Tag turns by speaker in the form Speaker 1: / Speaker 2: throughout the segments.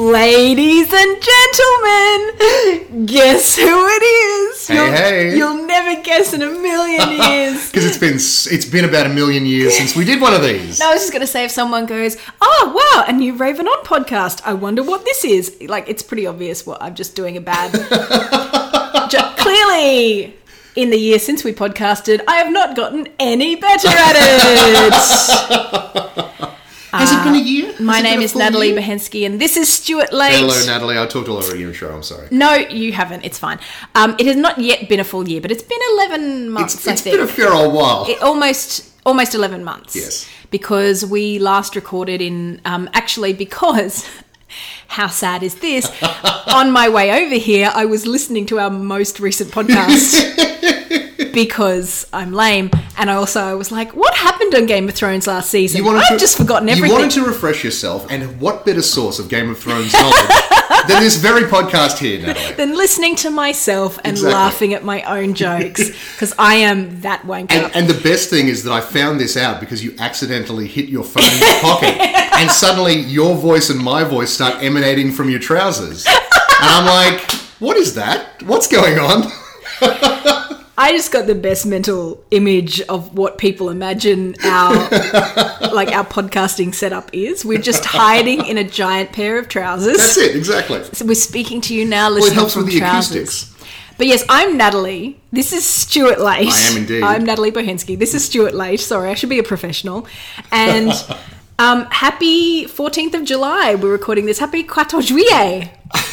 Speaker 1: Ladies and gentlemen, guess who it is?
Speaker 2: Hey,
Speaker 1: you'll,
Speaker 2: hey.
Speaker 1: you'll never guess in a million years.
Speaker 2: Because it's been s- it's been about a million years since we did one of these.
Speaker 1: I was just going to say if someone goes, oh, wow, a new Raven On podcast. I wonder what this is. Like, it's pretty obvious what I'm just doing a bad. Ju- clearly, in the year since we podcasted, I have not gotten any better at it.
Speaker 2: Has it been a year? Has
Speaker 1: Uh, My
Speaker 2: it been
Speaker 1: name
Speaker 2: a
Speaker 1: is
Speaker 2: full
Speaker 1: Natalie
Speaker 2: year?
Speaker 1: Behensky, and this is Stuart Late.
Speaker 2: Hello, Natalie. I talked all over your intro. I'm sorry.
Speaker 1: No, you haven't. It's fine. Um, it has not yet been a full year, but it's been 11 months,
Speaker 2: It's,
Speaker 1: I
Speaker 2: it's
Speaker 1: think.
Speaker 2: been a fair old while.
Speaker 1: It- almost almost 11 months
Speaker 2: Yes.
Speaker 1: because we last recorded in um, actually because how sad is this on my way over here i was listening to our most recent podcast because i'm lame and i also I was like what happened on game of thrones last season i've just forgotten everything
Speaker 2: You wanted to refresh yourself, and what better source of Game of Thrones knowledge than this very podcast here, Natalie?
Speaker 1: than listening to myself and
Speaker 2: Exactly.
Speaker 1: laughing at my own jokes because I am that wanked up.
Speaker 2: And, and the best thing is that I found this out because you accidentally hit your phone in your pocket, and suddenly your voice and my voice start emanating from your trousers. And I'm like, what is that? What's going on?
Speaker 1: I just got the best mental image of what people imagine our like our podcasting setup is. We're just hiding in a giant pair of trousers.
Speaker 2: That's it, exactly.
Speaker 1: So we're speaking to you now,
Speaker 2: Well, it
Speaker 1: listening
Speaker 2: helps
Speaker 1: from
Speaker 2: with the
Speaker 1: trousers.
Speaker 2: acoustics.
Speaker 1: But yes, I'm Natalie. This is Stuart Late.
Speaker 2: I am indeed.
Speaker 1: I'm Natalie Bohensky. This is Stuart Late. Sorry, I should be a professional. And um, happy 14th of July. We're recording this. Happy 14 juillet,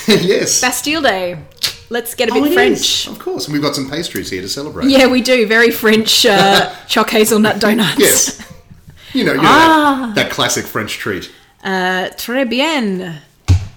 Speaker 2: yes.
Speaker 1: Bastille Day. Let's get a
Speaker 2: Oh,
Speaker 1: bit
Speaker 2: it
Speaker 1: French.
Speaker 2: is. Of course, and we've got some pastries here to celebrate.
Speaker 1: Yeah, we do. Very French uh, choc hazelnut donuts.
Speaker 2: Yes. You know, you know
Speaker 1: Ah.
Speaker 2: that, that classic French treat.
Speaker 1: Uh, très bien.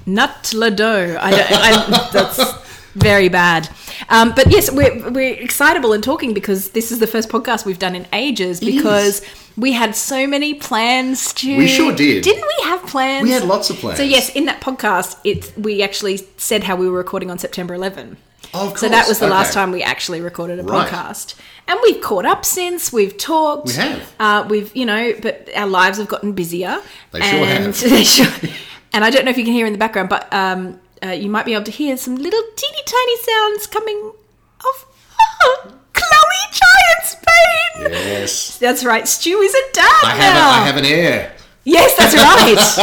Speaker 1: Nut le dos. I don't, I, that's very bad. Um, but yes, we're, we're excitable and talking because this is the first podcast we've done in ages because we had so many plans, Stu.
Speaker 2: We sure did.
Speaker 1: Didn't we have plans?
Speaker 2: We had lots of plans.
Speaker 1: So yes, in that podcast, it's we actually said how we were recording on September 11.
Speaker 2: Oh, of
Speaker 1: So that
Speaker 2: course.
Speaker 1: was the last
Speaker 2: Okay.
Speaker 1: time we actually recorded a
Speaker 2: Right.
Speaker 1: podcast, and we've caught up since. We've talked.
Speaker 2: We have.
Speaker 1: Uh, we've you know, but our lives have gotten busier.
Speaker 2: They sure
Speaker 1: and
Speaker 2: have.
Speaker 1: They sure- and I don't know if you can hear in the background, but um, uh, you might be able to hear some little teeny tiny sounds coming of Chloe Giant's pain.
Speaker 2: Yes.
Speaker 1: That's right. Stu is a dad
Speaker 2: I have,
Speaker 1: now.
Speaker 2: a, I have an heir.
Speaker 1: Yes, that's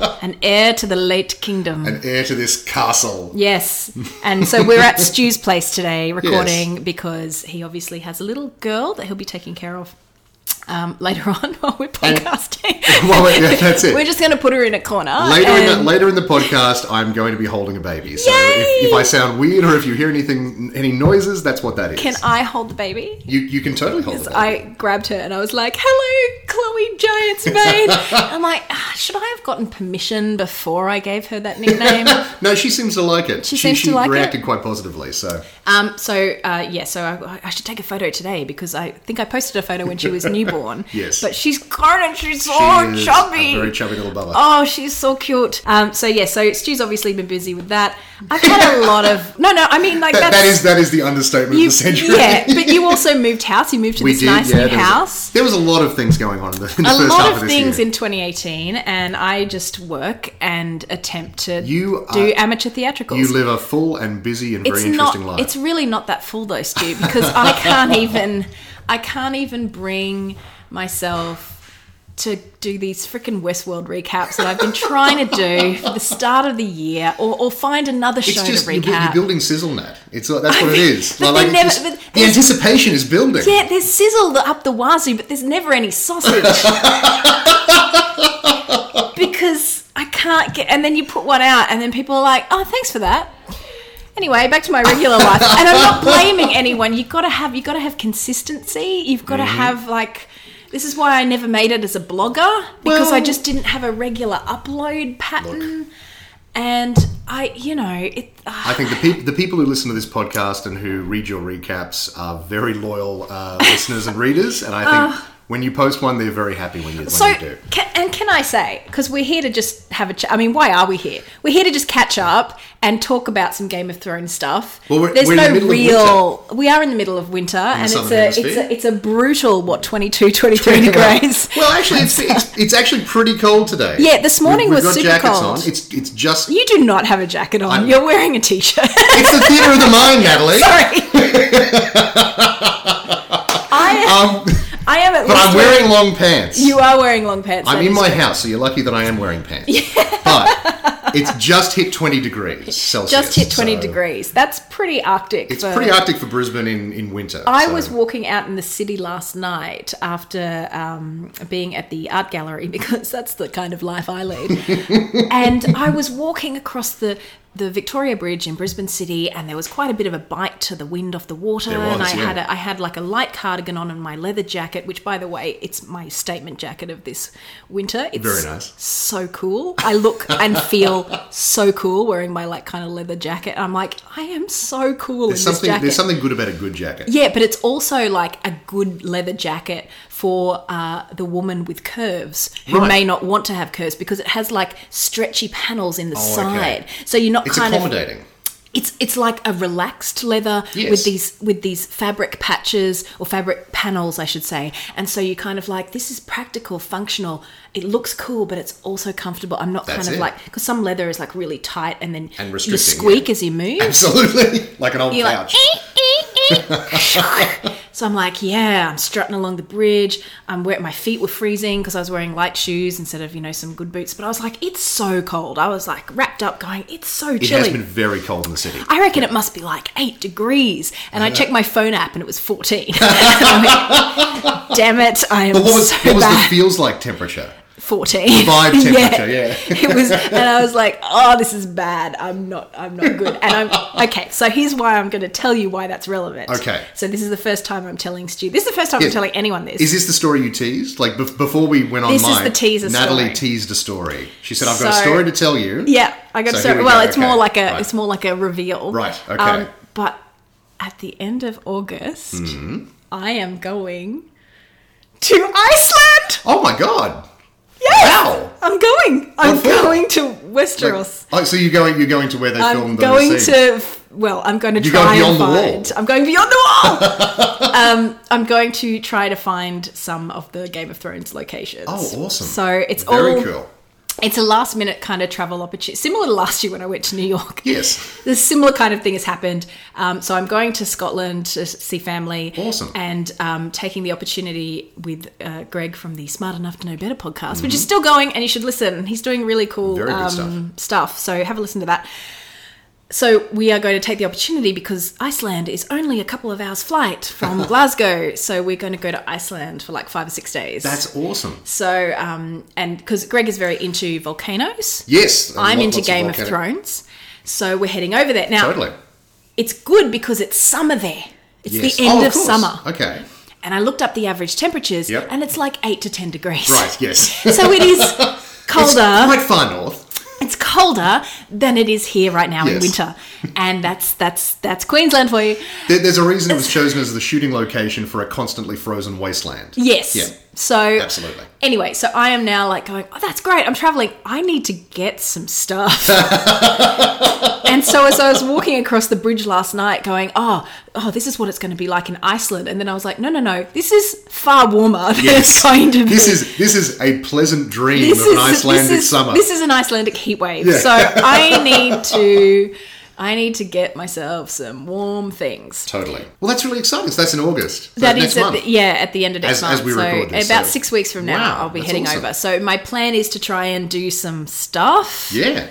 Speaker 1: right. An heir to the late kingdom.
Speaker 2: An heir to this castle.
Speaker 1: Yes. And so we're at Stu's place today recording because he obviously has a little girl that he'll be taking care of um, later on while we're podcasting.
Speaker 2: Well, yeah, that's it.
Speaker 1: we're just going to put her in a corner.
Speaker 2: Later in, the,
Speaker 1: and-
Speaker 2: later in the podcast, I'm going to be holding a baby. So
Speaker 1: Yay!
Speaker 2: if, if I sound weird or if you hear anything, any noises, that's what that is.
Speaker 1: Can I hold the baby?
Speaker 2: you, you can totally hold the baby.
Speaker 1: I grabbed her and I was like, "Hello, Chloe Giant's maid." I'm like, "Ah, should I have gotten permission before I gave her that nickname?
Speaker 2: no, she seems to like it.
Speaker 1: She seems
Speaker 2: she
Speaker 1: to like it?
Speaker 2: reacted quite positively. So
Speaker 1: Um, so uh, yeah, so I, I should take a photo today because I think I posted a photo when she was newborn.
Speaker 2: Yes.
Speaker 1: but she's grown and she's so
Speaker 2: she is
Speaker 1: Oh, chubby.
Speaker 2: a very chubby little bubba.
Speaker 1: Oh, she's so cute. Um, so yeah, so Stu's obviously been busy with that. I've had a lot of no, no. I mean, like
Speaker 2: that,
Speaker 1: that's,
Speaker 2: that is that is the understatement
Speaker 1: you-
Speaker 2: of the century.
Speaker 1: yeah. But you also moved house. You moved to
Speaker 2: we
Speaker 1: this
Speaker 2: did.
Speaker 1: nice
Speaker 2: yeah,
Speaker 1: new
Speaker 2: there was a-
Speaker 1: house.
Speaker 2: there was a lot of things going on in the, in the
Speaker 1: A
Speaker 2: first half
Speaker 1: lot
Speaker 2: of
Speaker 1: of
Speaker 2: this
Speaker 1: things
Speaker 2: year.
Speaker 1: in 2018, and I just work and attempt to
Speaker 2: You are-
Speaker 1: do amateur theatricals.
Speaker 2: you live a full and busy and very interesting
Speaker 1: not,
Speaker 2: life.
Speaker 1: It's really not that full though, Stu, because I can't even I can't even bring myself to do these freaking Westworld recaps that I've been trying to do for the start of the year, or, or find another show
Speaker 2: It's just
Speaker 1: to
Speaker 2: you're, bu-
Speaker 1: recap.
Speaker 2: you're building sizzle net. It's like- that's what it is.
Speaker 1: But they
Speaker 2: it's
Speaker 1: never-
Speaker 2: just-
Speaker 1: but
Speaker 2: the
Speaker 1: there's-
Speaker 2: anticipation is building.
Speaker 1: yeah, there's sizzle up the wazoo, but there's never any sausage. because I can't get. And then you put one out, and then people are like, "Oh, thanks for that." Anyway, back to my regular life, and I'm not blaming anyone. You gotta have you gotta have consistency. You've gotta have like. This is why I never made it as a blogger because I
Speaker 2: Well-
Speaker 1: just didn't have a regular upload pattern, and I, you know, it. ah,
Speaker 2: I think the, peop the people who listen to this podcast and who read your recaps are very loyal uh, listeners and readers, and I think when you post one, they're very happy when you, when
Speaker 1: Ah. so,
Speaker 2: you do.
Speaker 1: ca and can I say, because we're here to just have a chat. I mean, why are we here? We're here to just catch up and talk about some Game of Thrones stuff.
Speaker 2: Well, we're-
Speaker 1: There's
Speaker 2: we're in
Speaker 1: no
Speaker 2: the middle of
Speaker 1: real. We are in the middle of winter, and it's
Speaker 2: southern
Speaker 1: a, it's
Speaker 2: hemisphere.
Speaker 1: a it's a brutal what 22, 23 degrees.
Speaker 2: Well, actually, it's, it's, it's actually pretty cold today.
Speaker 1: Yeah, this morning
Speaker 2: we've,
Speaker 1: was
Speaker 2: we've
Speaker 1: super
Speaker 2: got jackets
Speaker 1: cold.
Speaker 2: on. It's it's just
Speaker 1: You do not have a jacket on.
Speaker 2: I'm-
Speaker 1: You're wearing a t-shirt.
Speaker 2: it's the theater of the mind, Natalie.
Speaker 1: Sorry. I
Speaker 2: Um,
Speaker 1: I am at
Speaker 2: but
Speaker 1: least
Speaker 2: I'm wearing long pants.
Speaker 1: You are wearing long pants.
Speaker 2: I'm
Speaker 1: that
Speaker 2: in
Speaker 1: is
Speaker 2: my
Speaker 1: true.
Speaker 2: house, so you're lucky that I am wearing pants. But it's just hit 20 degrees Celsius.
Speaker 1: Just hit 20
Speaker 2: so
Speaker 1: degrees. That's pretty arctic.
Speaker 2: It's
Speaker 1: for-
Speaker 2: pretty arctic for Brisbane in, in winter.
Speaker 1: I
Speaker 2: so-
Speaker 1: was walking out in the city last night after um, being at the art gallery because that's the kind of life I lead. and I was walking across the the Victoria Bridge in Brisbane City, and there was quite a bit of a bite to the wind off the water.
Speaker 2: There was,
Speaker 1: and I
Speaker 2: yeah.
Speaker 1: had a, I had like a light cardigan on and my leather jacket, which, by the way, it's my statement jacket of this winter. It's
Speaker 2: Very nice.
Speaker 1: so cool. I look and feel so cool wearing my like kind of leather jacket. I'm like, I am so cool
Speaker 2: There's
Speaker 1: in this
Speaker 2: something,
Speaker 1: jacket.
Speaker 2: there's something good about a good jacket.
Speaker 1: Yeah, but it's also like a good leather jacket for uh, the woman with curves who
Speaker 2: Right.
Speaker 1: may not want to have curves because it has like stretchy panels in the
Speaker 2: Oh,
Speaker 1: side.
Speaker 2: okay.
Speaker 1: So you're not
Speaker 2: It's
Speaker 1: kind of
Speaker 2: accommodating.
Speaker 1: it's it's like a relaxed leather
Speaker 2: Yes.
Speaker 1: with these with these fabric patches or fabric panels I should say. And so you kind of like this is practical, functional. It looks cool, but it's also comfortable. I'm not
Speaker 2: That's
Speaker 1: kind of
Speaker 2: it.
Speaker 1: like because some leather is like really tight and then
Speaker 2: And
Speaker 1: you
Speaker 2: restricting,
Speaker 1: squeak as you move.
Speaker 2: Absolutely. like an old
Speaker 1: You're
Speaker 2: couch.
Speaker 1: like, "Eh, eh, eh." so I'm like, yeah, I'm strutting along the bridge. I'm where my feet were freezing because I was wearing light shoes instead of you know some good boots. But I was like, it's so cold. I was like wrapped up, going, it's so
Speaker 2: it has
Speaker 1: chilly.
Speaker 2: been very cold in the city.
Speaker 1: I reckon it must be like eight degrees. And I
Speaker 2: Uh-huh.
Speaker 1: checked my phone app and it was 14. I'm like, Damn it, I am
Speaker 2: But what was,
Speaker 1: so
Speaker 2: what was the
Speaker 1: bad.
Speaker 2: feels like temperature?
Speaker 1: 14
Speaker 2: Vibe temperature, yeah.
Speaker 1: it was and i was like oh this is bad i'm not i'm not good and i'm okay so here's why i'm going to tell you why that's relevant
Speaker 2: Okay.
Speaker 1: so this is the first time i'm telling stu this is the first time
Speaker 2: Yeah.
Speaker 1: i'm telling anyone this
Speaker 2: Is this the story you teased? Like bef- before we went on
Speaker 1: This is
Speaker 2: online,
Speaker 1: the teaser
Speaker 2: Natalie
Speaker 1: story.
Speaker 2: teased a story. She said, "I've got
Speaker 1: So-
Speaker 2: a story to tell you."
Speaker 1: yeah i got
Speaker 2: So
Speaker 1: so,
Speaker 2: here we
Speaker 1: well
Speaker 2: go,
Speaker 1: it's
Speaker 2: okay,
Speaker 1: more like a
Speaker 2: right.
Speaker 1: it's more like a reveal Um,
Speaker 2: Right, okay.
Speaker 1: but at the end of august
Speaker 2: Mm-hmm.
Speaker 1: i am going to iceland
Speaker 2: Oh my god!
Speaker 1: yes
Speaker 2: Wow.
Speaker 1: i'm going i'm
Speaker 2: What for?
Speaker 1: going to westeros
Speaker 2: Oh, so you're going you're going to where they
Speaker 1: I'm
Speaker 2: filmed
Speaker 1: going
Speaker 2: those scenes.
Speaker 1: to. Well, I'm going to
Speaker 2: You're
Speaker 1: try
Speaker 2: going
Speaker 1: and
Speaker 2: beyond the wall.
Speaker 1: find. I'm going beyond the wall. um, I'm going to try to find some of the Game of Thrones locations.
Speaker 2: Oh, awesome.
Speaker 1: So it's
Speaker 2: Very
Speaker 1: all.
Speaker 2: cool.
Speaker 1: It's a last minute kind of travel opportunity, similar to last year when I went to New York.
Speaker 2: Yes.
Speaker 1: The similar kind of thing has happened. Um, so I'm going to Scotland to see family.
Speaker 2: Awesome.
Speaker 1: And um, taking the opportunity with uh, Greg from the Smart Enough to Know Better podcast, which is still going, and you should listen. He's doing really cool
Speaker 2: Very good
Speaker 1: um, stuff. So have a listen to that. So we are going to take the opportunity because Iceland is only a couple of hours flight from Glasgow. So we're going to go to Iceland for like five or six days.
Speaker 2: That's awesome.
Speaker 1: so um, and because Greg is very into volcanoes.
Speaker 2: Yes.
Speaker 1: I'm
Speaker 2: Lot-
Speaker 1: into
Speaker 2: lots
Speaker 1: Game of,
Speaker 2: volcanic-
Speaker 1: Thrones. So we're heading over there. Now,
Speaker 2: Totally.
Speaker 1: it's good because it's summer there. It's
Speaker 2: Yes.
Speaker 1: the end
Speaker 2: Oh,
Speaker 1: of,
Speaker 2: course.
Speaker 1: summer.
Speaker 2: Okay.
Speaker 1: And I looked up the average temperatures
Speaker 2: Yep.
Speaker 1: and it's like 8 to 10 degrees.
Speaker 2: Right. Yes.
Speaker 1: So it is
Speaker 2: It's
Speaker 1: colder.
Speaker 2: quite far north.
Speaker 1: It's, colder than it is here right now in
Speaker 2: Yes.
Speaker 1: winter. And that's that's that's Queensland for you.
Speaker 2: There, there's a reason it was chosen as the shooting location for a constantly frozen wasteland.
Speaker 1: Yes.
Speaker 2: Yeah.
Speaker 1: So
Speaker 2: Absolutely.
Speaker 1: Anyway, so I am now like going, oh, that's great. I'm traveling. I need to get some stuff. and so as I was walking across the bridge last night, going, oh, oh, this is what it's going to be like in Iceland. And then I was like, no, no, no, this is far warmer than it's going to be.
Speaker 2: This is this is a pleasant dream
Speaker 1: This
Speaker 2: of an Icelandic
Speaker 1: this is,
Speaker 2: summer.
Speaker 1: This is an Icelandic heat wave.
Speaker 2: Yeah.
Speaker 1: So I need to, I need to get myself some warm things.
Speaker 2: totally. Well, that's really exciting. So that's in August. So
Speaker 1: That
Speaker 2: next
Speaker 1: is, at
Speaker 2: month.
Speaker 1: the, yeah, at the end of next
Speaker 2: As-
Speaker 1: month.
Speaker 2: as we
Speaker 1: so
Speaker 2: record this,
Speaker 1: about
Speaker 2: so-
Speaker 1: six weeks from now,
Speaker 2: Wow,
Speaker 1: I'll be
Speaker 2: that's
Speaker 1: heading
Speaker 2: awesome.
Speaker 1: over. So my plan is to try and do some stuff.
Speaker 2: Yeah.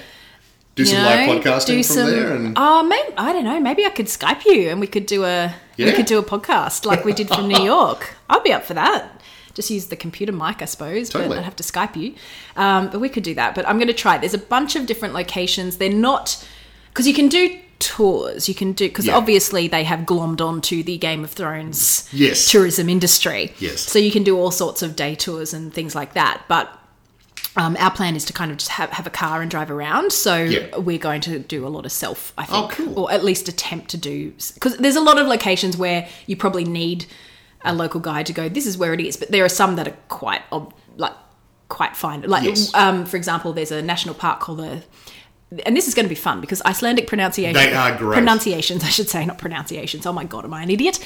Speaker 2: Do
Speaker 1: you
Speaker 2: some
Speaker 1: know,
Speaker 2: live podcasting
Speaker 1: do
Speaker 2: from
Speaker 1: some-
Speaker 2: there and
Speaker 1: oh, maybe I don't know. Maybe I could Skype you, and we could do a we
Speaker 2: Yeah.
Speaker 1: could do a podcast like we did from New York. I'd be up for that. Just use the computer mic, I suppose, but
Speaker 2: Totally.
Speaker 1: I'd have to Skype you. Um, but we could do that. But I'm going to try. it. There's a bunch of different locations. They're not because you can do tours. You can do because
Speaker 2: Yeah.
Speaker 1: obviously they have glommed onto the Game of Thrones
Speaker 2: Yes.
Speaker 1: tourism industry.
Speaker 2: Yes.
Speaker 1: So you can do all sorts of day tours and things like that. But um, our plan is to kind of just have, have a car and drive around. So
Speaker 2: Yeah.
Speaker 1: we're going to do a lot of self, I
Speaker 2: Oh,
Speaker 1: think,
Speaker 2: cool.
Speaker 1: or at least attempt to do. Because there's a lot of locations where you probably need a local guide to go. This is where it is, but there are some that are quite ob- like quite fine. Like
Speaker 2: Yes.
Speaker 1: um, for example, there's a national park called the. And this is going to be fun because Icelandic pronunciation
Speaker 2: They are great.
Speaker 1: pronunciations, I should say, not pronunciations. Oh my god, am I an idiot?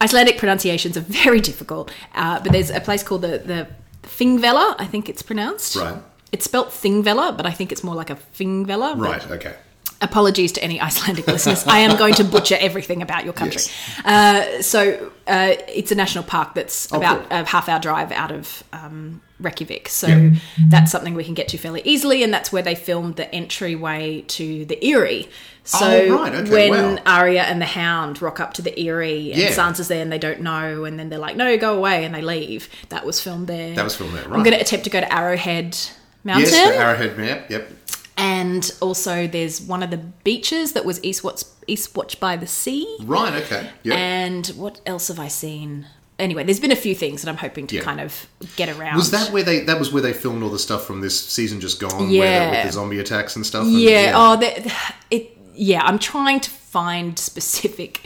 Speaker 1: Icelandic pronunciations are very difficult, uh, but there's a place called the the Thingvella, I think it's pronounced.
Speaker 2: Right.
Speaker 1: It's spelt Thingvella, but I think it's more like a Fingvella. but
Speaker 2: Right. Okay.
Speaker 1: Apologies to any Icelandic listeners. I am going to butcher everything about your country. Uh, so uh, it's a national park that's about
Speaker 2: Oh, cool.
Speaker 1: a half hour drive out of um, Reykjavik. So that's something we can get to fairly easily, and that's where they filmed the entryway to the Erie. So
Speaker 2: Oh, right, okay,
Speaker 1: when
Speaker 2: wow.
Speaker 1: Arya and the Hound rock up to the Erie, and
Speaker 2: Yeah.
Speaker 1: Sansa's there, and they don't know, and then they're like, "No, go away," and they leave. That was filmed there.
Speaker 2: That was filmed there,
Speaker 1: I'm
Speaker 2: right.
Speaker 1: going to attempt to go to Arrowhead Mountain.
Speaker 2: Yes, the Arrowhead map. Yep.
Speaker 1: And also, there's one of the beaches that was Eastwatch, Eastwatch by the Sea.
Speaker 2: Right. Okay. Yep.
Speaker 1: And what else have I seen? Anyway, there's been a few things that I'm hoping to
Speaker 2: Yeah.
Speaker 1: kind of get around.
Speaker 2: was that where they? That was where they filmed all the stuff from this season just gone. Where they,
Speaker 1: Yeah.
Speaker 2: with the zombie attacks and stuff. and-
Speaker 1: Yeah. Oh, the, it. Yeah, I'm trying to find specific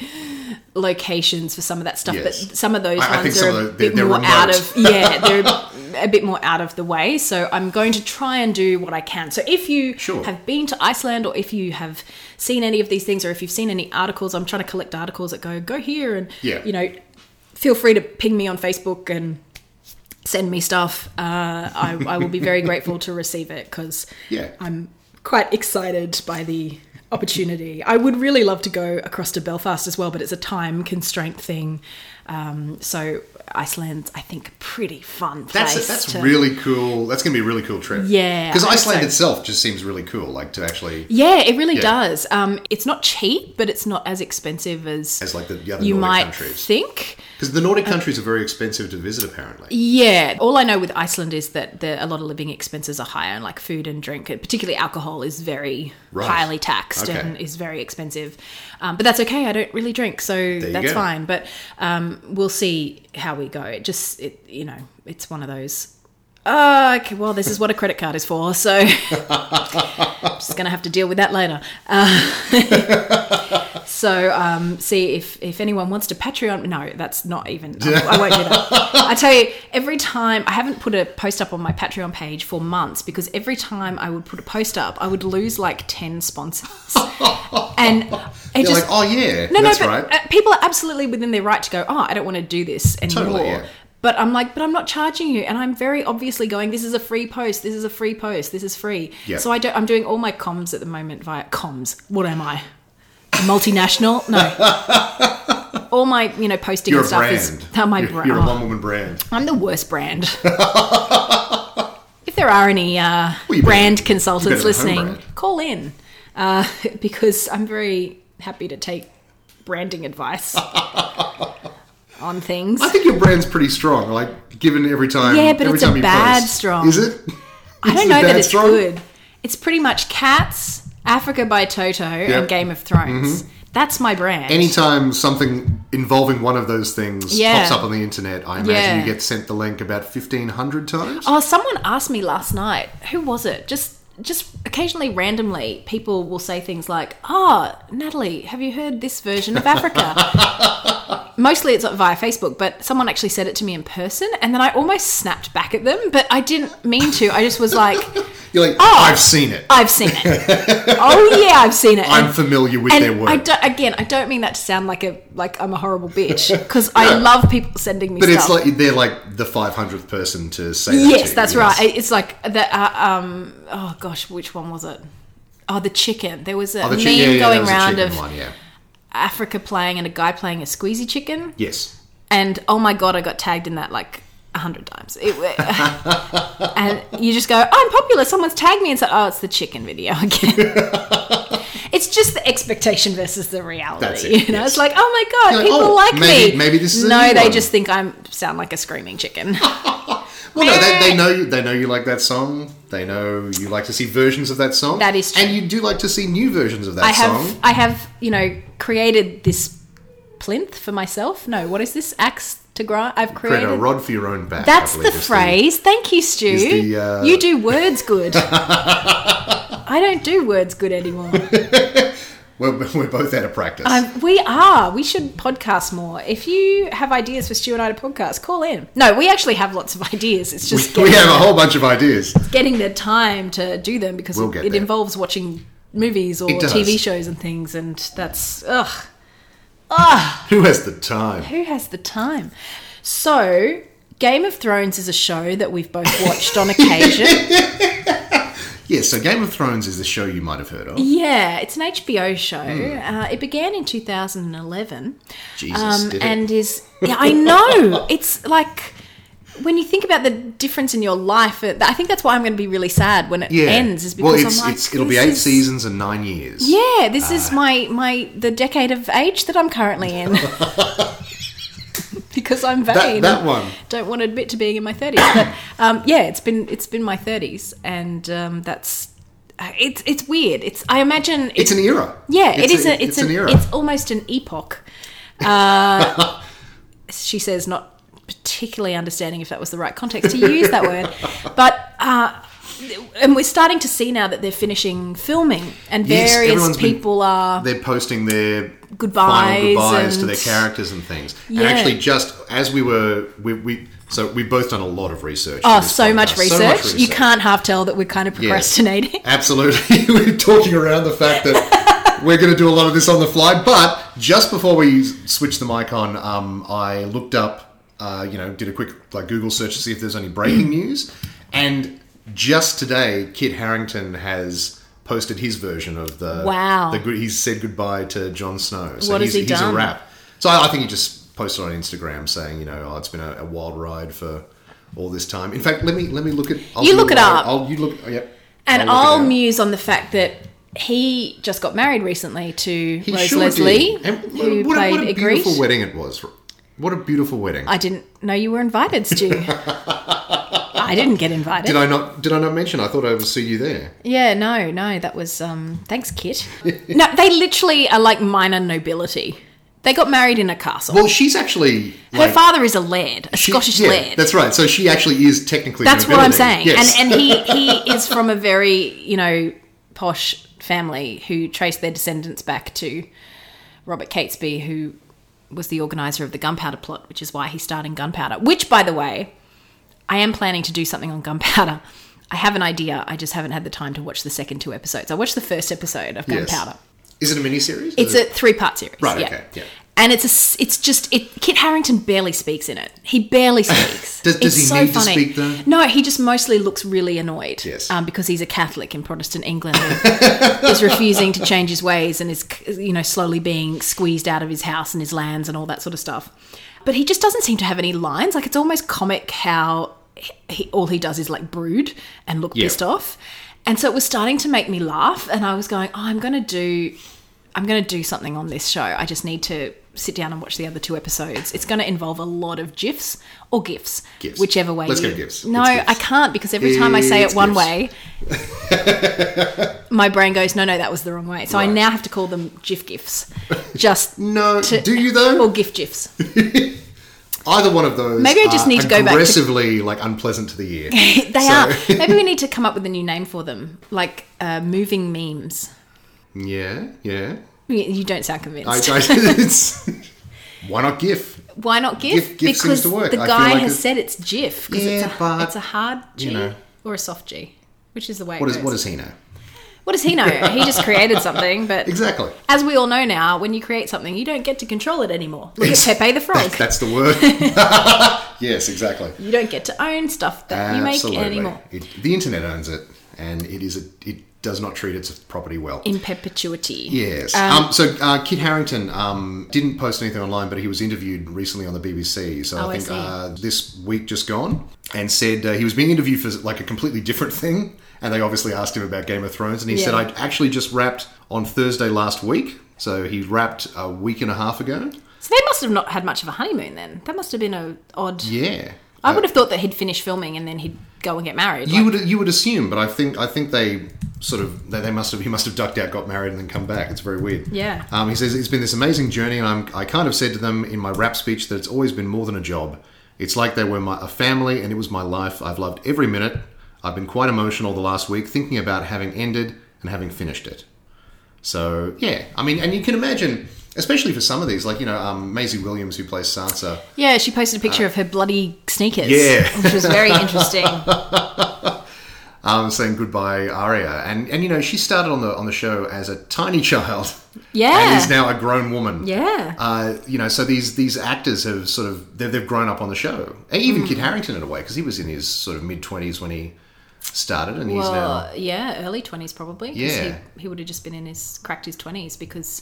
Speaker 1: locations for some of that stuff, but
Speaker 2: Yes.
Speaker 1: some of those
Speaker 2: I- I think
Speaker 1: ones
Speaker 2: some
Speaker 1: are
Speaker 2: of
Speaker 1: a
Speaker 2: the-
Speaker 1: bit
Speaker 2: they're
Speaker 1: more out
Speaker 2: remote.
Speaker 1: of yeah, they're a bit more out of the way. So I'm going to try and do what I can. So if you
Speaker 2: Sure.
Speaker 1: have been to Iceland, or if you have seen any of these things, or if you've seen any articles, I'm trying to collect articles that go go here and
Speaker 2: Yeah.
Speaker 1: you know, feel free to ping me on Facebook and send me stuff. Uh, I, I will be very grateful to receive it because
Speaker 2: Yeah.
Speaker 1: I'm quite excited by the opportunity. I would really love to go across to Belfast as well, but it's a time constraint thing. Um, so Iceland's, I think, a pretty fun place.
Speaker 2: That's that's
Speaker 1: to-
Speaker 2: really cool. That's gonna be a really cool trip.
Speaker 1: Yeah,
Speaker 2: because
Speaker 1: I hope
Speaker 2: Iceland
Speaker 1: so.
Speaker 2: itself just seems really cool. Like to actually
Speaker 1: Yeah, it really
Speaker 2: Yeah.
Speaker 1: does. Um, it's not cheap, but it's not as expensive as,
Speaker 2: as like the, the other
Speaker 1: you
Speaker 2: Nordic
Speaker 1: might
Speaker 2: countries.
Speaker 1: think.
Speaker 2: Because the Nordic countries are very expensive to visit, apparently.
Speaker 1: Yeah. All I know with Iceland is that the, a lot of living expenses are higher, and like food and drink, and particularly alcohol, is very
Speaker 2: Right.
Speaker 1: highly taxed
Speaker 2: Okay.
Speaker 1: and is very expensive. Um, but that's okay. I don't really drink, so
Speaker 2: you
Speaker 1: that's
Speaker 2: go.
Speaker 1: fine. But um, we'll see how we go. It just, it, you know, it's one of those. Oh, okay, well, this is what a credit card is for. So I'm just going to have to deal with that later. So um, see if if anyone wants to Patreon. No, that's not even. I, I won't do that. I tell you, every time I haven't put a post up on my Patreon page for months because every time I would put a post up, I would lose like ten sponsors, and it
Speaker 2: They're
Speaker 1: just
Speaker 2: like, oh yeah,
Speaker 1: no,
Speaker 2: that's
Speaker 1: no, but
Speaker 2: right.
Speaker 1: uh, people are absolutely within their right to go, oh, I don't want to do this anymore.
Speaker 2: Totally, yeah.
Speaker 1: But I'm like, but I'm not charging you. And I'm very obviously going, this is a free post, this is a free post, this is free.
Speaker 2: Yeah.
Speaker 1: So I don't, I'm doing all my comms at the moment via comms. What am I? A Multinational? No. all my, you know, posting
Speaker 2: you're
Speaker 1: and
Speaker 2: a
Speaker 1: stuff
Speaker 2: brand.
Speaker 1: is oh, my
Speaker 2: you're,
Speaker 1: brand.
Speaker 2: you're a one-woman brand.
Speaker 1: I'm the worst brand. if there are any uh,
Speaker 2: Well, you better-
Speaker 1: brand
Speaker 2: you better
Speaker 1: consultants
Speaker 2: have a home
Speaker 1: listening,
Speaker 2: brand.
Speaker 1: call in uh, because I'm very happy to take branding advice on things.
Speaker 2: I think your brand's pretty strong. Like, given every time.
Speaker 1: Yeah, but
Speaker 2: every
Speaker 1: it's a
Speaker 2: time you
Speaker 1: bad
Speaker 2: post.
Speaker 1: strong.
Speaker 2: Is it?
Speaker 1: I
Speaker 2: Is it
Speaker 1: don't know
Speaker 2: bad
Speaker 1: that it's
Speaker 2: strong?
Speaker 1: good. It's pretty much Cats, Africa by Toto, and Game of
Speaker 2: Mm-hmm.
Speaker 1: Thrones. That's my brand.
Speaker 2: Anytime something involving one of those things
Speaker 1: Yeah.
Speaker 2: pops up on the internet, I imagine
Speaker 1: Yeah.
Speaker 2: you get sent the link about fifteen hundred times.
Speaker 1: Oh, someone asked me last night. Who was it? Just just occasionally randomly people will say things like, "Oh, Natalie, have you heard this version of Africa?" Mostly it's via Facebook, but someone actually said it to me in person and then I almost snapped back at them, but I didn't mean to. I just was like,
Speaker 2: You're like,
Speaker 1: Oh.
Speaker 2: I've seen it.
Speaker 1: "I've seen it." oh yeah, I've seen it.
Speaker 2: I'm familiar with
Speaker 1: and
Speaker 2: their work.
Speaker 1: I don't, again, I don't mean that to sound like a like I'm a horrible bitch because I love people sending me
Speaker 2: but
Speaker 1: stuff.
Speaker 2: it's like they're like the five hundredth person to say. That to
Speaker 1: Yes,
Speaker 2: you,
Speaker 1: that's
Speaker 2: yes.
Speaker 1: right. It's like the uh, um oh gosh, which one was it? Oh, the chicken. There was a
Speaker 2: Oh, the
Speaker 1: meme
Speaker 2: chicken, yeah, yeah,
Speaker 1: going
Speaker 2: that was a
Speaker 1: round
Speaker 2: chicken
Speaker 1: of
Speaker 2: one, yeah.
Speaker 1: Africa playing and a guy playing a squeezy chicken,
Speaker 2: Yes.
Speaker 1: and oh my god, I got tagged in that like a hundred times. It, wa- and you just go, "Oh, I'm popular. Someone's tagged me and said, oh, it's the chicken video again. it's just the expectation versus the reality.
Speaker 2: That's it,
Speaker 1: you know,
Speaker 2: yes.
Speaker 1: it's like, oh my god,
Speaker 2: You're like,
Speaker 1: people
Speaker 2: "Oh,
Speaker 1: like
Speaker 2: maybe-
Speaker 1: me.
Speaker 2: maybe this is a
Speaker 1: no,
Speaker 2: new
Speaker 1: they
Speaker 2: one."
Speaker 1: just think I'm sound like a screaming chicken.
Speaker 2: Well, no, they, they know you. They know you like that song. They know you like to see versions of that song.
Speaker 1: That is true.
Speaker 2: and you do like to see new versions of that
Speaker 1: I have
Speaker 2: song.
Speaker 1: I have you know created this plinth for myself. No, what is this axe to grind. I've
Speaker 2: Create
Speaker 1: created.
Speaker 2: a rod for your own back. I
Speaker 1: That's the
Speaker 2: believe is
Speaker 1: phrase. Thank you, Stu.
Speaker 2: is the, uh,
Speaker 1: You do words good. I don't do words good anymore.
Speaker 2: We're, we're both out of practice.
Speaker 1: Um, we are. We should podcast more. If you have ideas for Stu and I to podcast, call in. No, we actually have lots of ideas. It's just
Speaker 2: we
Speaker 1: getting,
Speaker 2: have a whole bunch of ideas.
Speaker 1: getting the time to do them because
Speaker 2: We'll
Speaker 1: it,
Speaker 2: get
Speaker 1: it
Speaker 2: there.
Speaker 1: involves watching movies or
Speaker 2: It does.
Speaker 1: TV shows and things, and that's ugh.
Speaker 2: Who has the time?
Speaker 1: Who has the time? So, Game of Thrones is a show that we've both watched on occasion.
Speaker 2: Yeah, so Game of Thrones is a show you might have heard of.
Speaker 1: yeah, it's an HBO show. Uh, it began in 2011.
Speaker 2: Hmm. Jesus,
Speaker 1: um,
Speaker 2: did it?
Speaker 1: and is yeah, I know it's like when you think about the difference in your life. it- I think that's why I'm going to be really sad when it
Speaker 2: yeah.
Speaker 1: ends. Is because
Speaker 2: well, it's,
Speaker 1: I'm like,
Speaker 2: it's, it'll be
Speaker 1: this
Speaker 2: eight
Speaker 1: is-
Speaker 2: seasons Ah. and nine years.
Speaker 1: Yeah, this is my my the decade of age that I'm currently in. because I'm vain.
Speaker 2: That, that
Speaker 1: and
Speaker 2: one.
Speaker 1: Don't want to admit to being in my thirties, but um, yeah, it's been it's been my thirties, and um, that's uh, it's it's weird. It's I imagine
Speaker 2: It's an era.
Speaker 1: yeah,
Speaker 2: it's
Speaker 1: it's
Speaker 2: a-
Speaker 1: it's,
Speaker 2: it's an era.
Speaker 1: It's almost an epoch. Uh, she says, not particularly understanding if that was the right context to use that word, but. Uh, and we're starting to see now that they're finishing filming, and
Speaker 2: Yes,
Speaker 1: various
Speaker 2: everyone's been-
Speaker 1: people are.
Speaker 2: They're posting their
Speaker 1: Goodbyes
Speaker 2: final goodbyes to
Speaker 1: and-
Speaker 2: their characters and things.
Speaker 1: Yeah.
Speaker 2: And actually, just as we were, we, we so we've both done a lot of research.
Speaker 1: Oh,
Speaker 2: for this
Speaker 1: so much,
Speaker 2: podcast.
Speaker 1: research. You can't half tell that we're kind of
Speaker 2: Yeah.
Speaker 1: procrastinating.
Speaker 2: Absolutely, we're talking around the fact that we're going to do a lot of this on the fly. But just before we switch the mic on, um, I looked up, uh, you know, did a quick like Google search to see if there's any breaking news, and just today, Kit Harrington has posted his version of the
Speaker 1: Wow.
Speaker 2: The good, he's said goodbye to Jon Snow. So
Speaker 1: What has
Speaker 2: he's,
Speaker 1: he
Speaker 2: he's
Speaker 1: done?
Speaker 2: a wrap. So I, I think he just posted on Instagram saying, you know, oh, it's been a, a wild ride for. All this time. In fact, let me let me look at. I'll
Speaker 1: You
Speaker 2: do
Speaker 1: look it
Speaker 2: a-
Speaker 1: up.
Speaker 2: I'll, you look. Yep.
Speaker 1: And
Speaker 2: look it
Speaker 1: I'll
Speaker 2: up.
Speaker 1: muse on the fact that he just got married recently to
Speaker 2: He
Speaker 1: Rose
Speaker 2: sure
Speaker 1: Leslie,
Speaker 2: did. And
Speaker 1: who
Speaker 2: what, a-
Speaker 1: played
Speaker 2: what a
Speaker 1: Igreet.
Speaker 2: beautiful wedding it was. What a beautiful wedding.
Speaker 1: I didn't know you were invited, Stu. I didn't get invited.
Speaker 2: did I not? Did I not mention? I thought I would see you there.
Speaker 1: Yeah, no, no, that was um thanks, Kit. no, they literally are like minor nobility. They got married in a castle.
Speaker 2: Well, she's actually
Speaker 1: Her
Speaker 2: like,
Speaker 1: father is a laird, a
Speaker 2: she-
Speaker 1: Scottish
Speaker 2: yeah,
Speaker 1: laird.
Speaker 2: That's right. So she actually is technically.
Speaker 1: That's what I'm
Speaker 2: nobility.
Speaker 1: saying.
Speaker 2: Yes.
Speaker 1: And and he he is from a very, you know, posh family who trace their descendants back to Robert Catesby who was the organizer of the gunpowder plot, which is why he's starting gunpowder. Which by the way, I am planning to do something on gunpowder. I have an idea. I just haven't had the time to watch the second two episodes. I watched the first episode of
Speaker 2: Yes.
Speaker 1: Gunpowder.
Speaker 2: Is it a miniseries?
Speaker 1: It's a three part series.
Speaker 2: Right, okay, yeah.
Speaker 1: And it's a, s- it's just it. Kit Harrington barely speaks in it. He barely speaks.
Speaker 2: Does- does
Speaker 1: It's
Speaker 2: he need to speak, though?
Speaker 1: No, he just mostly looks really annoyed.
Speaker 2: Yes.
Speaker 1: Um, because he's a Catholic in Protestant England, and is refusing to change his ways, and is you know slowly being squeezed out of his house and his lands and all that sort of stuff. But he just doesn't seem to have any lines. Like it's almost comic how he, he, all he does is like brood and look
Speaker 2: Yeah.
Speaker 1: pissed off. And so it was starting to make me laugh, and I was going, oh, "I'm going to do I'm going to do something on this show. I just need to sit down and watch the other two episodes. It's going to involve a lot of gifs or gifs,
Speaker 2: Gifs.
Speaker 1: whichever way.
Speaker 2: Let's
Speaker 1: you...
Speaker 2: go gifs.
Speaker 1: No,
Speaker 2: It's gifs.
Speaker 1: I can't because every time I say it
Speaker 2: It's
Speaker 1: one
Speaker 2: gifs.
Speaker 1: way, my brain goes, "No, no, that was the wrong way." So I
Speaker 2: Right.
Speaker 1: now have to call them gif gifs, just
Speaker 2: no,
Speaker 1: to-
Speaker 2: do you though?
Speaker 1: or gif gifs.
Speaker 2: Either one of those.
Speaker 1: Maybe I just
Speaker 2: are
Speaker 1: need to go back to-
Speaker 2: Aggressively, like unpleasant to the ear.
Speaker 1: they
Speaker 2: So-
Speaker 1: are. Maybe we need to come up with a new name for them, like uh, moving memes.
Speaker 2: yeah, yeah.
Speaker 1: You- You don't sound convinced.
Speaker 2: I, I, it's, why not GIF?
Speaker 1: Why not GIF?
Speaker 2: GIF- GIF seems
Speaker 1: because
Speaker 2: to work.
Speaker 1: the
Speaker 2: I feel
Speaker 1: guy
Speaker 2: like
Speaker 1: has
Speaker 2: it-
Speaker 1: said it's GIF because
Speaker 2: Yeah,
Speaker 1: it's, a,
Speaker 2: but,
Speaker 1: it's a hard G
Speaker 2: you know.
Speaker 1: or a soft G, which is the way.
Speaker 2: What
Speaker 1: it
Speaker 2: is
Speaker 1: goes.
Speaker 2: what does he know?
Speaker 1: What does he know? he just created something, but
Speaker 2: Exactly.
Speaker 1: as we all know now, when you create something, you don't get to control it anymore. Look at Pepe the Frog.
Speaker 2: That's, that's the word. yes, exactly.
Speaker 1: you don't get to own stuff that you make anymore
Speaker 2: It, the internet owns it, and it is a, it does not treat its property well.
Speaker 1: in perpetuity.
Speaker 2: yes. Um, so uh, Kit Harrington um, didn't post anything online, but he was interviewed recently on the BBC. So
Speaker 1: Oh, I
Speaker 2: I think
Speaker 1: see.
Speaker 2: uh, this week just gone, and said uh, he was being interviewed for like a completely different thing, and they obviously asked him about Game of Thrones, and he said,
Speaker 1: Yeah.
Speaker 2: "I actually just wrapped on Thursday last week." So he wrapped a week and a half ago.
Speaker 1: So they must have not had much of a honeymoon then. That must have been a odd.
Speaker 2: Yeah.
Speaker 1: I would have thought that he'd finish filming and then he'd go and get married.
Speaker 2: You
Speaker 1: like-
Speaker 2: would you would assume, but I think I think they sort of they, they must have he must have ducked out, got married, and then come back. It's very weird.
Speaker 1: Yeah.
Speaker 2: Um, he says it's been this amazing journey, and I'm, I kind of said to them in my rap speech that it's always been more than a job. It's like they were my, a family, and it was my life. I've loved every minute. I've been quite emotional the last week thinking about having ended and having finished it. So yeah, I mean, and you can imagine, especially for some of these, like you know, um, Maisie Williams who plays Sansa.
Speaker 1: Yeah, she posted a picture of her bloody sneakers.
Speaker 2: Uh, Yeah.
Speaker 1: Which was very interesting.
Speaker 2: um, saying goodbye, Arya, and and you know she started on the on the show as a tiny child,
Speaker 1: Yeah.
Speaker 2: and is now a grown woman.
Speaker 1: yeah.
Speaker 2: Uh, you know, so these these actors have sort of they've, they've grown up on the show. And
Speaker 1: Hmm.
Speaker 2: even Kid Harrington in a way, because he was in his sort of mid twenties when he started, and he's
Speaker 1: well,
Speaker 2: now
Speaker 1: yeah, early 20s probably. 'cause
Speaker 2: Yeah.
Speaker 1: He, he would have just been in his, cracked his 20s because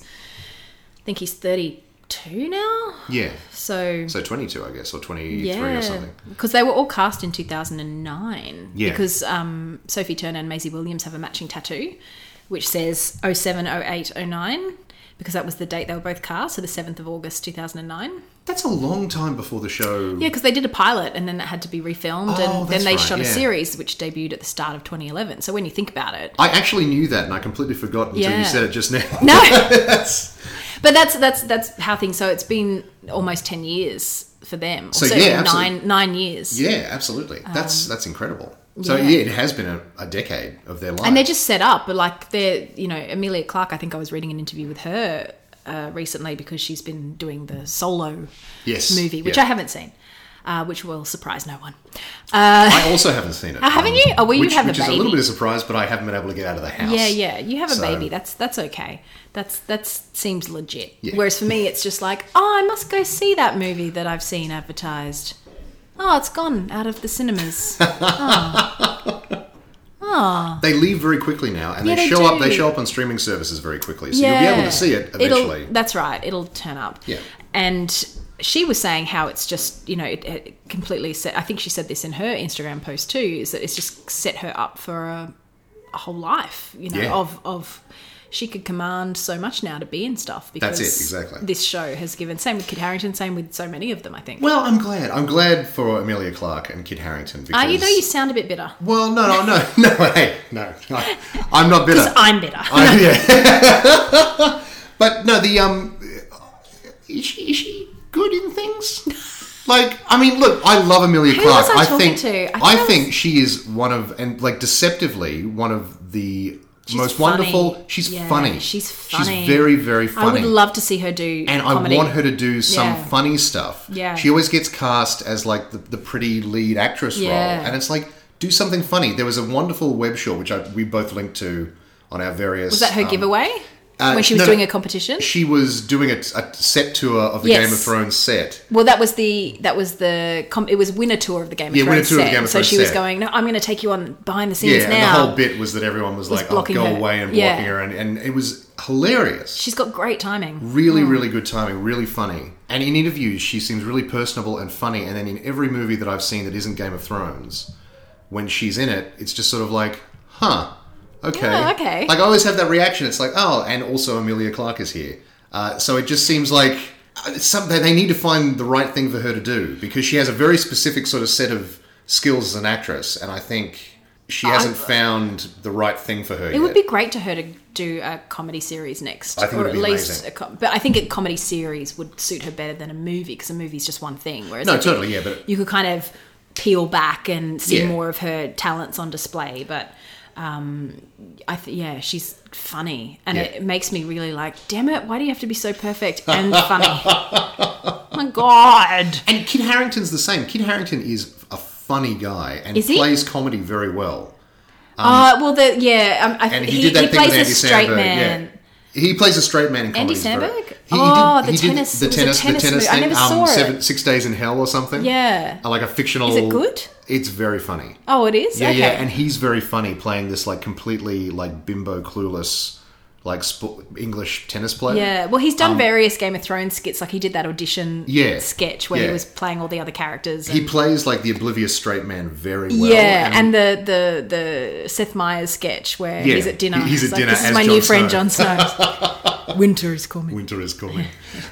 Speaker 1: I think he's 32 now.
Speaker 2: yeah,
Speaker 1: So,
Speaker 2: so twenty two, I guess, or twenty three or
Speaker 1: yeah.
Speaker 2: something.
Speaker 1: Because they were all cast in 2009.
Speaker 2: Yeah.
Speaker 1: Because um, Sophie Turner and Maisie Williams have a matching tattoo which says 07, 08, 09 because that was the date they were both cast, so the 7th of August 2009.
Speaker 2: That's a long time before the show.
Speaker 1: Yeah, because they did a pilot and then that had to be refilmed,
Speaker 2: Oh,
Speaker 1: and
Speaker 2: that's
Speaker 1: then they
Speaker 2: right,
Speaker 1: shot a
Speaker 2: yeah.
Speaker 1: series which debuted at the start of 2011. So when you think about it,
Speaker 2: I actually knew that, and I completely forgot until
Speaker 1: Yeah.
Speaker 2: you said it just now.
Speaker 1: No.
Speaker 2: That's-
Speaker 1: but that's that's that's how things. So it's been almost 10 years for them.
Speaker 2: So,
Speaker 1: Certainly
Speaker 2: yeah, absolutely.
Speaker 1: nine nine years,
Speaker 2: yeah, absolutely. That's that's incredible. So
Speaker 1: Um, yeah.
Speaker 2: yeah, it has been a, a decade of their life.
Speaker 1: and they're just set up. But like they're you know Amelia Clark. I think I was reading an interview with her uh, recently because she's been doing the solo
Speaker 2: yes
Speaker 1: movie, which
Speaker 2: yeah.
Speaker 1: I haven't seen, uh, which will surprise no one.
Speaker 2: I also haven't seen it.
Speaker 1: haven't you? Oh, well, you
Speaker 2: which,
Speaker 1: have a
Speaker 2: which is a little
Speaker 1: baby.
Speaker 2: bit of surprise, but I haven't been able to get out of the house.
Speaker 1: Yeah, yeah. You have a
Speaker 2: So-
Speaker 1: baby. That's that's okay. That's that's seems legit.
Speaker 2: Yeah.
Speaker 1: Whereas for me, it's just like, oh, I must go see that movie that I've seen advertised. Oh, it's gone out of the cinemas. Oh.
Speaker 2: They leave very quickly now, and
Speaker 1: Yeah,
Speaker 2: they
Speaker 1: they
Speaker 2: show up. They
Speaker 1: do.
Speaker 2: show up on streaming services very quickly, so you'll be able to see it eventually.
Speaker 1: It'll, that's right. It'll turn up.
Speaker 2: Yeah.
Speaker 1: And she was saying how it's just you know it, it completely set. I think she said this in her Instagram post too. Is that it's just set her up for a, a whole life. You know
Speaker 2: Yeah.
Speaker 1: of of. She could command so much now to be in stuff because
Speaker 2: That's it, exactly.
Speaker 1: this show has given. Same with Kid Harrington, same with so many of them, I think.
Speaker 2: well, I'm glad. I'm glad for Amelia Clark and Kid Harrington because.
Speaker 1: Are you though? You sound a bit bitter.
Speaker 2: Well, no, no, no, no. Hey, no, no. I'm not bitter.
Speaker 1: I'm bitter.
Speaker 2: I- yeah. but no, the um, is she is she good in things? Like, I mean, look, I love Amelia
Speaker 1: Who
Speaker 2: Clark.
Speaker 1: was I talking
Speaker 2: think
Speaker 1: to? I
Speaker 2: I,
Speaker 1: think I was-
Speaker 2: think she is one of and like deceptively one of the most
Speaker 1: funny.
Speaker 2: wonderful. She's
Speaker 1: Yeah,
Speaker 2: funny.
Speaker 1: she's funny.
Speaker 2: She's very very
Speaker 1: I
Speaker 2: funny.
Speaker 1: would love to see her do.
Speaker 2: and
Speaker 1: comedy.
Speaker 2: I want her to do some
Speaker 1: Yeah.
Speaker 2: funny stuff.
Speaker 1: Yeah.
Speaker 2: She always gets cast as like the, the pretty lead actress
Speaker 1: Yeah.
Speaker 2: role. And it's like, do something funny. There was a wonderful web show, which I, we both linked to on our various.
Speaker 1: Was that her
Speaker 2: um,
Speaker 1: giveaway
Speaker 2: uh,
Speaker 1: when she was
Speaker 2: no, no.
Speaker 1: doing a competition?
Speaker 2: She was doing a, a set tour of the
Speaker 1: Yes.
Speaker 2: Game of Thrones set.
Speaker 1: Well, that was the that was the com- it was winner tour of the Game of
Speaker 2: Yeah, winner
Speaker 1: Thrones
Speaker 2: tour of
Speaker 1: set.
Speaker 2: the Game of
Speaker 1: so
Speaker 2: Thrones
Speaker 1: she was
Speaker 2: set.
Speaker 1: going, no, I'm going to take you on behind the scenes
Speaker 2: Yeah, and
Speaker 1: now.
Speaker 2: the whole bit was that everyone was, like, oh,
Speaker 1: blocking
Speaker 2: go
Speaker 1: her.
Speaker 2: away and blocking
Speaker 1: Yeah.
Speaker 2: her. And, and it was hilarious.
Speaker 1: She's got great timing.
Speaker 2: Really, really good timing, really funny. And in interviews, she seems really personable and funny. And then in every movie that I've seen that isn't Game of Thrones, when she's in it, it's just sort of like, huh, okay.
Speaker 1: Oh, okay.
Speaker 2: Like, I always have that reaction. It's like, oh, and also Amelia Clark is here. Uh, so it just seems like uh, some, they they need to find the right thing for her to do because she has a very specific sort of set of skills as an actress. And I think she hasn't found the right thing for her
Speaker 1: It
Speaker 2: yet.
Speaker 1: would be great to her to do a comedy series next,
Speaker 2: I think it
Speaker 1: or
Speaker 2: would
Speaker 1: at
Speaker 2: be
Speaker 1: least,
Speaker 2: amazing.
Speaker 1: a com- but I think a comedy series would suit her better than a movie because a movie's just one thing. Whereas I
Speaker 2: no,
Speaker 1: think
Speaker 2: totally, yeah, but
Speaker 1: you could kind of peel back and see
Speaker 2: Yeah.
Speaker 1: more of her talents on display. But um, I th- yeah, she's funny, and
Speaker 2: Yeah.
Speaker 1: it makes me really like, damn it, why do you have to be so perfect and funny? oh my god!
Speaker 2: And Kid Harrington's the same. Kid Harrington is a funny guy and
Speaker 1: Is he?
Speaker 2: plays comedy very well.
Speaker 1: uh, well, the yeah, um, I,
Speaker 2: Um, And
Speaker 1: th
Speaker 2: he,
Speaker 1: he,
Speaker 2: did that
Speaker 1: he
Speaker 2: thing
Speaker 1: plays
Speaker 2: with
Speaker 1: a
Speaker 2: Andy
Speaker 1: straight
Speaker 2: Samberg.
Speaker 1: man.
Speaker 2: Yeah. He plays a straight man in
Speaker 1: Andy
Speaker 2: comedy. He's very-
Speaker 1: Samberg?
Speaker 2: He-
Speaker 1: Oh,
Speaker 2: he
Speaker 1: the
Speaker 2: did,
Speaker 1: tennis-
Speaker 2: He
Speaker 1: it
Speaker 2: did
Speaker 1: was
Speaker 2: the
Speaker 1: a
Speaker 2: tennis,
Speaker 1: tennis
Speaker 2: the tennis
Speaker 1: movie. I
Speaker 2: thing.
Speaker 1: never
Speaker 2: um,
Speaker 1: saw it.
Speaker 2: Seven, Six Days in Hell or something.
Speaker 1: Yeah.
Speaker 2: Uh, Like a fictional.
Speaker 1: Is it good?
Speaker 2: It's very funny.
Speaker 1: Oh, it is.
Speaker 2: Yeah,
Speaker 1: okay.
Speaker 2: yeah, and he's very funny playing this like completely like bimbo clueless like sp- English tennis player.
Speaker 1: Yeah, well, he's done various Game of Thrones skits. Like he did that audition
Speaker 2: um, Yeah,
Speaker 1: sketch where he
Speaker 2: yeah.
Speaker 1: was playing all the other characters.
Speaker 2: He plays like the oblivious straight man very well.
Speaker 1: yeah, and, the, the the Seth Meyers sketch where
Speaker 2: Yeah,
Speaker 1: he's at dinner.
Speaker 2: he- he's at
Speaker 1: like,
Speaker 2: dinner
Speaker 1: This is
Speaker 2: as
Speaker 1: my
Speaker 2: Jon
Speaker 1: new friend
Speaker 2: Snow."
Speaker 1: Jon Snow. Winter is coming.
Speaker 2: winter is coming.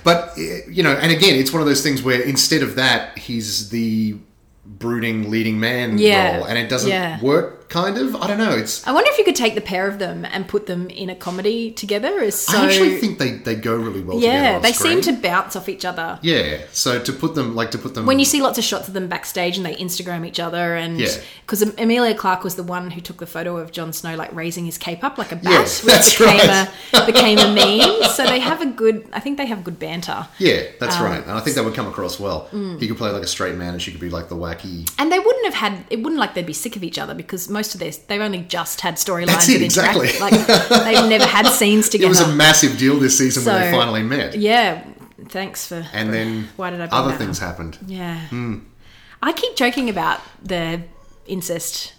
Speaker 2: but uh, you know, and again, it's one of those things where instead of that, he's the brooding leading man
Speaker 1: Yeah.
Speaker 2: role, and it doesn't
Speaker 1: Yeah.
Speaker 2: work it, kind of. I don't know. It's
Speaker 1: I wonder if you could take the pair of them and put them in a comedy together. As so,
Speaker 2: I actually think they, they go really well together.
Speaker 1: yeah,
Speaker 2: on
Speaker 1: they
Speaker 2: screen.
Speaker 1: seem to bounce off each other.
Speaker 2: Yeah, so to put them like to put them
Speaker 1: When you see lots of shots of them backstage and they Instagram each other, and
Speaker 2: Yeah.
Speaker 1: because Amelia Clark was the one who took the photo of Jon Snow like raising his cape up like a bat,
Speaker 2: Yes,
Speaker 1: which
Speaker 2: that's
Speaker 1: became
Speaker 2: right.
Speaker 1: a became a meme. So they have a good. I think they have good banter.
Speaker 2: Yeah, that's right. And I think that would come across well. He could play like a straight man and she could be like the wacky
Speaker 1: And they wouldn't have had it. Wouldn't like they'd be sick of each other because most of their they've only just had storylines.
Speaker 2: That's it,
Speaker 1: that interact.
Speaker 2: exactly.
Speaker 1: Like they've never had scenes together.
Speaker 2: It was a massive deal this season when they
Speaker 1: So-
Speaker 2: finally met.
Speaker 1: yeah. Thanks for.
Speaker 2: And then Hmm.
Speaker 1: Why did I bring
Speaker 2: other
Speaker 1: that
Speaker 2: things happened.
Speaker 1: Yeah. I keep joking about the incest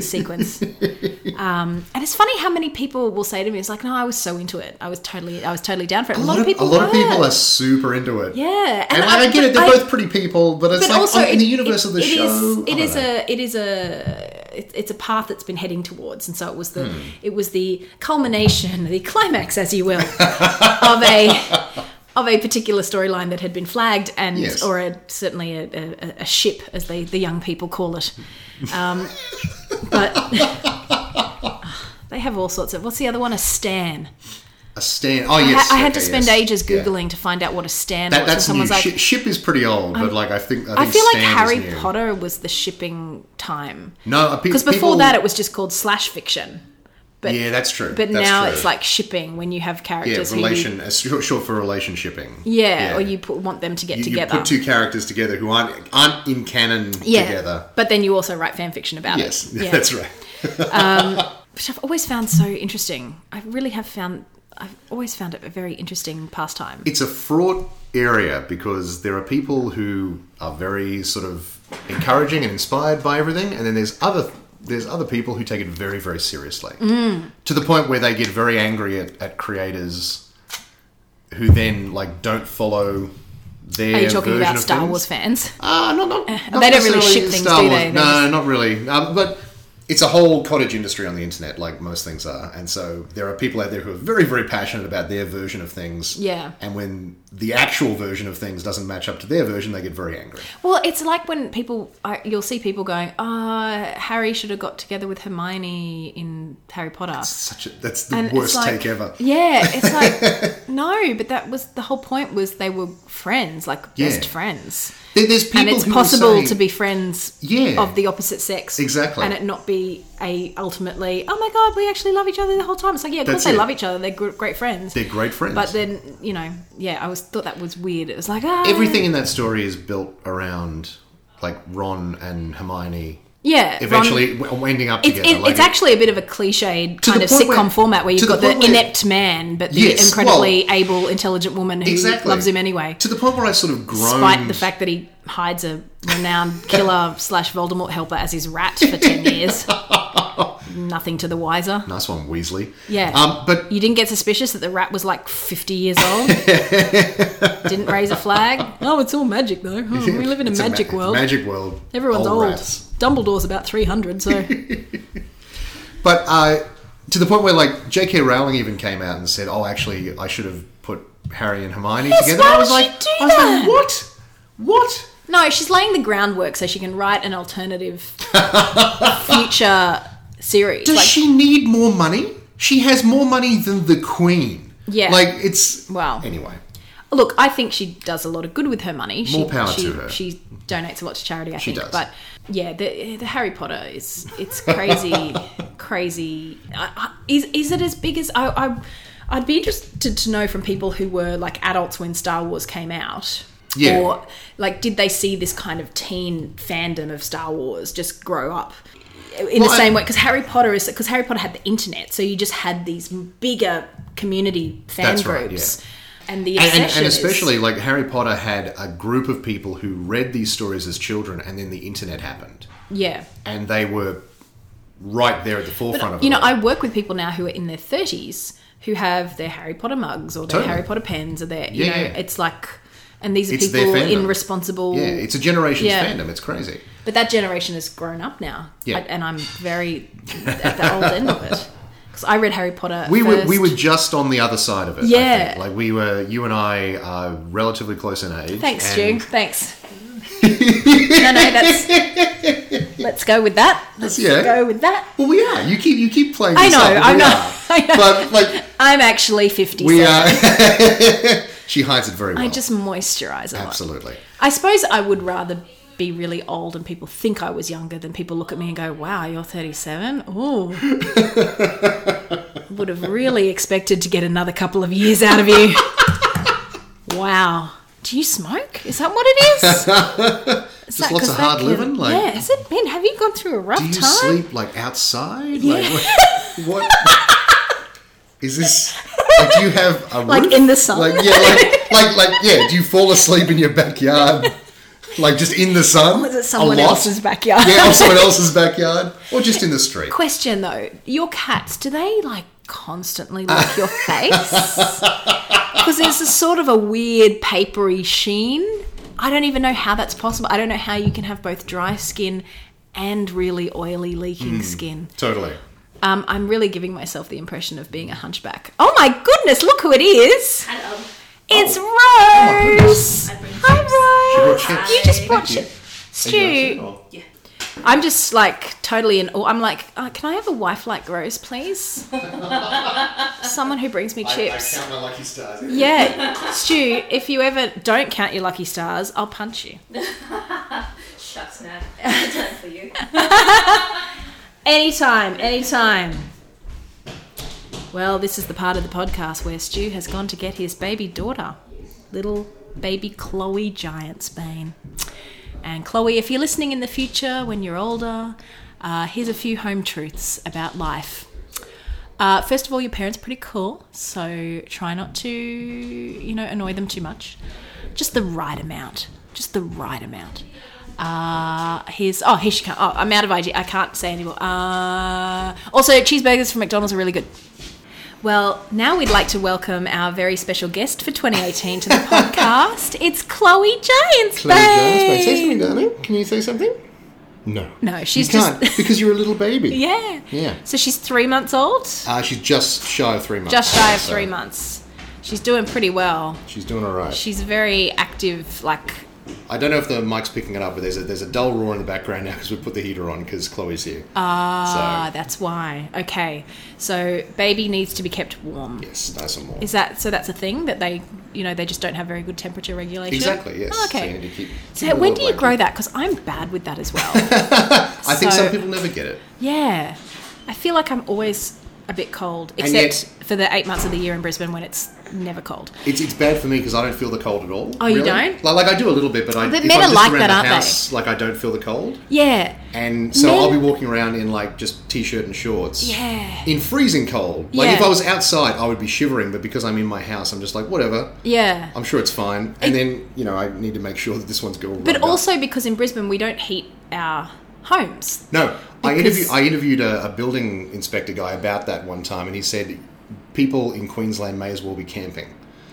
Speaker 1: sequence. Um, and it's funny how many people will say to me, it's like, no, I was so into it. I was totally, I was totally down for it. A, lot, of people
Speaker 2: a lot of
Speaker 1: were.
Speaker 2: people are super into it.
Speaker 1: Yeah.
Speaker 2: And, like, I, get it, they're
Speaker 1: I-
Speaker 2: both pretty people, but it's
Speaker 1: but
Speaker 2: like
Speaker 1: also
Speaker 2: oh, in the
Speaker 1: it-
Speaker 2: universe
Speaker 1: it-
Speaker 2: of the
Speaker 1: it is-
Speaker 2: show. oh, I
Speaker 1: it
Speaker 2: don't
Speaker 1: is
Speaker 2: know.
Speaker 1: a it is a it, it's a path that's been heading towards, and so it was the
Speaker 2: Hmm.
Speaker 1: it was the culmination, the climax, as you will, of a of a particular storyline that had been flagged, and
Speaker 2: Yes.
Speaker 1: or a, certainly a, a, a ship, as they the young people call it. Um, but they have all sorts of what's the other one? A stan.
Speaker 2: a stand. Oh yes,
Speaker 1: I, I had to
Speaker 2: okay,
Speaker 1: spend
Speaker 2: yes.
Speaker 1: ages
Speaker 2: Yeah.
Speaker 1: googling to find out what a stan was,
Speaker 2: That,
Speaker 1: and
Speaker 2: that's new.
Speaker 1: someone's like,
Speaker 2: Shi- Ship is pretty old, but like I think I, think
Speaker 1: I feel like
Speaker 2: Stan is
Speaker 1: Harry
Speaker 2: new.
Speaker 1: Potter was the shipping time.
Speaker 2: No,
Speaker 1: Because before that, it was just called slash fiction. But,
Speaker 2: yeah, that's true.
Speaker 1: but
Speaker 2: That's
Speaker 1: now
Speaker 2: true.
Speaker 1: it's like shipping when you have
Speaker 2: yeah,
Speaker 1: characters who.
Speaker 2: relation.
Speaker 1: You,
Speaker 2: uh, short, short for relationshipping.
Speaker 1: yeah, or you put, want them to get
Speaker 2: You- you
Speaker 1: together.
Speaker 2: put two characters together who aren't aren't in canon
Speaker 1: yeah.
Speaker 2: together.
Speaker 1: But then you also write fan fiction about
Speaker 2: Yes,
Speaker 1: it. Yeah.
Speaker 2: that's right.
Speaker 1: Which I've always found so interesting. I really have found. I've always found it a very interesting pastime.
Speaker 2: it's a fraught area because there are people who are very sort of encouraging and inspired by everything, and then there's other there's other people who take it very very seriously
Speaker 1: Mm.
Speaker 2: to the point where they get very angry at, at creators who then like don't follow their
Speaker 1: Are you talking
Speaker 2: version
Speaker 1: about
Speaker 2: of
Speaker 1: Star
Speaker 2: things.
Speaker 1: Wars fans?
Speaker 2: Uh, not, not, not
Speaker 1: Eh, they don't really
Speaker 2: necessarily
Speaker 1: ship things,
Speaker 2: Star
Speaker 1: do
Speaker 2: Wars.
Speaker 1: they? They
Speaker 2: No, not really. Um, but it's a whole cottage industry on the internet, like most things are. And so there are people out there who are very, very passionate about their version of things.
Speaker 1: Yeah.
Speaker 2: And when the actual version of things doesn't match up to their version, they get very angry.
Speaker 1: Well, it's like when people, I- you'll see people going, "Ah, Harry should have got together with Hermione in Harry Potter."
Speaker 2: Such a, that's the
Speaker 1: And
Speaker 2: worst
Speaker 1: it's like-
Speaker 2: take ever.
Speaker 1: Yeah, it's like no, but that was the whole point was they were friends, like best
Speaker 2: Yeah.
Speaker 1: friends,
Speaker 2: There- There's people
Speaker 1: and it's
Speaker 2: who will
Speaker 1: possible
Speaker 2: say-
Speaker 1: to be friends
Speaker 2: Yeah.
Speaker 1: of the opposite sex,
Speaker 2: Exactly.
Speaker 1: and it not be a ultimately, oh my god, we actually love each other the whole time. It's like yeah, of
Speaker 2: That's
Speaker 1: course they
Speaker 2: it.
Speaker 1: love each other, they're gr- great friends,
Speaker 2: They're great friends.
Speaker 1: but then you know, yeah, I was thought that was weird. It was like ah,
Speaker 2: Everything in that story is built around like Ron and Hermione
Speaker 1: yeah, Ron-
Speaker 2: eventually w ending up
Speaker 1: It's,
Speaker 2: together.
Speaker 1: it,
Speaker 2: like
Speaker 1: it's actually a bit of a cliched
Speaker 2: the
Speaker 1: kind of
Speaker 2: point
Speaker 1: sitcom
Speaker 2: where-
Speaker 1: format where
Speaker 2: to
Speaker 1: you've
Speaker 2: the
Speaker 1: got the,
Speaker 2: point where-
Speaker 1: inept man, but the
Speaker 2: Yes,
Speaker 1: incredibly
Speaker 2: well-
Speaker 1: able, intelligent woman who
Speaker 2: exactly
Speaker 1: loves him anyway.
Speaker 2: To the point where I sort of groaned.
Speaker 1: despite the fact that he hides a renowned killer slash Voldemort helper as his rat for 10 years. Nothing to the wiser.
Speaker 2: Nice one, Weasley.
Speaker 1: Yeah.
Speaker 2: Um, but
Speaker 1: You didn't get suspicious that the rat was like 50 years old? didn't raise a flag? Oh, it's all magic though. Oh, we live in a
Speaker 2: it's ma-
Speaker 1: magic
Speaker 2: it's
Speaker 1: world.
Speaker 2: Magic world.
Speaker 1: Everyone's old.
Speaker 2: rats.
Speaker 1: Dumbledore's about 300, so.
Speaker 2: But uh, to the point where, like, J.K. Rowling even came out and said, "Oh, actually, I should have put Harry and Hermione together."
Speaker 1: why
Speaker 2: I was
Speaker 1: would
Speaker 2: like,
Speaker 1: she do
Speaker 2: I was
Speaker 1: that?
Speaker 2: like, what? What?
Speaker 1: No, she's laying the groundwork so she can write an alternative future series.
Speaker 2: Does
Speaker 1: like,
Speaker 2: she need more money? She has more money than the Queen.
Speaker 1: Yeah.
Speaker 2: Like it's
Speaker 1: Wow.
Speaker 2: Anyway,
Speaker 1: Look, I think she does a lot of good with her money. She,
Speaker 2: More power
Speaker 1: she,
Speaker 2: to her.
Speaker 1: She donates a lot to charity. I think,
Speaker 2: does.
Speaker 1: but yeah, the, the Harry Potter is it's crazy, crazy. I, I, is is it as big as I? I I'd be interested to know from people who were like adults when Star Wars came out.
Speaker 2: Yeah.
Speaker 1: Or like, did they see this kind of teen fandom of Star Wars just grow up? In
Speaker 2: Well,
Speaker 1: the
Speaker 2: I-
Speaker 1: same way, because Harry Potter is because Harry Potter had the internet, so you just had these bigger community fan
Speaker 2: That's right,
Speaker 1: groups, and the
Speaker 2: and, and,
Speaker 1: obsession
Speaker 2: and
Speaker 1: is-
Speaker 2: especially like Harry Potter had a group of people who read these stories as children, and then the internet happened,
Speaker 1: Yeah.
Speaker 2: and they were right there at the forefront of it.
Speaker 1: You know,
Speaker 2: all.
Speaker 1: I work with people now who are in their 30s who have their Harry Potter mugs or their
Speaker 2: Totally.
Speaker 1: Harry Potter pens or their, you
Speaker 2: Yeah,
Speaker 1: know,
Speaker 2: yeah.
Speaker 1: it's like, and these are
Speaker 2: It's their
Speaker 1: people
Speaker 2: fandom.
Speaker 1: in responsible.
Speaker 2: Yeah, it's a generation's
Speaker 1: Yeah.
Speaker 2: fandom. It's crazy.
Speaker 1: But that generation has grown up now.
Speaker 2: Yeah.
Speaker 1: I- and I'm very at the old end of it. Because I read Harry Potter.
Speaker 2: We were
Speaker 1: first.
Speaker 2: we were just on the other side of it. I
Speaker 1: Yeah.
Speaker 2: think. like we were. You and I are relatively close in age.
Speaker 1: Thanks,
Speaker 2: and
Speaker 1: Stu. Thanks. no, no, that's. Let's go with that. Let's
Speaker 2: yeah.
Speaker 1: go with that.
Speaker 2: Well, we are. You keep you keep playing.
Speaker 1: I
Speaker 2: this
Speaker 1: know,
Speaker 2: up, but
Speaker 1: I
Speaker 2: we
Speaker 1: know,
Speaker 2: are.
Speaker 1: I know.
Speaker 2: But like
Speaker 1: I'm actually 50.
Speaker 2: we
Speaker 1: so
Speaker 2: are. she hides it very well.
Speaker 1: I just moisturize a lot.
Speaker 2: absolutely.
Speaker 1: I suppose I would rather be really old and people think I was younger than people look at me and go, wow, you're 37? Ooh. would have really expected to get another couple of years out of you. wow. Do you smoke? Is that what it is? Is that
Speaker 2: lots
Speaker 1: 'cause
Speaker 2: of
Speaker 1: that
Speaker 2: hard
Speaker 1: can-
Speaker 2: living, like-
Speaker 1: yeah, has it been? Have you gone through a rough
Speaker 2: Do you
Speaker 1: time?
Speaker 2: sleep like outside? Like what? what is this? Like, do you have a
Speaker 1: Like
Speaker 2: roof?
Speaker 1: in the sun?
Speaker 2: Like yeah, like, like like yeah. Do you fall asleep in your backyard? Like just in the sun?
Speaker 1: Was it
Speaker 2: a
Speaker 1: someone
Speaker 2: lot?
Speaker 1: else's backyard?
Speaker 2: Yeah, or someone else's backyard, or just in the street.
Speaker 1: Question though, your cats do they like constantly lick your face? Because there's a sort of a weird papery sheen. I don't even know how that's possible. I don't know how you can have both dry skin and really oily
Speaker 2: Hmm.
Speaker 1: leaking skin.
Speaker 2: Totally.
Speaker 1: Um, I'm really giving myself the impression of being a hunchback. Oh my goodness, look who it is!
Speaker 3: Hello.
Speaker 1: It's
Speaker 2: Oh. my
Speaker 1: Rose.
Speaker 2: goodness.
Speaker 1: Hi Rose.
Speaker 2: She brought chips.
Speaker 1: You just brought
Speaker 2: Thank you.
Speaker 1: chips. Stu,
Speaker 3: Yeah.
Speaker 1: I'm just like totally in awe. I'm like, uh, can I have a wife like Rose, please? Someone who brings me
Speaker 2: Oh,
Speaker 1: chips.
Speaker 2: my lucky stars.
Speaker 1: yeah, Stu, if you ever don't count your lucky stars, I'll punch you.
Speaker 3: Shucks, Nat. It's time for you.
Speaker 1: Anytime, anytime. Well, this is the part of the podcast where Stu has gone to get his baby daughter, little baby Chloe Giantsbane. And Chloe, if you're listening in the future when you're older, uh, here's a few home truths about life. Uh, first of all, your parents are pretty cool, so try not to, you know, annoy them too much. Just the right amount. Just the right amount. Uh, here's oh here she comes. Oh, I'm out of IG. I can't say anymore. Uh, also, cheeseburgers from McDonald's are really good. Well, now we'd like to welcome our very special guest for 2018 to the podcast. It's Chloe Giants.
Speaker 2: Say something, darling. Can you say something? No.
Speaker 1: No, she's
Speaker 2: you can't,
Speaker 1: just-
Speaker 2: because you're a little baby.
Speaker 1: Yeah.
Speaker 2: Yeah.
Speaker 1: So she's three months old,
Speaker 2: Uh, she's just shy of three months.
Speaker 1: just shy of
Speaker 2: so
Speaker 1: three months. She's doing pretty well.
Speaker 2: She's doing all right.
Speaker 1: She's very active, like
Speaker 2: I don't know if the mic's picking it up, but there's a there's a dull roar in the background now because we put the heater on because Chloe's here.
Speaker 1: ah,
Speaker 2: Ah.
Speaker 1: that's why. Okay, so baby needs to be kept warm.
Speaker 2: So, yes, nice and warm.
Speaker 1: Is that so? That's a thing that they, you know, they just don't have very good temperature regulation.
Speaker 2: Exactly. Yes.
Speaker 1: Oh,
Speaker 2: So you
Speaker 1: okay.
Speaker 2: need to keep.
Speaker 1: So,
Speaker 2: keep a
Speaker 1: when
Speaker 2: little
Speaker 1: do you
Speaker 2: blanket.
Speaker 1: grow that? Because I'm bad with that as well.
Speaker 2: I think
Speaker 1: So-
Speaker 2: some people never get it.
Speaker 1: yeah, I feel like I'm always a bit cold,
Speaker 2: And yet-
Speaker 1: except for the eight months of the year in Brisbane when it's never cold.
Speaker 2: It's, it's bad for me because I don't feel the cold at all.
Speaker 1: Oh, you don't?
Speaker 2: Like, like I do a little bit, but I
Speaker 1: But
Speaker 2: if
Speaker 1: men
Speaker 2: I'm
Speaker 1: are
Speaker 2: just
Speaker 1: like
Speaker 2: around
Speaker 1: that,
Speaker 2: the
Speaker 1: aren't they?
Speaker 2: house, Like I don't feel the cold,
Speaker 1: Yeah,
Speaker 2: and so
Speaker 1: Men-
Speaker 2: I'll be walking around in like just t-shirt and shorts.
Speaker 1: Yeah.
Speaker 2: In freezing cold. Like if
Speaker 1: Yeah.
Speaker 2: I was outside, I would be shivering, but because I'm in my house, I'm just like whatever.
Speaker 1: yeah.
Speaker 2: I'm sure it's fine. And then you know I need to make sure that this one's good.
Speaker 1: but also because in Brisbane we don't heat our homes.
Speaker 2: No, I,
Speaker 1: Because-
Speaker 2: interview, I interviewed a, a building inspector guy about that one time, and he said people in Queensland may as well be camping.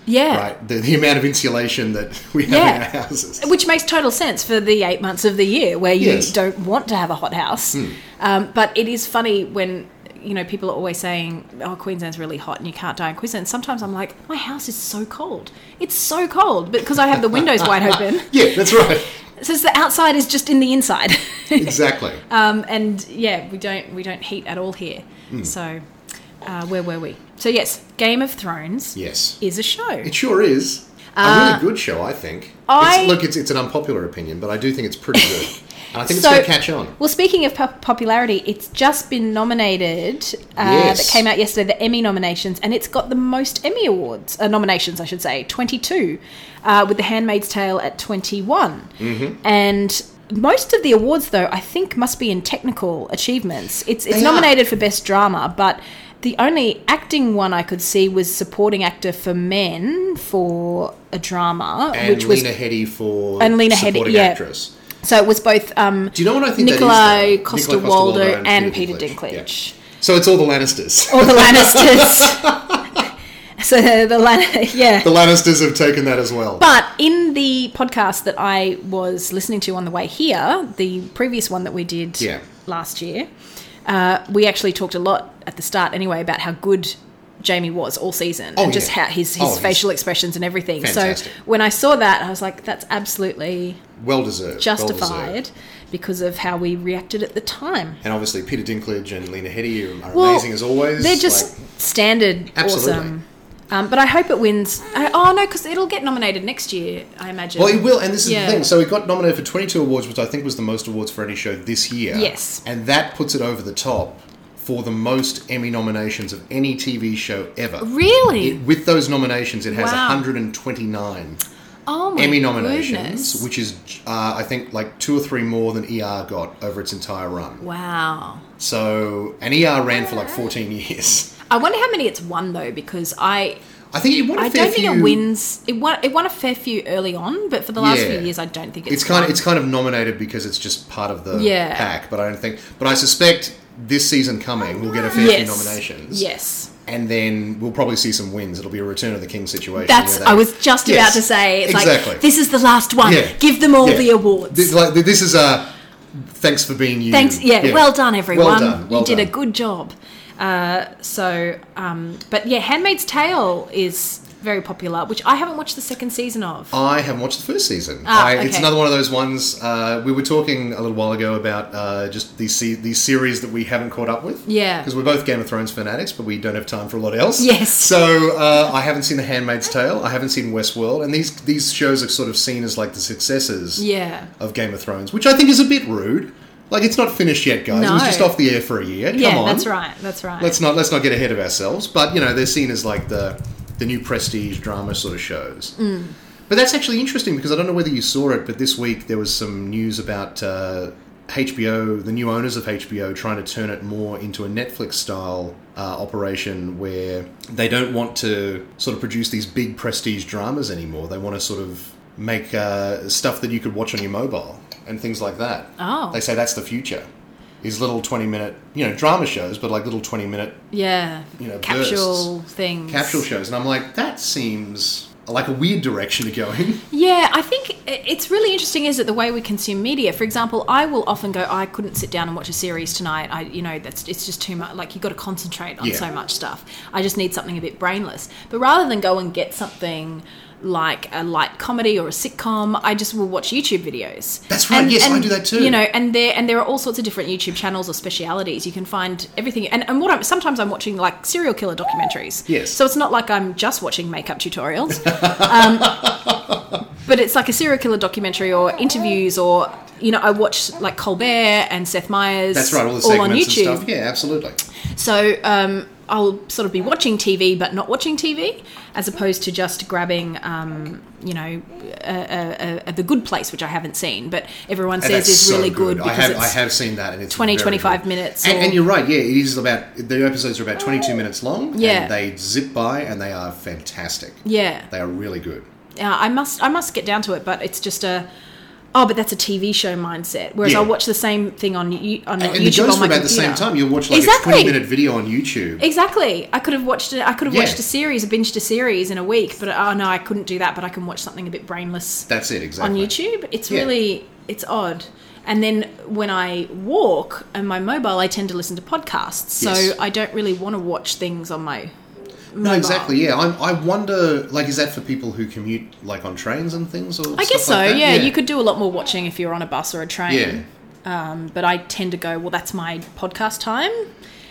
Speaker 1: Yeah.
Speaker 2: Right, the, the amount of insulation that we have in
Speaker 1: Yeah.
Speaker 2: our houses.
Speaker 1: Which makes total sense for the eight months of the year where you
Speaker 2: Yes.
Speaker 1: don't want to have a hot house. Um, but it is funny when you know people are always saying, "Oh, Queensland's really hot and you can't die in Queensland." Sometimes I'm like, "My house is so cold. It's so cold because I have the windows wide open."
Speaker 2: Yeah, that's right.
Speaker 1: So it's the outside is just in the inside.
Speaker 2: Exactly.
Speaker 1: um, and yeah, we don't we don't heat at all here. So uh, where were we? So yes, Game of Thrones
Speaker 2: yes,
Speaker 1: is a show.
Speaker 2: it sure is a really good show. I think.
Speaker 1: Uh, I-
Speaker 2: it's, look, it's it's an unpopular opinion, but I do think it's pretty good, and I think
Speaker 1: So-
Speaker 2: it's going to catch on.
Speaker 1: Well, speaking of pop- popularity, it's just been nominated. Uh,
Speaker 2: Yes.
Speaker 1: That came out yesterday. The Emmy nominations, and it's got the most Emmy awards uh, nominations, I should say, twenty-two, uh, with The Handmaid's Tale at 21
Speaker 2: Mm-hmm.
Speaker 1: and. Most of the awards, though, I think must be in technical achievements. It's it's
Speaker 2: They are.
Speaker 1: nominated for best drama, but the only acting one I could see was supporting actor for men for a drama,
Speaker 2: And
Speaker 1: which was
Speaker 2: Lena Headey for
Speaker 1: And Lena Headey,
Speaker 2: supporting
Speaker 1: yeah.
Speaker 2: actress.
Speaker 1: so it was both um,
Speaker 2: Do you know what I think? that
Speaker 1: Nikolai
Speaker 2: is, though?
Speaker 1: Costa
Speaker 2: Nikolai Costa-Waldau
Speaker 1: Waldo and Peter
Speaker 2: Yeah.
Speaker 1: Dinklage.
Speaker 2: So it's all the Lannisters.
Speaker 1: Or the Lannisters. so the Lan- yeah.
Speaker 2: The Lannisters have taken that as well.
Speaker 1: But in the podcast that I was listening to on the way here, the previous one that we did
Speaker 2: Yeah.
Speaker 1: last year, uh, we actually talked a lot at the start anyway about how good Jamie was all season,
Speaker 2: Oh,
Speaker 1: and just
Speaker 2: yeah.
Speaker 1: how his his
Speaker 2: Oh, he's
Speaker 1: facial expressions and everything.
Speaker 2: fantastic.
Speaker 1: So when I saw that, I was like, that's absolutely
Speaker 2: Well deserved. Well
Speaker 1: justified
Speaker 2: deserved.
Speaker 1: because of how we reacted at the time.
Speaker 2: And obviously, Peter Dinklage and Lena Headey are, are
Speaker 1: Well,
Speaker 2: amazing as always.
Speaker 1: They're just
Speaker 2: Like,
Speaker 1: standard
Speaker 2: Absolutely.
Speaker 1: awesome. Um, but I hope it wins. I, oh no, because it'll get nominated next year, I imagine.
Speaker 2: well, it will, and this is
Speaker 1: Yeah.
Speaker 2: the thing. So it got nominated for 22 awards, which I think was the most awards for any show this year.
Speaker 1: Yes.
Speaker 2: And that puts it over the top for the most Emmy nominations of any TV show ever.
Speaker 1: Really?
Speaker 2: It- with those nominations, it has
Speaker 1: Wow.
Speaker 2: 129
Speaker 1: oh my
Speaker 2: Emmy nominations,
Speaker 1: goodness.
Speaker 2: which is, uh, I think, like two or three more than ER got over its entire run.
Speaker 1: Wow.
Speaker 2: So, and ER ran for like 14 years.
Speaker 1: I wonder how many it's won though, because I
Speaker 2: I think it won a
Speaker 1: I
Speaker 2: fair
Speaker 1: don't think
Speaker 2: few-
Speaker 1: it wins. It won it won a fair few early on, but for the last
Speaker 2: Yeah.
Speaker 1: few years, I don't think it's.
Speaker 2: It's kind of
Speaker 1: won.
Speaker 2: it's kind of nominated because it's just part of the
Speaker 1: Yeah.
Speaker 2: pack, but I don't think. But I suspect this season coming, we'll get a fair few
Speaker 1: yes.
Speaker 2: nominations.
Speaker 1: Yes.
Speaker 2: and then we'll probably see some wins. It'll be a Return of the King situation.
Speaker 1: That's.
Speaker 2: where they-
Speaker 1: I was just
Speaker 2: Yes,
Speaker 1: about to say. It's
Speaker 2: exactly.
Speaker 1: like this is the last one.
Speaker 2: Yeah.
Speaker 1: Give them all
Speaker 2: Yeah.
Speaker 1: the awards.
Speaker 2: This, like this is a thanks for being you.
Speaker 1: Thanks. Yeah, Well done, everyone.
Speaker 2: Well done. well
Speaker 1: you did
Speaker 2: done.
Speaker 1: a good job. Uh, so, um, but yeah, Handmaid's Tale is very popular, which I haven't watched the second season of.
Speaker 2: I haven't watched the first season.
Speaker 1: Ah,
Speaker 2: I, It's
Speaker 1: okay.
Speaker 2: another one of those ones. Uh, we were talking a little while ago about uh, just these se- these series that we haven't caught up with.
Speaker 1: Yeah.
Speaker 2: because we're both Game of Thrones fanatics, but we don't have time for a lot else.
Speaker 1: Yes.
Speaker 2: So uh, I haven't seen The Handmaid's Tale. I haven't seen Westworld, and these these shows are sort of seen as like the successors
Speaker 1: Yeah.
Speaker 2: of Game of Thrones, which I think is a bit rude. Like it's not finished yet, guys. It was
Speaker 1: No.
Speaker 2: just off the air for a year. Come
Speaker 1: yeah,
Speaker 2: on.
Speaker 1: that's right. That's right.
Speaker 2: Let's not let's not get ahead of ourselves, but you know they're seen as like the the new prestige drama sort of shows. Mm. But that's actually interesting because I don't know whether you saw it, but this week there was some news about uh, HBO, the new owners of HBO, trying to turn it more into a Netflix style uh, operation where they don't want to sort of produce these big prestige dramas anymore. They want to sort of make uh, stuff that you could watch on your mobile and things like that.
Speaker 1: Oh.
Speaker 2: They say that's the future. These little 20 minute, you know, drama shows, but like little 20 minute
Speaker 1: yeah.
Speaker 2: you know,
Speaker 1: capsule things.
Speaker 2: capsule shows. And I'm like, that seems like a weird direction to go in.
Speaker 1: Yeah, I think i- it's really interesting, is it, the way we consume media. For example, I will often go, I couldn't sit down and watch a series tonight. I, you know, that's it's just too much. Like you've got to concentrate on
Speaker 2: Yeah.
Speaker 1: so much stuff. I just need something a bit brainless. But rather than go and get something like a light comedy or a sitcom, I just will watch YouTube videos.
Speaker 2: That's right. Yes, I do that too.
Speaker 1: You know, and there and there are all sorts of different YouTube channels or specialities. You can find everything. And, and what I'm sometimes I'm watching like serial killer documentaries.
Speaker 2: Yes.
Speaker 1: So it's not like I'm just watching makeup tutorials but it's like a serial killer documentary or interviews or you know I watch like Colbert and Seth Meyers.
Speaker 2: That's right, all the segments
Speaker 1: on
Speaker 2: and
Speaker 1: YouTube.
Speaker 2: stuff. Yeah, absolutely.
Speaker 1: So um, I'll sort of be watching TV but not watching TV, as opposed to just grabbing um, you know uh, uh, uh, the Good Place, which I haven't seen, but everyone
Speaker 2: And
Speaker 1: says
Speaker 2: that's
Speaker 1: is
Speaker 2: so
Speaker 1: really good,
Speaker 2: I
Speaker 1: because
Speaker 2: have,
Speaker 1: it's
Speaker 2: I have seen that, and it's
Speaker 1: 20,
Speaker 2: very
Speaker 1: 25
Speaker 2: good.
Speaker 1: minutes
Speaker 2: And,
Speaker 1: or- Uh,
Speaker 2: and you're right. Yeah, it is about the episodes are about 22 minutes long.
Speaker 1: Yeah.
Speaker 2: and they zip by, and they are fantastic.
Speaker 1: yeah.
Speaker 2: They are really good.
Speaker 1: Yeah, I must I must get down to it, but it's just a oh, but that's a TV show mindset. Whereas
Speaker 2: Yeah.
Speaker 1: I'll watch the same thing on you on
Speaker 2: And it
Speaker 1: YouTube
Speaker 2: goes
Speaker 1: on
Speaker 2: for
Speaker 1: my
Speaker 2: about the
Speaker 1: computer.
Speaker 2: same time. You'll watch like
Speaker 1: Exactly.
Speaker 2: a 20 minute video on YouTube.
Speaker 1: Exactly. I could have watched it. I could have
Speaker 2: Yeah.
Speaker 1: watched a series, binged a series in a week, but oh no, I couldn't do that. But I can watch something a bit brainless
Speaker 2: That's it,
Speaker 1: on
Speaker 2: exactly.
Speaker 1: YouTube. It's
Speaker 2: Yeah.
Speaker 1: really it's odd. And then when I walk on my mobile, I tend to listen to podcasts, so
Speaker 2: Yes.
Speaker 1: I don't really want to watch things on my.
Speaker 2: No,
Speaker 1: mobile.
Speaker 2: exactly. Yeah, I'm, I wonder. Like, is that for people who commute, like on trains and things, or
Speaker 1: I guess so.
Speaker 2: stuff like that?
Speaker 1: yeah, you could do a lot more watching if you're on a bus or a
Speaker 2: Yeah,
Speaker 1: train. Um, but I tend to go. Well, that's my podcast time.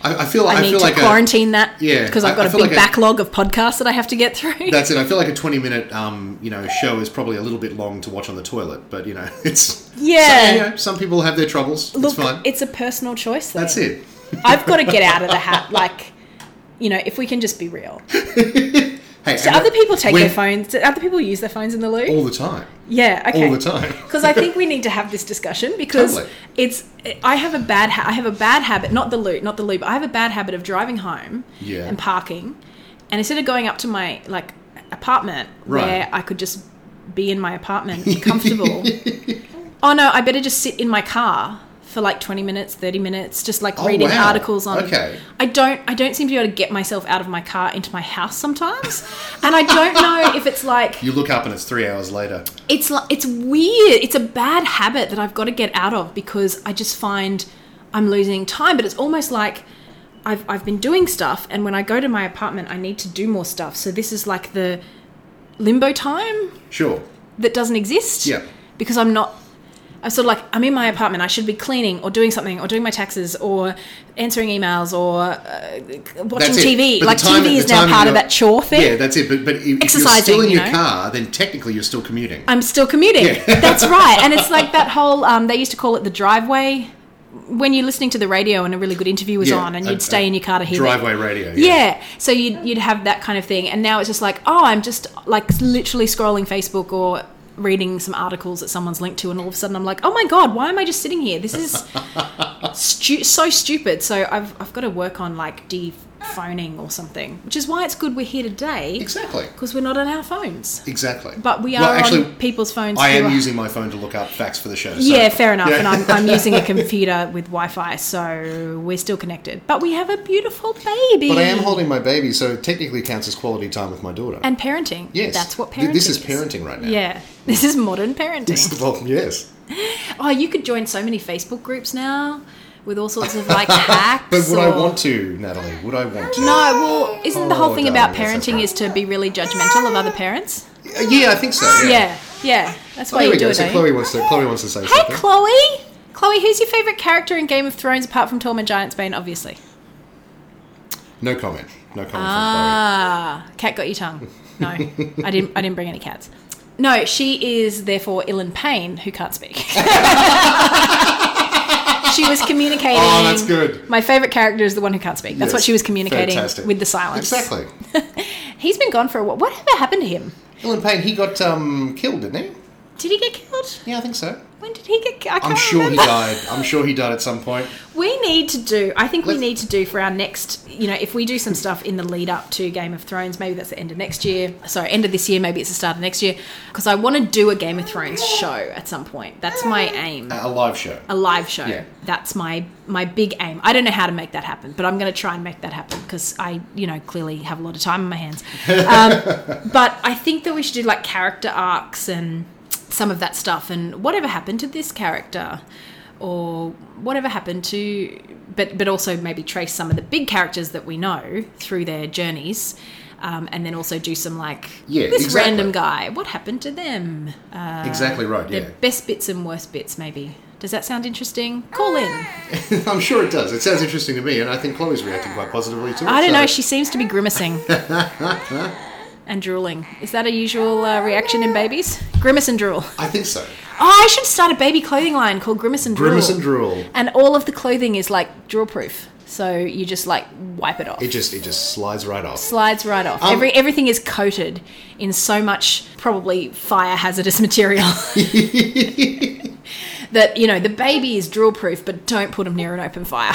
Speaker 2: I, I feel.
Speaker 1: I,
Speaker 2: I,
Speaker 1: need
Speaker 2: feel
Speaker 1: to
Speaker 2: like a,
Speaker 1: quarantine that.
Speaker 2: Yeah,
Speaker 1: because
Speaker 2: I-
Speaker 1: I've got
Speaker 2: I
Speaker 1: a
Speaker 2: feel
Speaker 1: big
Speaker 2: like a-
Speaker 1: backlog of podcasts that I have to get through.
Speaker 2: that's it. I feel like a 20 minute, um, you know, show is probably a little bit long to watch on the toilet, but you know, it's
Speaker 1: Yeah.
Speaker 2: Some, you know, some people have their troubles.
Speaker 1: Look,
Speaker 2: it's fine.
Speaker 1: it's a personal choice. Thing.
Speaker 2: that's it.
Speaker 1: I've got to get out of the hat. Like, you know, if we can just be real.
Speaker 2: Hey,
Speaker 1: Do
Speaker 2: and
Speaker 1: other
Speaker 2: when-
Speaker 1: people take
Speaker 2: when-
Speaker 1: their phones? Do other people use their phones in the loo?
Speaker 2: all the time?
Speaker 1: yeah, okay.
Speaker 2: All the time.
Speaker 1: Because I think we need to have this discussion because
Speaker 2: Totally.
Speaker 1: it's. I have a bad. Ha- I have a bad habit. Not the loo. Not the loo. But I have a bad habit of driving home
Speaker 2: Yeah.
Speaker 1: and parking, and instead of going up to my like apartment
Speaker 2: Right.
Speaker 1: where I could just be in my apartment comfortable. oh no, I better just sit in my car for like 20 minutes, 30 minutes, just like
Speaker 2: Oh,
Speaker 1: reading
Speaker 2: wow.
Speaker 1: articles on
Speaker 2: Okay.
Speaker 1: I don't I don't seem to be able to get myself out of my car into my house sometimes. and I don't know if it's like
Speaker 2: You look up and it's three hours later.
Speaker 1: it's like it's weird. It's a bad habit that I've got to get out of because I just find I'm losing time, but it's almost like I've I've been doing stuff, and when I go to my apartment, I need to do more stuff. So this is like the limbo time
Speaker 2: Sure.
Speaker 1: that doesn't exist.
Speaker 2: Yeah.
Speaker 1: Because I'm not. I'm sort of like I'm in my apartment. I should be cleaning or doing something or doing my taxes or answering emails or uh, watching
Speaker 2: That's it.
Speaker 1: TV.
Speaker 2: But
Speaker 1: like
Speaker 2: the time-
Speaker 1: TV
Speaker 2: the
Speaker 1: is now
Speaker 2: time
Speaker 1: part of
Speaker 2: you're-
Speaker 1: that chore thing.
Speaker 2: Yeah, that's it. But but if, if you're
Speaker 1: Exercising,
Speaker 2: still in
Speaker 1: you
Speaker 2: your
Speaker 1: know?
Speaker 2: car, then technically you're still commuting.
Speaker 1: I'm still commuting. That's right. And it's like that whole, um, they used to call it the driveway. When you're listening to the radio and a really good interview was
Speaker 2: Yeah,
Speaker 1: on, and
Speaker 2: a-
Speaker 1: you'd stay
Speaker 2: a
Speaker 1: in your car to hear
Speaker 2: driveway
Speaker 1: it.
Speaker 2: radio.
Speaker 1: Yeah. So you'd, you'd have that kind of thing. And now it's just like, oh, I'm just like literally scrolling Facebook or reading some articles that someone's linked to. And all of a sudden I'm like, oh my God, why am I just sitting here? This is stu- so stupid. So I've, I've got to work on like de-phoning or something, which is why it's good we're here today.
Speaker 2: Exactly.
Speaker 1: Because we're not on our phones.
Speaker 2: Exactly.
Speaker 1: But we are
Speaker 2: Well, actually,
Speaker 1: on people's phones.
Speaker 2: I
Speaker 1: who
Speaker 2: am
Speaker 1: are-
Speaker 2: using my phone to look up facts for the show. So.
Speaker 1: Yeah, fair enough.
Speaker 2: Yeah.
Speaker 1: And I'm, I'm using a computer with Wi-Fi, so we're still connected. But we have a beautiful baby.
Speaker 2: But I am holding my baby, so it technically counts as quality time with my daughter.
Speaker 1: and parenting.
Speaker 2: yes,
Speaker 1: that's what
Speaker 2: Th-
Speaker 1: parenting.
Speaker 2: This is parenting right now.
Speaker 1: Yeah, this is modern parenting.
Speaker 2: Well, yes.
Speaker 1: oh, you could join so many Facebook groups now with all sorts of like hacks.
Speaker 2: But would I
Speaker 1: or-
Speaker 2: want to, Natalie? Would I want to?
Speaker 1: No, well, isn't the
Speaker 2: Oh,
Speaker 1: whole thing
Speaker 2: darling,
Speaker 1: about
Speaker 2: that's
Speaker 1: parenting is to be really judgmental of other parents?
Speaker 2: Uh, Yeah, I think so. Yeah.
Speaker 1: Yeah, yeah. That's
Speaker 2: Oh,
Speaker 1: why
Speaker 2: there
Speaker 1: you
Speaker 2: we
Speaker 1: do
Speaker 2: go.
Speaker 1: it.
Speaker 2: So
Speaker 1: don't you?
Speaker 2: Chloe wants to. Chloe wants to say
Speaker 1: Hey,
Speaker 2: something.
Speaker 1: Chloe! Chloe, who's your favourite character in Game of Thrones apart from Tormund Giantsbane, obviously?
Speaker 2: No comment. No comment
Speaker 1: Ah, cat got your tongue. No, I didn't. I didn't bring any cats. No, she is therefore ill in pain, who can't speak. she was communicating.
Speaker 2: Oh, that's good.
Speaker 1: My favorite character is the one who can't speak. That's
Speaker 2: Yes,
Speaker 1: what she was communicating
Speaker 2: fantastic.
Speaker 1: with the
Speaker 2: from Chloe.
Speaker 1: silence.
Speaker 2: Exactly.
Speaker 1: He's been gone for a while. Whatever happened to him?
Speaker 2: Ellen Payne, he got um, killed, didn't he?
Speaker 1: Did he get killed?
Speaker 2: Yeah, I think so.
Speaker 1: When did he get? ki- I can't
Speaker 2: I'm sure he
Speaker 1: remember.
Speaker 2: died. I'm sure he died at some point.
Speaker 1: We need to do. I think we
Speaker 2: Let's-
Speaker 1: need to do for our next. You know, if we do some stuff in the lead up to Game of Thrones, maybe that's the end of next year. Sorry, end of this year. Maybe it's the start of next year. Because I want to do a Game of Thrones show at some point. That's my aim.
Speaker 2: A live show.
Speaker 1: A live show.
Speaker 2: Yeah.
Speaker 1: That's my my big aim. I don't know how to make that happen, but I'm going to try and make that happen because I, you know, clearly have a lot of time on my hands. Um, but I think that we should do like character arcs and some of that stuff and whatever happened to this character or whatever happened to but but also maybe trace some of the big characters that we know through their journeys um, and then also do some like
Speaker 2: Yeah,
Speaker 1: this
Speaker 2: exactly.
Speaker 1: random guy what happened to them
Speaker 2: exactly right.
Speaker 1: their
Speaker 2: Yeah.
Speaker 1: best bits and worst bits maybe does that sound interesting call in
Speaker 2: I'm sure it does. It sounds interesting to me, and I think Chloe's reacting quite positively to it.
Speaker 1: I don't
Speaker 2: so-
Speaker 1: know. She seems to be grimacing and drooling. Is that a usual uh, reaction in babies? Grimace and drool.
Speaker 2: I think so.
Speaker 1: Oh, I should start a baby clothing line called Grimace and Drool.
Speaker 2: Grimace and drool.
Speaker 1: And all of the clothing is like drool proof. So you just like wipe it off.
Speaker 2: It just it just slides right off.
Speaker 1: Slides right off.
Speaker 2: Um,
Speaker 1: Every everything is coated in so much probably fire hazardous material that you know the baby is drool proof, but don't put them near an open fire.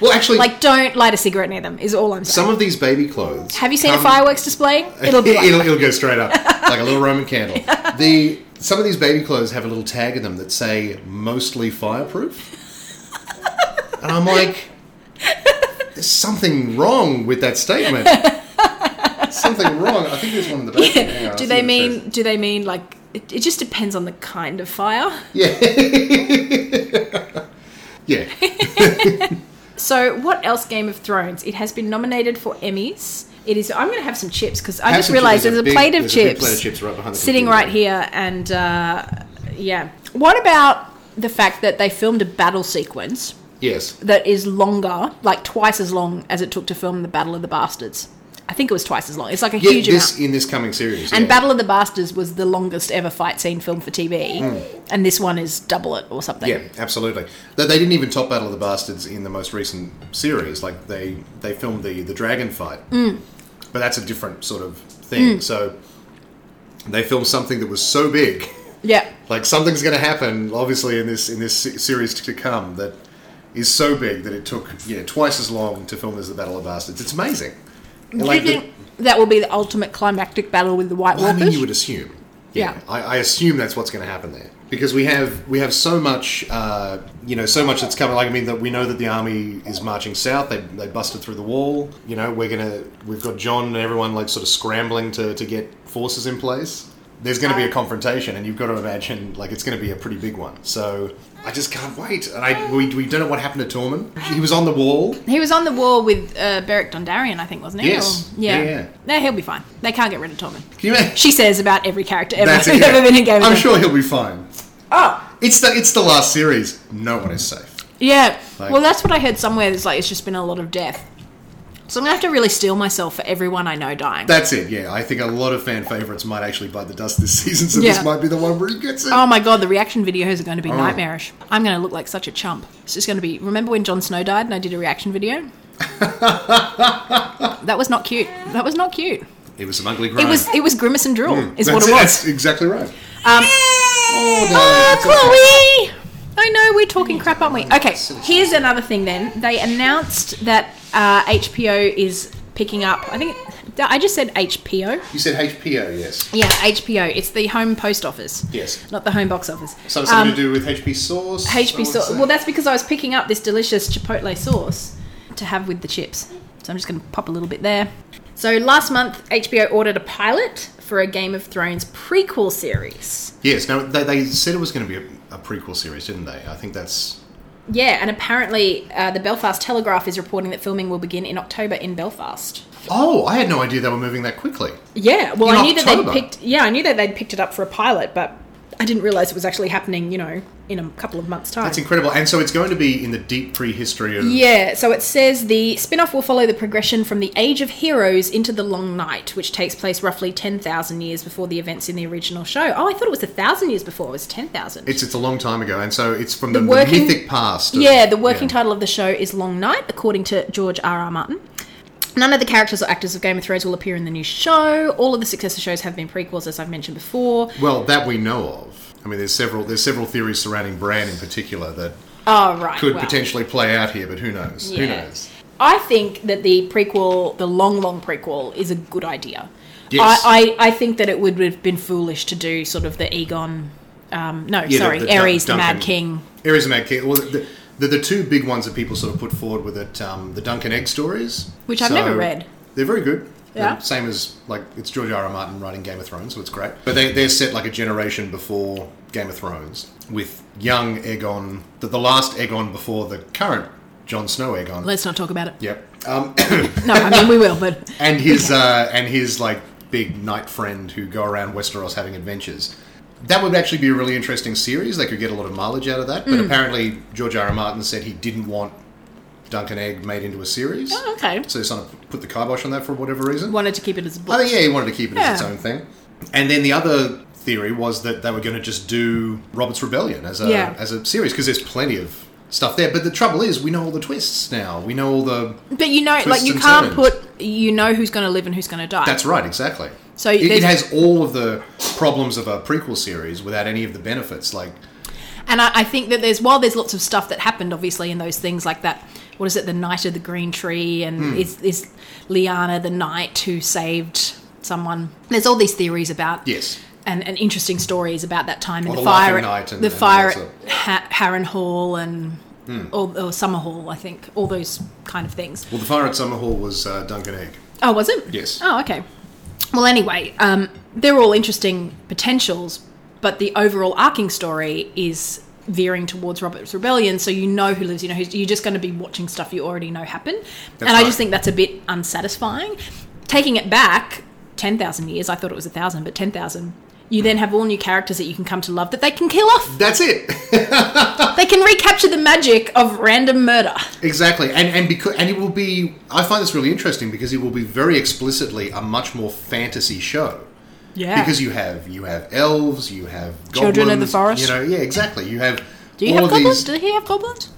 Speaker 2: Well, actually,
Speaker 1: like don't light a cigarette near them. Is all I'm saying.
Speaker 2: some of these baby clothes.
Speaker 1: Have you seen a
Speaker 2: come-
Speaker 1: fireworks display? It'll be like
Speaker 2: it'll, it'll go straight up like a little Roman candle. The some of these baby clothes have a little tag in them that say mostly fireproof, and I'm like, there's something wrong with that statement. Something wrong. I think there's one in the back. Hang on, I
Speaker 1: do
Speaker 2: think
Speaker 1: they
Speaker 2: it
Speaker 1: mean
Speaker 2: says-
Speaker 1: do they mean like it, it just depends on the kind of fire
Speaker 2: Yeah.
Speaker 1: so what else game of thrones it has been nominated for emmys it is i'm going to have some chips because i
Speaker 2: Have
Speaker 1: just
Speaker 2: some chips.
Speaker 1: realized
Speaker 2: There's
Speaker 1: there's
Speaker 2: a
Speaker 1: a
Speaker 2: big-
Speaker 1: plate of
Speaker 2: there's a big
Speaker 1: chips,
Speaker 2: plate of chips right behind the
Speaker 1: sitting
Speaker 2: computer.
Speaker 1: right here and uh, yeah what about the fact that they filmed a battle sequence
Speaker 2: Yes.
Speaker 1: that is longer like twice as long as it took to film the battle of the bastards i think it was twice as long it's like a
Speaker 2: Yeah,
Speaker 1: huge amount
Speaker 2: this in this coming series.
Speaker 1: And
Speaker 2: yeah.
Speaker 1: Battle of the Bastards was the longest ever fight scene filmed for TV, and this one is double it or something.
Speaker 2: Hmm. Yeah, absolutely. They, they didn't even top Battle of the Bastards in the most recent series. Like they they filmed the the dragon fight,
Speaker 1: Mm.
Speaker 2: but that's a different sort of thing. So they filmed something that was so big,
Speaker 1: Yeah.
Speaker 2: like something's going to happen, obviously in this in this se- series to come that is so big that it took yeah twice as long to film as the Battle of the Bastards. It's amazing. And, like,
Speaker 1: Do you
Speaker 2: the-
Speaker 1: think that will be the ultimate climactic battle with the White
Speaker 2: well, I
Speaker 1: Walkers?
Speaker 2: mean, you would assume. Yeah,
Speaker 1: Yeah.
Speaker 2: I, I assume that's what's going to happen there because we have we have so much, uh, you know, so much that's coming. Like I mean, that we know that the army is marching south. They, they busted through the wall. You know, we're gonna we've got John and everyone like sort of scrambling to to get forces in place. there's going to be
Speaker 1: Uh.
Speaker 2: a confrontation, and you've got to imagine like it's going to be a pretty big one. So I just can't wait. And I we, we don't know what happened to Tormund. He was on the wall.
Speaker 1: He was on the wall with uh, Beric Dondarrion, I think, wasn't he?
Speaker 2: Yes.
Speaker 1: Or- yeah.
Speaker 2: Yeah, yeah.
Speaker 1: No, he'll be fine. They can't get rid of Tormund.
Speaker 2: Can you imagine?
Speaker 1: She says about every character ever
Speaker 2: That's
Speaker 1: who's
Speaker 2: it, yeah.
Speaker 1: ever been in Game of
Speaker 2: I'm
Speaker 1: Thrones.
Speaker 2: sure he'll be fine.
Speaker 1: Oh,
Speaker 2: It's the it's the last series. No one is safe.
Speaker 1: yeah.
Speaker 2: Like-
Speaker 1: well, that's what I heard somewhere. It's like it's just been a lot of death. So I'm gonna have to really steel myself for everyone I know dying.
Speaker 2: That's it. Yeah, I think a lot of fan favorites might actually bite the dust this season. So
Speaker 1: Yeah.
Speaker 2: this might be the one where he gets it.
Speaker 1: Oh my god, the reaction videos are going to
Speaker 2: Oh.
Speaker 1: be nightmarish. I'm going to look like such a chump. It's just going to be. Remember when Jon Snow died and I did a reaction video? that was not cute. That was not cute.
Speaker 2: It was some ugly
Speaker 1: It
Speaker 2: grind.
Speaker 1: was it was grimace and drool is what it
Speaker 2: That's
Speaker 1: was.
Speaker 2: Hmm. That's exactly right.
Speaker 1: Um,
Speaker 2: Oh, no, it's
Speaker 1: oh, Chloe! I know we're talking crap,
Speaker 2: Oh,
Speaker 1: aren't we? Okay,
Speaker 2: Silly
Speaker 1: here's another thing. Then they announced that uh, HBO is picking up. I think I just said HPO.
Speaker 2: You said HPO, yes.
Speaker 1: Yeah, HPO. It's the home post office.
Speaker 2: Yes.
Speaker 1: Not the home box office.
Speaker 2: So it's something
Speaker 1: Um,
Speaker 2: to do with HP Source. I
Speaker 1: HP
Speaker 2: would
Speaker 1: sauce.
Speaker 2: say.
Speaker 1: Well, that's because I was picking up this delicious chipotle sauce to have with the chips. So I'm just going to pop a little bit there. So last month, HBO ordered a pilot for a Game of Thrones prequel series.
Speaker 2: yes. Now they, they said it was going to be a, a prequel series, didn't they? I think that's
Speaker 1: Yeah, and apparently uh, the Belfast Telegraph is reporting that filming will begin in October in Belfast.
Speaker 2: Oh, I had no idea they were moving that quickly.
Speaker 1: Yeah, well,
Speaker 2: In
Speaker 1: I knew that
Speaker 2: October?
Speaker 1: they'd picked. Yeah, I knew that they'd picked it up for a pilot, but I didn't realize it was actually happening. You know, in a couple of months' time.
Speaker 2: That's incredible. And so it's going to be in the deep prehistory of
Speaker 1: Yeah, so it says the spin off will follow the progression from the Age of Heroes into the Long Night, which takes place roughly 10,000 years before the events in the original show. Oh, I thought it was 1,000 years before, it was 10,000.
Speaker 2: It's it's a long time ago, and so it's from the,
Speaker 1: working-
Speaker 2: mythic past. of-
Speaker 1: Yeah, the working
Speaker 2: yeah.
Speaker 1: title of the show is Long Night, according to George R. R. Martin. None of the characters or actors of Game of Thrones will appear in the new show. All of the successor shows have been prequels, as I've mentioned before.
Speaker 2: Well, that we know of. I mean, there's several there's several theories surrounding Bran in particular that
Speaker 1: Oh, right.
Speaker 2: could
Speaker 1: well.
Speaker 2: potentially play out here, but who knows? Who
Speaker 1: Yeah.
Speaker 2: knows?
Speaker 1: I think that the prequel, the long, long prequel, is a good idea.
Speaker 2: Yes.
Speaker 1: I, I, I think that it would have been foolish to do sort of the Egon, um, no,
Speaker 2: Yeah, the-
Speaker 1: sorry,
Speaker 2: the Dun-
Speaker 1: Ares, the
Speaker 2: Duncan-
Speaker 1: Mad King.
Speaker 2: Ares and Mad King. Well, the, the, the two big ones that people sort of put forward were that um, the Duncan Egg stories,
Speaker 1: Which I've never read.
Speaker 2: They're very good.
Speaker 1: Yeah.
Speaker 2: They're Same as like it's George R. R. Martin writing Game of Thrones, so it's great. But they, they're set like a generation before Game of Thrones, with young Aegon, the, the last Aegon before the current Jon Snow Aegon.
Speaker 1: Let's not talk about it.
Speaker 2: yep. Um,
Speaker 1: No, I mean, we will, but
Speaker 2: and his uh, and his like big knight friend who go around Westeros having adventures. That would actually be a really interesting series. They could get a lot of mileage out of that. But
Speaker 1: Hmm.
Speaker 2: apparently, George R. R. Martin said he didn't want Duncan Egg made into a series.
Speaker 1: Oh, okay.
Speaker 2: So he sort of put the kibosh on that for whatever reason.
Speaker 1: wanted to keep it as a book.
Speaker 2: I think Oh, yeah, he wanted to keep it as
Speaker 1: Yeah.
Speaker 2: its own thing. And then the other theory was that they were going to just do Robert's Rebellion as a
Speaker 1: Yeah.
Speaker 2: as a series because there's plenty of stuff there. But the trouble is, we know all the twists now. We know all the
Speaker 1: But you know, like,
Speaker 2: Twists
Speaker 1: you
Speaker 2: and
Speaker 1: can't
Speaker 2: turns.
Speaker 1: put, you know who's going to live and who's going to die.
Speaker 2: That's right, exactly.
Speaker 1: So
Speaker 2: it,
Speaker 1: there's-
Speaker 2: it has all of the problems of a prequel series without any of the benefits. Like,
Speaker 1: And I, I think that there's while there's lots of stuff that happened, obviously, in those things like that. What is it? The Knight of the Green Tree, and
Speaker 2: Hmm.
Speaker 1: is is Liana the knight who saved someone? There's all these theories about
Speaker 2: Yes.
Speaker 1: and, and interesting stories about that time in
Speaker 2: Or
Speaker 1: the,
Speaker 2: the
Speaker 1: fire,
Speaker 2: Laughing
Speaker 1: at-
Speaker 2: Knight and-
Speaker 1: the
Speaker 2: and
Speaker 1: fire
Speaker 2: all
Speaker 1: at ha- Harren Hall and
Speaker 2: Hmm.
Speaker 1: or, or Summer Hall, I think, all those kind of things.
Speaker 2: well, the fire at Summerhall was uh, Duncan Egg.
Speaker 1: Oh, was it?
Speaker 2: Yes.
Speaker 1: Oh, okay. Well, anyway, um, they're all interesting potentials, but the overall arcing story is veering towards Robert's Rebellion. So you know who lives, you know who's. You're just going to be watching stuff you already know happen, and I
Speaker 2: right.
Speaker 1: just think that's a bit unsatisfying. Taking it back ten thousand years, I thought it was a thousand, but ten thousand. You then have all new characters that you can come to love that they can kill off.
Speaker 2: That's it,
Speaker 1: They can recapture the magic of random murder.
Speaker 2: exactly. And and because and it will be, I find this really interesting because it will be very explicitly a much more fantasy show.
Speaker 1: Yeah.
Speaker 2: Because you have you have elves, you have
Speaker 1: Children of the
Speaker 2: goblins,
Speaker 1: forest.
Speaker 2: You know, yeah, exactly. You have
Speaker 1: Do you
Speaker 2: all
Speaker 1: have
Speaker 2: of
Speaker 1: goblins?
Speaker 2: these.
Speaker 1: Do he have goblins?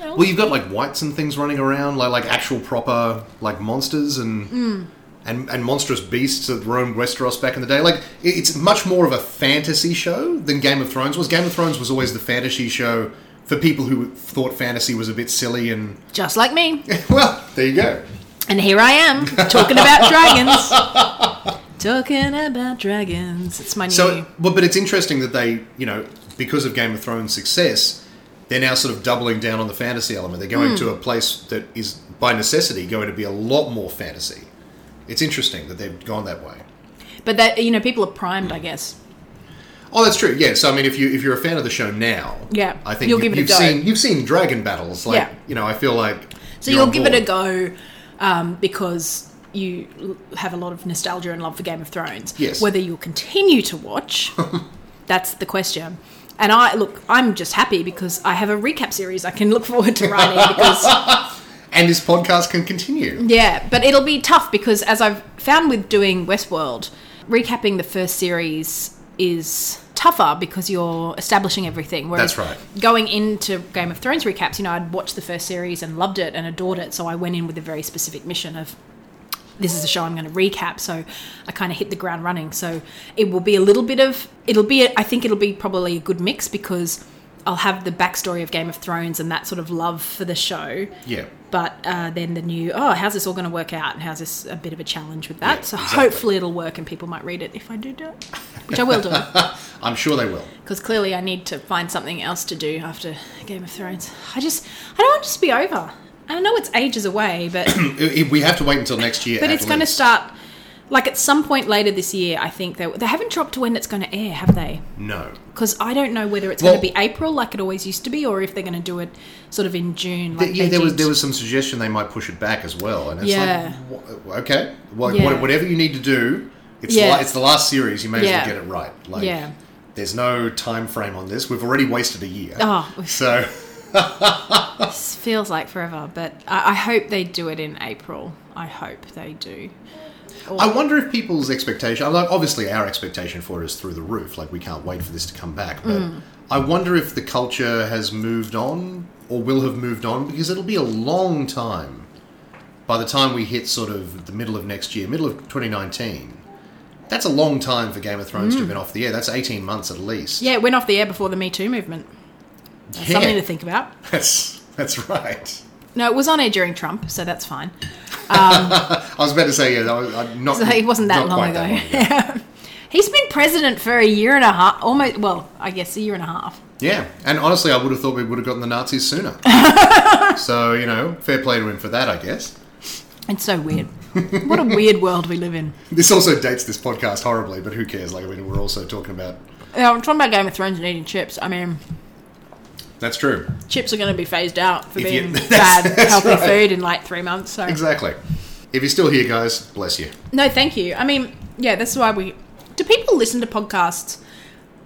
Speaker 2: Well, you've got like whites and things running around, like like actual proper like monsters and and and monstrous beasts that roamed Westeros back in the day. Like it- it's much more of a fantasy show than Game of Thrones was. Game of Thrones was always the fantasy show for people who thought fantasy was a bit silly and
Speaker 1: Just like me.
Speaker 2: well, there you go.
Speaker 1: And here I am talking about dragons. talking about dragons. It's my new.
Speaker 2: So, but but it's interesting that they, you know, because of Game of Thrones success, they're now sort of doubling down on the fantasy element. They're
Speaker 1: Hmm.
Speaker 2: going to a place that is by necessity going to be a lot more fantasy. It's interesting that they've gone that way.
Speaker 1: but that you know, people are primed, I guess.
Speaker 2: Oh, that's true. Yeah. So I mean, if you if you're a fan of the show now,
Speaker 1: Yeah.
Speaker 2: I think
Speaker 1: You'll
Speaker 2: you,
Speaker 1: give it a
Speaker 2: have
Speaker 1: go.
Speaker 2: seen you've seen dragon battles. Like
Speaker 1: Yeah.
Speaker 2: you know, I feel like
Speaker 1: So
Speaker 2: you're
Speaker 1: you'll
Speaker 2: on
Speaker 1: give it a
Speaker 2: board.
Speaker 1: go um, because you l- have a lot of nostalgia and love for Game of Thrones.
Speaker 2: Yes.
Speaker 1: Whether you'll continue to watch, that's the question. And I look, I'm just happy because I have a recap series I can look forward to writing because
Speaker 2: and this podcast can continue.
Speaker 1: yeah, but it'll be tough because as I've found with doing Westworld, recapping the first series is tougher because you're establishing everything. Whereas
Speaker 2: That's right.
Speaker 1: Going into Game of Thrones recaps, you know, I'd watched the first series and loved it and adored it, so I went in with a very specific mission of this is a show I'm going to recap, so I kind of hit the ground running. So it will be a little bit of it'll be I think it'll be probably a good mix because I'll have the backstory of Game of Thrones and that sort of love for the show
Speaker 2: Yeah.
Speaker 1: but uh, then the new oh how's this all going to work out and how's this a bit of a challenge with that
Speaker 2: Yeah,
Speaker 1: so
Speaker 2: exactly.
Speaker 1: hopefully it'll work and people might read it if i do do it which i will do
Speaker 2: I'm sure they will.
Speaker 1: because clearly i need to find something else to do after game of thrones i just i don't want it to be over i know it's ages away but
Speaker 2: I- I- We have to wait until next year.
Speaker 1: but
Speaker 2: at
Speaker 1: it's going to
Speaker 2: least.
Speaker 1: start like at some point later this year i think they, they haven't dropped when it's going to air have they
Speaker 2: No.
Speaker 1: because i don't know whether it's
Speaker 2: Well-
Speaker 1: going to be april like it always used to be or if they're going to do it sort of in june like
Speaker 2: Th- yeah,
Speaker 1: they
Speaker 2: there was
Speaker 1: did.
Speaker 2: there was some suggestion they might push it back as well, and it's
Speaker 1: Yeah.
Speaker 2: like wh- okay, well,
Speaker 1: Yeah.
Speaker 2: what- whatever you need to do, it's
Speaker 1: Yeah.
Speaker 2: la- it's the last series. You may as
Speaker 1: Yeah.
Speaker 2: well get it right. Like,
Speaker 1: Yeah.
Speaker 2: there's no time frame on this. We've already wasted a year.
Speaker 1: Oh, we've-
Speaker 2: so
Speaker 1: This feels like forever, but I, I hope they do it in April. I hope they do.
Speaker 2: I wonder if people's expectation. I Like, obviously, our expectation for it is through the roof. Like, we can't wait for this to come back. But
Speaker 1: Mm.
Speaker 2: I wonder if the culture has moved on or will have moved on because it'll be a long time by the time we hit sort of the middle of next year, middle of 2019. That's a long time for Game of Thrones to have been off the air. That's 18 months at least.
Speaker 1: Mm. Yeah, it went off the air before the Me Too movement. That's
Speaker 2: Yeah.
Speaker 1: Something to think about.
Speaker 2: That's, that's right.
Speaker 1: No, it was on air during Trump, so that's fine.
Speaker 2: I was about to say, yeah, that was, I'm not,
Speaker 1: So it wasn't that
Speaker 2: not
Speaker 1: long
Speaker 2: quite
Speaker 1: ago.
Speaker 2: that long ago.
Speaker 1: He's been president for a year and a half, almost, well, I guess a year and a half.
Speaker 2: Yeah, and honestly, I would have thought we would have gotten the Nazis sooner. so you know, fair play to him for that, I guess.
Speaker 1: It's so weird. what a weird world we live in.
Speaker 2: This also dates this podcast horribly, but who cares? Like, I mean, we're also talking about
Speaker 1: Yeah, I'm talking about Game of Thrones and eating chips. I mean,
Speaker 2: that's true.
Speaker 1: chips are going to be phased out for
Speaker 2: If you-
Speaker 1: being
Speaker 2: that's-
Speaker 1: bad
Speaker 2: that's
Speaker 1: healthy
Speaker 2: right.
Speaker 1: food in like three months. So.
Speaker 2: Exactly. If you're still here, guys, bless you.
Speaker 1: No, thank you. I mean, yeah, that's why we. Do people listen to podcasts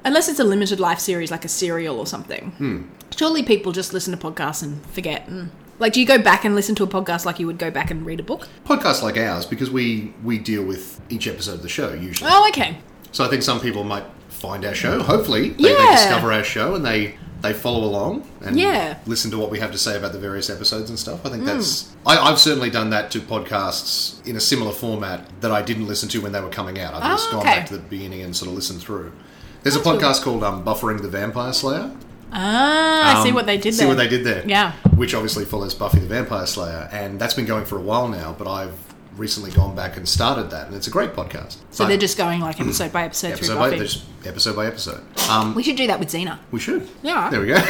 Speaker 1: unless it's a limited life series like a serial or something?
Speaker 2: Hmm.
Speaker 1: Surely people just listen to podcasts and forget. And, like, do you go back and listen to a podcast like you would go back and read a book?
Speaker 2: Podcasts like ours, because we we deal with each episode of the show usually.
Speaker 1: Oh, okay.
Speaker 2: So I think some people might find our show. Hopefully, they, they
Speaker 1: Yeah.
Speaker 2: discover our show and they they follow along and
Speaker 1: Yeah. Hmm.
Speaker 2: listen to what we have to say about the various episodes and stuff. I think that's I, I've certainly done that to podcasts in a similar format that I didn't listen to when they were coming out. I've
Speaker 1: Oh,
Speaker 2: just gone
Speaker 1: okay.
Speaker 2: back to the beginning and sort of listened through. There's a
Speaker 1: That's
Speaker 2: podcast called um, "Buffering the Vampire Slayer."
Speaker 1: Ah, I see
Speaker 2: Um,
Speaker 1: what they did
Speaker 2: See
Speaker 1: there.
Speaker 2: what they did there.
Speaker 1: Yeah.
Speaker 2: Which obviously follows Buffy the Vampire Slayer, and that's been going for a while now. But I've recently gone back and started that, and it's a great podcast.
Speaker 1: So
Speaker 2: I-
Speaker 1: they're just going like episode by episode,
Speaker 2: episode
Speaker 1: through
Speaker 2: by
Speaker 1: Buffy.
Speaker 2: episode, episode by episode. Um,
Speaker 1: We should do that with Xena.
Speaker 2: we should.
Speaker 1: Yeah.
Speaker 2: There we go.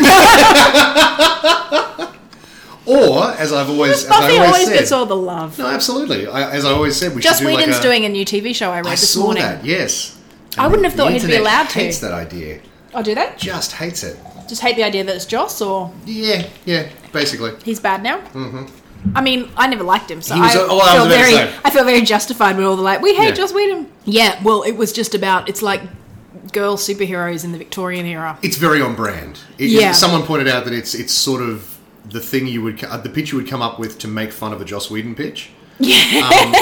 Speaker 2: or as I've always, as I
Speaker 1: Buffy
Speaker 2: always,
Speaker 1: always
Speaker 2: said,
Speaker 1: gets all the love.
Speaker 2: no, absolutely. I, as I always said, we
Speaker 1: Joss
Speaker 2: should do
Speaker 1: Whedon's
Speaker 2: like a,
Speaker 1: doing a new TV show I read
Speaker 2: I
Speaker 1: this
Speaker 2: saw
Speaker 1: morning.
Speaker 2: that. Yes.
Speaker 1: I wouldn't have
Speaker 2: The
Speaker 1: thought he'd be
Speaker 2: internet
Speaker 1: allowed to.
Speaker 2: Hates that idea.
Speaker 1: I'll Oh, do that.
Speaker 2: Just hates it.
Speaker 1: Just hate the idea that it's Joss or
Speaker 2: Yeah. Yeah. Basically.
Speaker 1: He's bad now. Mm-hmm. I mean, I never liked him, so
Speaker 2: He was-
Speaker 1: I,
Speaker 2: oh, I was
Speaker 1: feel
Speaker 2: about to
Speaker 1: very,
Speaker 2: say.
Speaker 1: I feel very justified when all the like, we hate
Speaker 2: Yeah.
Speaker 1: Joss Whedon. Yeah, well, it was just about it's like girl superheroes in the Victorian era.
Speaker 2: It's very on brand. It-
Speaker 1: Yeah.
Speaker 2: Someone pointed out that it's it's sort of the thing you would uh, the pitch you would come up with to make fun of a Joss Whedon pitch. Um,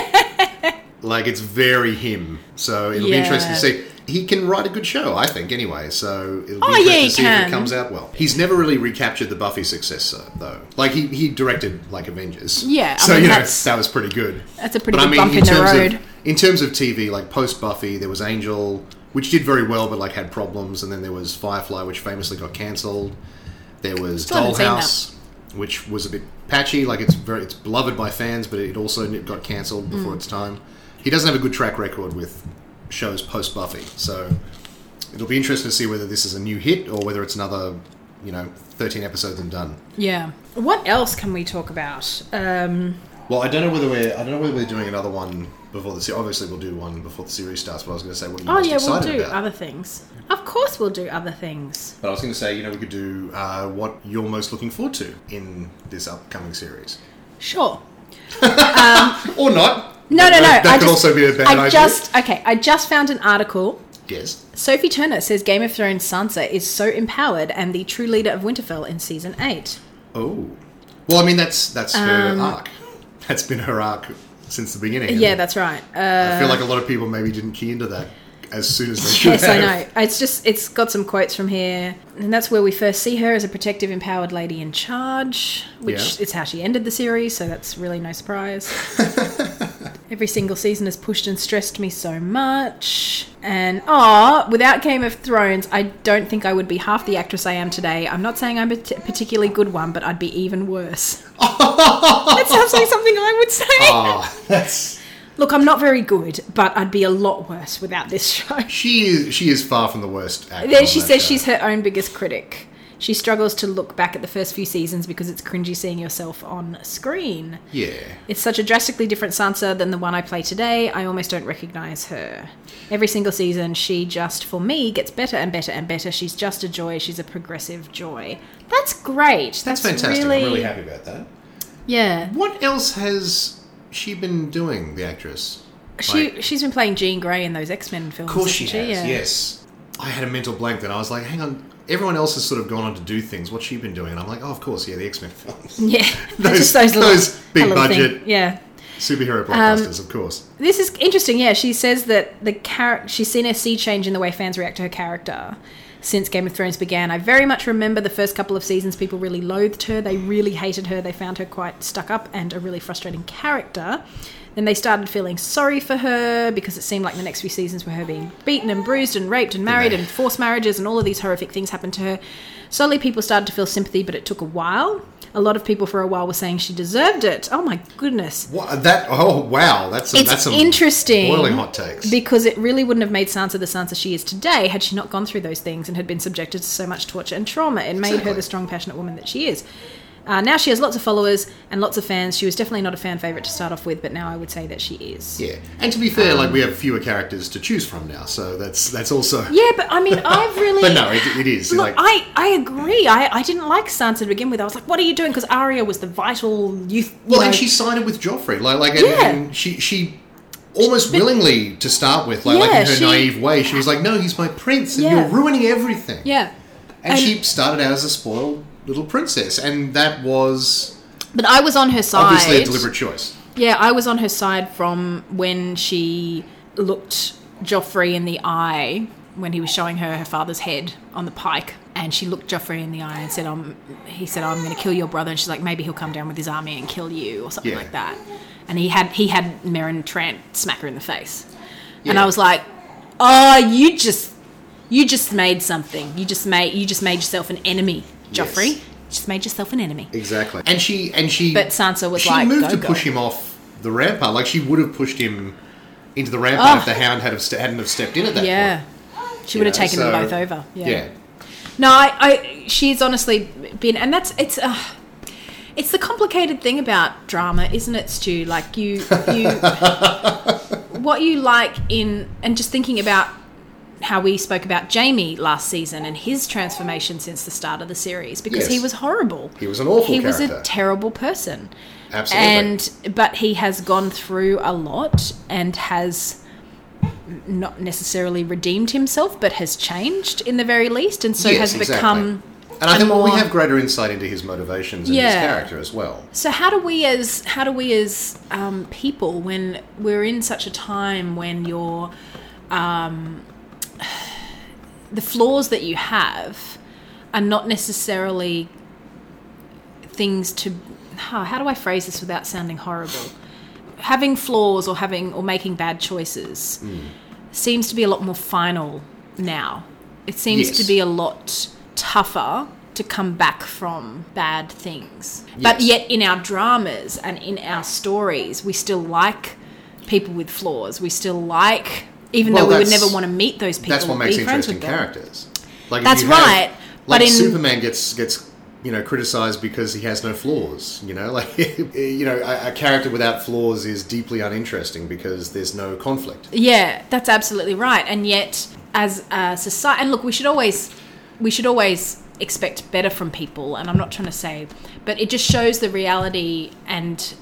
Speaker 2: like it's very him. So it'll
Speaker 1: Yeah.
Speaker 2: be interesting to see. He can write a good show, I think. Anyway, so it'll be
Speaker 1: Oh, yeah,
Speaker 2: interesting
Speaker 1: he
Speaker 2: to see if
Speaker 1: can.
Speaker 2: it comes out well. He's never really recaptured the Buffy success though. though. Like he, he directed like Avengers.
Speaker 1: Yeah, I
Speaker 2: so
Speaker 1: mean,
Speaker 2: you know
Speaker 1: that's-
Speaker 2: that was pretty good.
Speaker 1: That's a pretty big bump in the
Speaker 2: terms
Speaker 1: road.
Speaker 2: Of, in terms of TV, like post Buffy, there was Angel, which did very well, but like had problems, and then there was Firefly, which famously got cancelled. There was
Speaker 1: Still haven't seen
Speaker 2: Dollhouse, which was a bit patchy. Like it's very it's beloved by fans, but it also got
Speaker 1: Mm.
Speaker 2: cancelled before its time. He doesn't have a good track record with shows post Buffy, so it'll be interesting to see whether this is a new hit or whether it's another, you know, thirteen episodes and done.
Speaker 1: Yeah. What else can we talk about? Um,
Speaker 2: Well, I don't know whether we're I don't know whether we're doing another one before the series. Obviously, we'll do one before the series starts. But I was going to say, what are you
Speaker 1: Oh
Speaker 2: most
Speaker 1: yeah, we'll
Speaker 2: excited
Speaker 1: do
Speaker 2: about?
Speaker 1: other things. Of course, we'll do other things.
Speaker 2: But I was going to say, you know, we could do uh, what you're most looking forward to in this upcoming series,
Speaker 1: Sure.
Speaker 2: or not.
Speaker 1: No, no, no.
Speaker 2: That, that
Speaker 1: I
Speaker 2: could
Speaker 1: just,
Speaker 2: also be a bad
Speaker 1: I
Speaker 2: idea.
Speaker 1: just okay. I just found an article.
Speaker 2: yes.
Speaker 1: Sophie Turner says Game of Thrones Sansa is so empowered and the true leader of Winterfell in season eight.
Speaker 2: Oh. Well, I mean, that's that's her arc. That's been her arc since the beginning.
Speaker 1: Um, Yeah, that's right. Uh,
Speaker 2: I feel like a lot of people maybe didn't key into that as soon as they should
Speaker 1: yes, I
Speaker 2: have.
Speaker 1: know. It's just it's got some quotes from here, and that's where we first see her as a protective, empowered lady in charge, which
Speaker 2: Yeah.
Speaker 1: it's how she ended the series. So that's really no surprise. Every single season has pushed and stressed me so much. And ah, without Game of Thrones, I don't think I would be half the actress I am today. I'm not saying I'm a t- particularly good one, but I'd be even worse. that sounds like something I would say.
Speaker 2: Ah, that's
Speaker 1: Look, I'm not very good, but I'd be a lot worse without this show.
Speaker 2: she is she is far from the worst. Actor
Speaker 1: There
Speaker 2: on
Speaker 1: she
Speaker 2: that
Speaker 1: says
Speaker 2: show.
Speaker 1: she's her own biggest critic. She struggles to look back at the first few seasons because it's cringy seeing yourself on screen.
Speaker 2: yeah.
Speaker 1: It's such a drastically different Sansa than the one I play today. I almost don't recognize her. Every single season, she just, for me, gets better and better and better. She's just a joy. She's a progressive joy. That's great. That's,
Speaker 2: That's, fantastic.
Speaker 1: Really,
Speaker 2: I'm really happy about that.
Speaker 1: Yeah.
Speaker 2: What else has she been doing, the actress?
Speaker 1: She,
Speaker 2: Like-
Speaker 1: she's been playing Jean Grey in those X Men films.
Speaker 2: Of course she
Speaker 1: hasn't
Speaker 2: has. Yes. I had a mental blank that I was like, hang on. Everyone else has sort of gone on to do things. What's she been doing? And I'm like, oh, of course, yeah, the X Men films,
Speaker 1: Yeah.
Speaker 2: Those-
Speaker 1: Just those, little-
Speaker 2: those
Speaker 1: a
Speaker 2: big
Speaker 1: little thing.
Speaker 2: budget-
Speaker 1: Yeah. Um,
Speaker 2: superhero blockbusters, of course.
Speaker 1: This is interesting. Yeah, she says that the char- she's seen a sea change in the way fans react to her character since Game of Thrones began. I very much remember the first couple of seasons people really loathed her. They really hated her. They found her quite stuck up and a really frustrating character. Then they started feeling sorry for her because it seemed like the next few seasons were her being beaten and bruised and raped and married
Speaker 2: they?
Speaker 1: and forced marriages and all of these horrific things happened to her. Slowly people started to feel sympathy, but it took a while. A lot of people for a while were saying she deserved it. Oh my goodness.
Speaker 2: What, that oh wow, that's some,
Speaker 1: It's
Speaker 2: that's some
Speaker 1: interesting
Speaker 2: boiling hot takes.
Speaker 1: Because it really wouldn't have made Sansa the Sansa she is today had she not gone through those things and had been subjected to so much torture and trauma. It made
Speaker 2: Exactly.
Speaker 1: her the strong, passionate woman that she is. Uh, now she has lots of followers and lots of fans. She was definitely not a fan favorite to start off with, but now I would say that she is.
Speaker 2: yeah, and to be fair, like we have fewer characters to choose from now, so that's that's also.
Speaker 1: Yeah, but I mean, I've really.
Speaker 2: But no, it, it is
Speaker 1: Look,
Speaker 2: like
Speaker 1: I, I agree. I, I didn't like Sansa to begin with. I was like, what are you doing? Because Arya was the vital youth. you
Speaker 2: Well,
Speaker 1: know-
Speaker 2: and she sided with Joffrey. Like, like,
Speaker 1: Yeah.
Speaker 2: and, and she she almost willingly to start with, like, like
Speaker 1: Yeah,
Speaker 2: in her
Speaker 1: she-
Speaker 2: naive way, she was like, "No, he's my prince, and
Speaker 1: Yeah.
Speaker 2: you're ruining everything."
Speaker 1: Yeah.
Speaker 2: and,
Speaker 1: and-
Speaker 2: she started out as a spoiled little princess, and that was
Speaker 1: But I was on her side.
Speaker 2: obviously a deliberate choice.
Speaker 1: Yeah, I was on her side from when she looked Joffrey in the eye when he was showing her her father's head on the pike, and she looked Joffrey in the eye and said, "I'm." He said, "I'm going to kill your brother," and she's like, "Maybe he'll come down with his army and kill you or something
Speaker 2: Yeah.
Speaker 1: like that." And he had he had Meryn Trant smack her in the face, and
Speaker 2: Yeah.
Speaker 1: I was like, "Oh, you just." You just made something. You just made you just made yourself an enemy, Joffrey.
Speaker 2: Yes.
Speaker 1: You just made yourself an enemy.
Speaker 2: Exactly, and she and she.
Speaker 1: But Sansa was
Speaker 2: she
Speaker 1: like,
Speaker 2: moved
Speaker 1: "Go,
Speaker 2: to
Speaker 1: go."
Speaker 2: push him off the rampart. Like she would have pushed him into the rampart if
Speaker 1: Oh.
Speaker 2: the Hound had have st- hadn't have stepped in at that
Speaker 1: Yeah,
Speaker 2: point.
Speaker 1: she would have
Speaker 2: you know,
Speaker 1: taken them
Speaker 2: so-
Speaker 1: both over.
Speaker 2: yeah.
Speaker 1: No, I, I she's honestly been, and that's it's. Uh, it's the complicated thing about drama, isn't it, Stu? Like you, you, what you like in, and just thinking about how we spoke about Jamie last season and his transformation since the start of the series, because he
Speaker 2: Yes.
Speaker 1: was horrible.
Speaker 2: He was an awful
Speaker 1: He was a
Speaker 2: character.
Speaker 1: terrible person,
Speaker 2: Absolutely.
Speaker 1: and but he has gone through a lot and has not necessarily redeemed himself, but has changed in the very least, and so
Speaker 2: Yes,
Speaker 1: has
Speaker 2: exactly.
Speaker 1: become.
Speaker 2: And I
Speaker 1: a
Speaker 2: think well, we
Speaker 1: more-
Speaker 2: have greater insight into his motivations and his
Speaker 1: Yeah.
Speaker 2: character as well.
Speaker 1: So how do we as how do we as um, people when we're in such a time when you're um, the flaws that you have are not necessarily things to how, how do I phrase this without sounding horrible? Having flaws or having or making bad choices seems to be a lot more final now. It seems
Speaker 2: Yes.
Speaker 1: to be a lot tougher to come back from bad things. But
Speaker 2: Yes.
Speaker 1: yet in our dramas and in our stories, we still like people with flaws. We still like even
Speaker 2: Well,
Speaker 1: though we would
Speaker 2: that's-
Speaker 1: never want to meet those people
Speaker 2: That's what
Speaker 1: and
Speaker 2: makes
Speaker 1: be friends
Speaker 2: interesting
Speaker 1: with them.
Speaker 2: characters. Like if
Speaker 1: That's
Speaker 2: you have-
Speaker 1: right,
Speaker 2: Like
Speaker 1: but in-
Speaker 2: Superman gets gets you know, criticized because he has no flaws. You know, like you know, a, a character without flaws is deeply uninteresting because there's no conflict.
Speaker 1: Yeah, that's absolutely right. And yet, as a society, and look, we should always, we should always expect better from people. And I'm not trying to say, but it just shows the reality and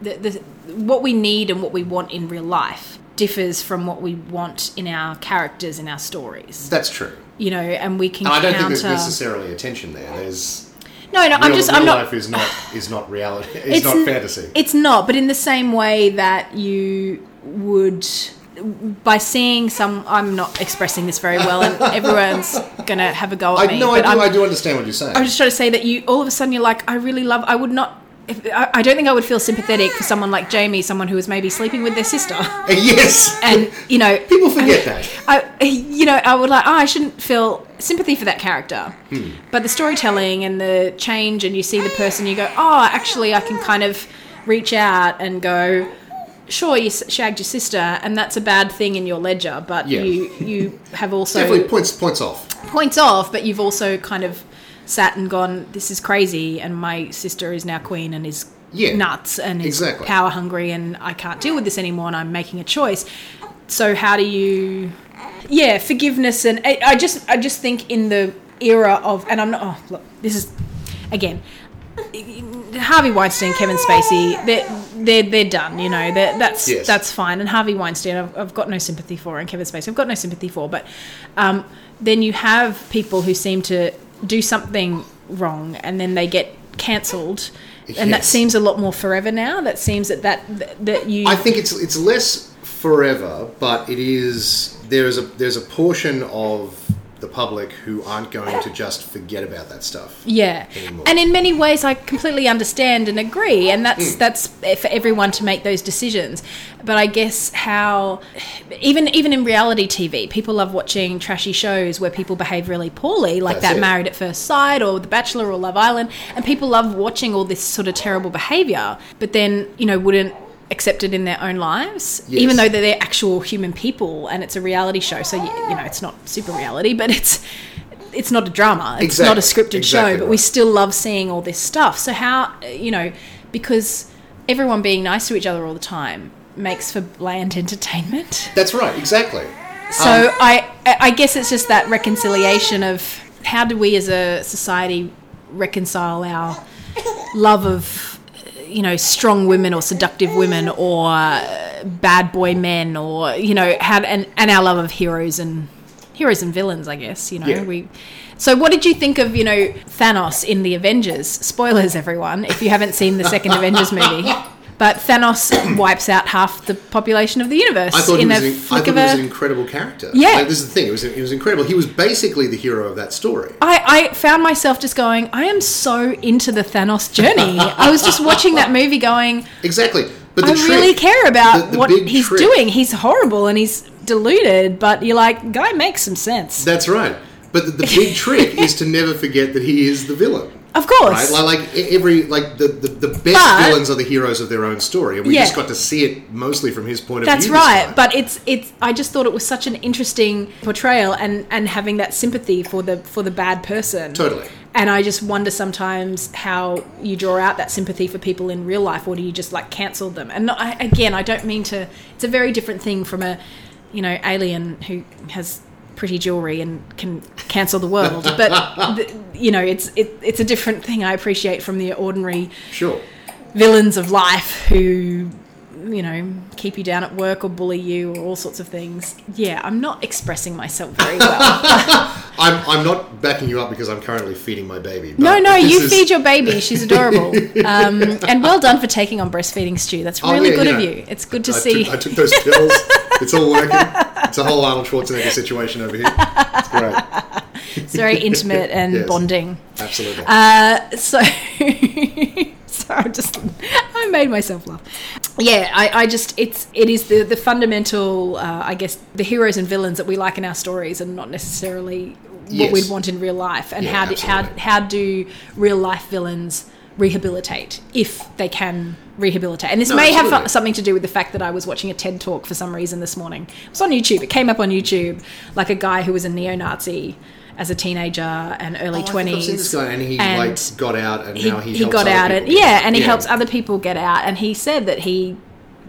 Speaker 1: the, the, what we need and what we want in real life differs from what we want in our characters in our stories.
Speaker 2: That's true.
Speaker 1: You know, and we can
Speaker 2: And I don't think
Speaker 1: counter.
Speaker 2: there's necessarily a tension there. There's
Speaker 1: no, no, I'm
Speaker 2: real-
Speaker 1: just,
Speaker 2: real
Speaker 1: I'm not.
Speaker 2: life is not is not reality. It's, not
Speaker 1: n-
Speaker 2: fantasy.
Speaker 1: It's not, but in the same way that you would by seeing some I'm not expressing this very well and everyone's gonna have a go at
Speaker 2: I
Speaker 1: me.
Speaker 2: no, I
Speaker 1: but
Speaker 2: do,
Speaker 1: I'm,
Speaker 2: I do understand what you're saying.
Speaker 1: I'm just trying to say that you all of a sudden you're like, I really love I would not if, I, I don't think I would feel sympathetic for someone like Jamie, someone who is maybe sleeping with their sister.
Speaker 2: yes,
Speaker 1: And you know
Speaker 2: people forget that.
Speaker 1: I, you know, I would like, oh, I shouldn't feel sympathy for that character.
Speaker 2: Hmm.
Speaker 1: But the storytelling and the change, and you see the person, you go, oh, actually, I can kind of reach out and go, sure, you s- shagged your sister, and that's a bad thing in your ledger, but
Speaker 2: Yeah.
Speaker 1: you you have also
Speaker 2: Definitely points points off.
Speaker 1: points off, but you've also kind of sat and gone, this is crazy, and my sister is now queen and is
Speaker 2: Yeah.
Speaker 1: nuts and is
Speaker 2: Exactly.
Speaker 1: power hungry, and I can't deal with this anymore, and I'm making a choice. So how do you, yeah, forgiveness and I, I just I just think in the era of and I'm not oh look this is again Harvey Weinstein, Kevin Spacey, they're they're, they're done. You know, they're, that's
Speaker 2: Yes.
Speaker 1: that's fine. And Harvey Weinstein, I've, I've got no sympathy for, and Kevin Spacey, I've got no sympathy for. But um, then you have people who seem to do something wrong, and then they get cancelled. And that
Speaker 2: Yes.
Speaker 1: seems a lot more forever now. That seems that that that you
Speaker 2: I think it's it's less forever, but it is there is a there's a portion of the public who aren't going to just forget about that stuff.
Speaker 1: Yeah,
Speaker 2: anymore.
Speaker 1: and in many ways, I completely understand and agree, and
Speaker 2: Mm.
Speaker 1: that's that's for everyone to make those decisions. But I guess how even even in reality TV, people love watching trashy shows where people behave really poorly, like
Speaker 2: That's
Speaker 1: that
Speaker 2: it.
Speaker 1: Married at First Sight or The Bachelor or Love Island, and people love watching all this sort of terrible behavior. But then you know wouldn't accept it in their own lives
Speaker 2: Yes.
Speaker 1: even though they're, they're actual human people and it's a reality show so you, you know it's not super reality but it's it's not a drama it's not a
Speaker 2: Exactly.
Speaker 1: scripted
Speaker 2: Exactly
Speaker 1: show but
Speaker 2: right.
Speaker 1: we still love seeing all this stuff so how you know because everyone being nice to each other all the time makes for bland entertainment
Speaker 2: That's right, exactly.
Speaker 1: so
Speaker 2: Um,
Speaker 1: i i guess it's just that reconciliation of how do we as a society reconcile our love of you know strong women or seductive women or bad boy men or you know had and, and our love of heroes and heroes and villains i guess you know
Speaker 2: Yeah.
Speaker 1: we so what did you think of you know thanos in the avengers spoilers everyone if you haven't seen the second avengers movie but thanos wipes out half the population of the universe
Speaker 2: I thought, he
Speaker 1: in a
Speaker 2: was, an, I
Speaker 1: flick
Speaker 2: thought he
Speaker 1: of
Speaker 2: was
Speaker 1: a
Speaker 2: an incredible character.
Speaker 1: Yeah.
Speaker 2: Like, this is the thing. It was, it was incredible. He was basically the hero of that story.
Speaker 1: I, I found myself just going, I am so into the Thanos journey. I was just watching that movie going,
Speaker 2: Exactly. But the
Speaker 1: I
Speaker 2: trick-
Speaker 1: really care about
Speaker 2: the- the
Speaker 1: what
Speaker 2: big
Speaker 1: he's
Speaker 2: trick-
Speaker 1: doing. He's horrible and he's deluded, but you're like, guy makes some sense.
Speaker 2: That's right. But the, the big trick is to never forget that he is the villain.
Speaker 1: of course.
Speaker 2: Right, like, like e- every like the, the, the best
Speaker 1: But-
Speaker 2: villains are the heroes of their own story, and we
Speaker 1: Yeah.
Speaker 2: just got to see it mostly from his point of
Speaker 1: That's
Speaker 2: view. this
Speaker 1: right.
Speaker 2: time.
Speaker 1: But it's it's I just thought it was such an interesting portrayal and and having that sympathy for the for the bad person.
Speaker 2: Totally.
Speaker 1: And I just wonder sometimes how you draw out that sympathy for people in real life or do you just like cancel them? And I, again, I don't mean to it's a very different thing from a you know alien who has pretty jewelry and can cancel the world. But th you know, it's it, it's a different thing I appreciate from the ordinary
Speaker 2: sure.
Speaker 1: villains of life who you know keep you down at work or bully you or all sorts of things yeah i'm not expressing myself very well
Speaker 2: I'm, I'm not backing you up because I'm currently feeding my baby.
Speaker 1: no
Speaker 2: but
Speaker 1: no
Speaker 2: this
Speaker 1: you
Speaker 2: is-
Speaker 1: feed your baby she's adorable um, and well done for taking on breastfeeding stew that's
Speaker 2: Oh,
Speaker 1: really
Speaker 2: yeah,
Speaker 1: good
Speaker 2: you
Speaker 1: of
Speaker 2: know,
Speaker 1: you it's good to
Speaker 2: I
Speaker 1: see
Speaker 2: Took, I took those pills. it's all working. It's a whole Arnold Schwarzenegger situation over here. It's great.
Speaker 1: it's very intimate and
Speaker 2: Yes.
Speaker 1: bonding
Speaker 2: Absolutely.
Speaker 1: Uh, so, so I just I made myself laugh. Yeah, I, I just it's it is the the fundamental uh, I guess the heroes and villains that we like in our stories and not necessarily what
Speaker 2: Yes.
Speaker 1: we'd want in real life. And
Speaker 2: Yeah,
Speaker 1: how do, how
Speaker 2: absolutely.
Speaker 1: how do real life villains rehabilitate if they can rehabilitate? And this
Speaker 2: No,
Speaker 1: may have
Speaker 2: absolutely.
Speaker 1: something to do with the fact that I was watching a TED talk for some reason this morning. It was on YouTube. It came up on YouTube, like a guy who was a neo-Nazi. as a teenager and early
Speaker 2: Oh, I think I've seen this
Speaker 1: twenties.
Speaker 2: guy, and he
Speaker 1: and
Speaker 2: like got out, and
Speaker 1: he,
Speaker 2: now he
Speaker 1: he
Speaker 2: helps
Speaker 1: got
Speaker 2: other
Speaker 1: out and
Speaker 2: people.
Speaker 1: yeah and he helps other people get out and he said that he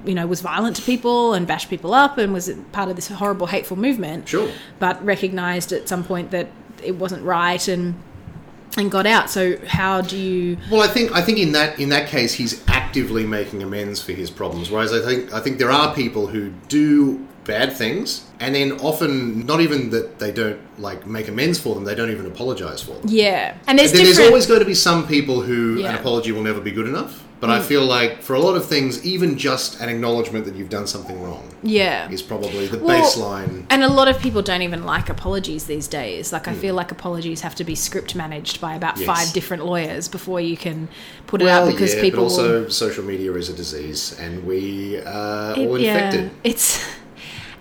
Speaker 1: you know was violent to people and bashed people up and was part of this horrible hateful movement
Speaker 2: Sure.
Speaker 1: but recognized at some point that it wasn't right and and got out so how do you
Speaker 2: Well, I think I think in that in that case, he's actively making amends for his problems. Whereas I think I think there are people who do bad things, and then often not even that they don't like make amends for them; they don't even apologize for them.
Speaker 1: yeah and there's
Speaker 2: Then
Speaker 1: different
Speaker 2: there's always going to be some people who an
Speaker 1: Yeah. Mm.
Speaker 2: apology will never be good enough. But I feel like for a lot of things, even just an acknowledgement that you've done something wrong
Speaker 1: yeah
Speaker 2: is probably the
Speaker 1: Well,
Speaker 2: baseline.
Speaker 1: And a lot of people don't even like apologies these days. Like, I feel like apologies have to be script managed by about
Speaker 2: Hmm. Yes.
Speaker 1: five different lawyers before you can put
Speaker 2: Well,
Speaker 1: it out because
Speaker 2: yeah,
Speaker 1: people
Speaker 2: but
Speaker 1: will-
Speaker 2: also social media is a disease, and we are all
Speaker 1: It-
Speaker 2: infected.
Speaker 1: It's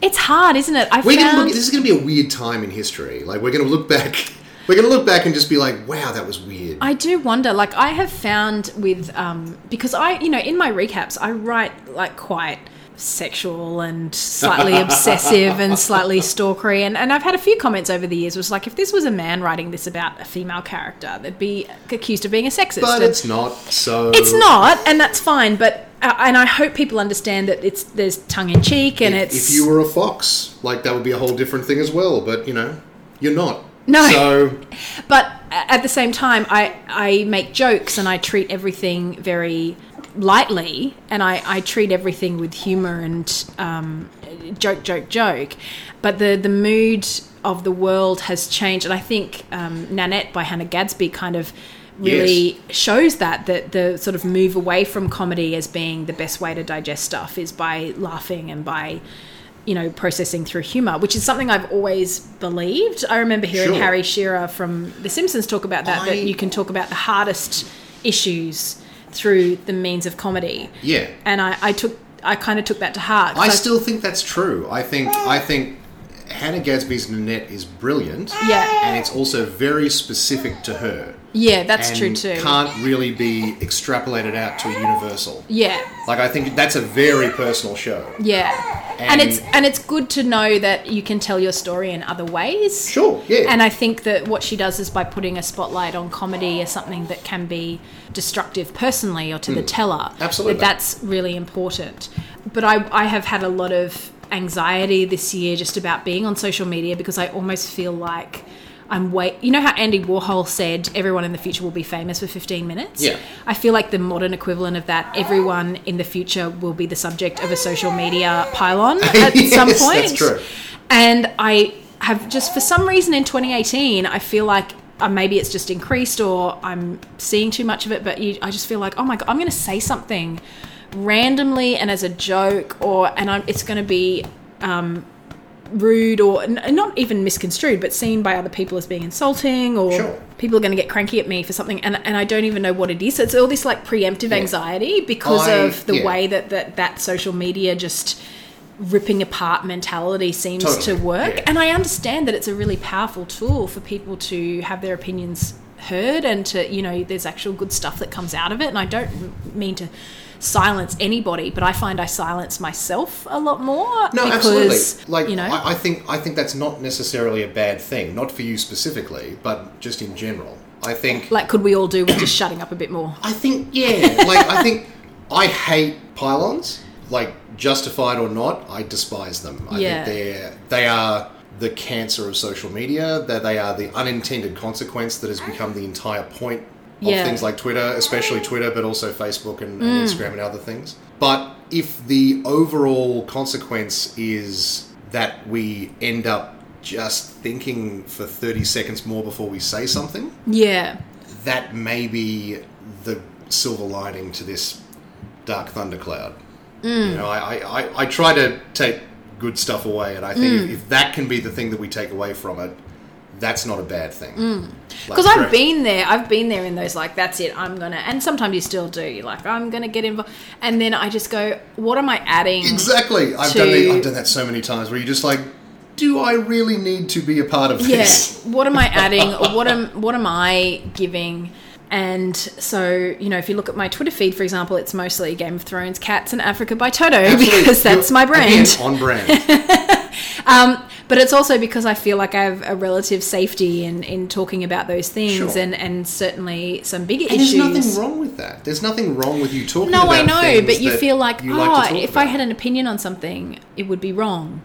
Speaker 1: it's hard, isn't it? I
Speaker 2: We're
Speaker 1: found
Speaker 2: gonna look. This is gonna be a weird time in history. Like we're gonna look back. We're gonna look back and just be like, "Wow, that was weird."
Speaker 1: I do wonder. Like I have found with um, because I you know in my recaps I write like quite sexual and slightly obsessive and slightly stalkery and, and I've had a few comments over the years was like if this was a man writing this about a female character they'd be accused of being a sexist
Speaker 2: but
Speaker 1: And-
Speaker 2: it's not. So
Speaker 1: It's not, and that's fine. But uh, and I hope people understand that it's there's tongue in cheek, and
Speaker 2: If,
Speaker 1: it's
Speaker 2: if you were a fox, like that would be a whole different thing as well. But you know, you're not.
Speaker 1: No.
Speaker 2: So
Speaker 1: but a- at the same time, I I make jokes and I treat everything very lightly, and I I treat everything with humor and um, joke, joke, joke. But the the mood of the world has changed, and I think um, Nanette by Hannah Gadsby kind of really.
Speaker 2: Yes.
Speaker 1: shows that that the sort of move away from comedy as being the best way to digest stuff is by laughing and by you know processing through humor which is something i've always believed i remember hearing
Speaker 2: Sure.
Speaker 1: harry shearer from the simpsons talk about that
Speaker 2: I-
Speaker 1: that you can talk about the hardest issues through the means of comedy
Speaker 2: yeah,
Speaker 1: and i, I took i kind of took that to heart 'cause
Speaker 2: I still think that's true. I think I think Hannah Gadsby's Nanette is brilliant,
Speaker 1: yeah
Speaker 2: and it's also very specific to her.
Speaker 1: yeah that's
Speaker 2: and
Speaker 1: true too
Speaker 2: Can't really be extrapolated out to a universal.
Speaker 1: yeah
Speaker 2: Like I think that's a very personal show.
Speaker 1: Yeah. And,
Speaker 2: And-
Speaker 1: it's and it's good to know that you can tell your story in other ways.
Speaker 2: Sure, yeah.
Speaker 1: And I think that what she does is by putting a spotlight on comedy as something that can be destructive personally or to the teller.
Speaker 2: Mm. Absolutely.
Speaker 1: That that's really important. But I I have had a lot of anxiety this year just about being on social media because I almost feel like I'm wait. You know how Andy Warhol said everyone in the future will be famous for 15 minutes?
Speaker 2: Yeah.
Speaker 1: I feel like the modern equivalent of that, everyone in the future will be the subject of a social media pylon at
Speaker 2: Yes,
Speaker 1: some
Speaker 2: that's
Speaker 1: point.
Speaker 2: true.
Speaker 1: And I have just, for some reason in 2018, I feel like uh, maybe it's just increased or I'm seeing too much of it, but you, I just feel like, oh my God, I'm going to say something randomly and as a joke or, and I'm, it's going to be um, rude or n- not even misconstrued, but seen by other people as being insulting, or
Speaker 2: Sure.
Speaker 1: people are going to get cranky at me for something, and, and I don't even know what it is. It's all this like preemptive anxiety because
Speaker 2: I-
Speaker 1: of the
Speaker 2: yeah.
Speaker 1: way that, that that social media just ripping apart mentality seems
Speaker 2: Totally,
Speaker 1: to work.
Speaker 2: yeah.
Speaker 1: And I understand that it's a really powerful tool for people to have their opinions heard and to, you know, there's actual good stuff that comes out of it. And I don't m- mean to silence anybody, but I find I silence myself a lot more.
Speaker 2: No,
Speaker 1: because,
Speaker 2: absolutely. Like
Speaker 1: you know,
Speaker 2: I, I think I think that's not necessarily a bad thing, not for you specifically, but just in general. I think
Speaker 1: like could we all do with just shutting up a bit more
Speaker 2: I think yeah, like I think I hate pylons, like justified or not, I despise them. I
Speaker 1: Yeah.
Speaker 2: think they're they are the cancer of social media, that they are the unintended consequence that has become the entire point of
Speaker 1: Yeah. Mm.
Speaker 2: things like Twitter, especially Twitter, but also Facebook and, and Instagram and other things. But if the overall consequence is that we end up just thinking for 30 seconds more before we say something,
Speaker 1: yeah
Speaker 2: that may be the silver lining to this dark thundercloud.
Speaker 1: Mm.
Speaker 2: You know, I, I, I, I try to take good stuff away, and I think
Speaker 1: Mm.
Speaker 2: if that can be the thing that we take away from it, that's not a bad thing.
Speaker 1: because
Speaker 2: Like,
Speaker 1: Mm. i've been there i've been there in those like that's it i'm gonna and sometimes you still do you're like i'm gonna get involved and then i just go what am i adding
Speaker 2: exactly. I've
Speaker 1: to-
Speaker 2: done the, I've done that so many times where you're just like, do I really need to be a part of
Speaker 1: yeah
Speaker 2: this?
Speaker 1: what am i adding or what am what am i giving and so you know if you look at my twitter feed for example it's mostly game of thrones cats and africa by toto
Speaker 2: Absolutely.
Speaker 1: because that's
Speaker 2: You're-
Speaker 1: my brand
Speaker 2: again, on brand.
Speaker 1: But it's also because I feel like I have a relative safety in, in talking about those things
Speaker 2: Sure.
Speaker 1: and, and certainly some bigger
Speaker 2: And
Speaker 1: issues.
Speaker 2: there's nothing wrong with that. There's nothing wrong with you talking
Speaker 1: no,
Speaker 2: about
Speaker 1: I know,
Speaker 2: things
Speaker 1: but you
Speaker 2: that
Speaker 1: feel like,
Speaker 2: you
Speaker 1: oh,
Speaker 2: like to talk
Speaker 1: if
Speaker 2: about.
Speaker 1: I had an opinion on something, it would be wrong.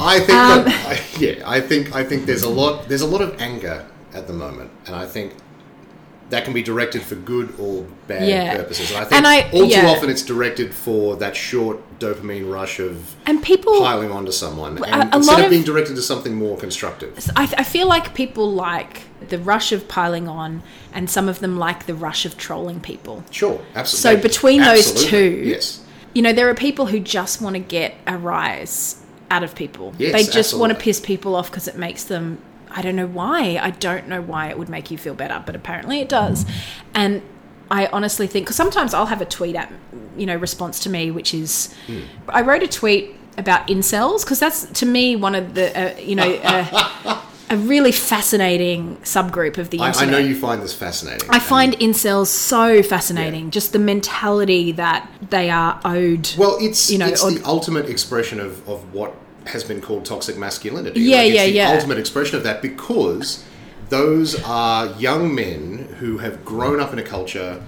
Speaker 2: I think
Speaker 1: Um,
Speaker 2: that, I, yeah, I think I think there's a lot there's a lot of anger at the moment, and I think that can be directed for good or bad
Speaker 1: Yeah.
Speaker 2: purposes. And I think
Speaker 1: And I-
Speaker 2: all
Speaker 1: yeah.
Speaker 2: too often it's directed for that short dopamine rush of
Speaker 1: And people,
Speaker 2: piling onto someone,
Speaker 1: a-
Speaker 2: and
Speaker 1: a
Speaker 2: instead
Speaker 1: lot
Speaker 2: of
Speaker 1: of-
Speaker 2: being directed to something more constructive.
Speaker 1: I, I feel like people like the rush of piling on, and some of them like the rush of trolling people.
Speaker 2: Sure, absolutely.
Speaker 1: So between those
Speaker 2: Absolutely.
Speaker 1: two-
Speaker 2: yes,
Speaker 1: You know, there are people who just want to get a rise out of people.
Speaker 2: Yes,
Speaker 1: they just want to
Speaker 2: absolutely.
Speaker 1: piss people off because it makes them. I don't know why. I don't know why it would make you feel better, but apparently it does. And I honestly think because sometimes I'll have a tweet at you know response to me, which is
Speaker 2: Hmm.
Speaker 1: I wrote a tweet about incels because that's to me one of the uh, you know. Uh, A really fascinating subgroup of the
Speaker 2: I,
Speaker 1: internet.
Speaker 2: I know you find this fascinating.
Speaker 1: I find incels so fascinating. Just the mentality that they are owed.
Speaker 2: Well, it's
Speaker 1: You know,
Speaker 2: it's
Speaker 1: or-
Speaker 2: the ultimate expression of, of what has been called toxic masculinity.
Speaker 1: Yeah,
Speaker 2: it's
Speaker 1: yeah,
Speaker 2: the
Speaker 1: yeah.
Speaker 2: Ultimate expression of that because those are young men who have grown up in a culture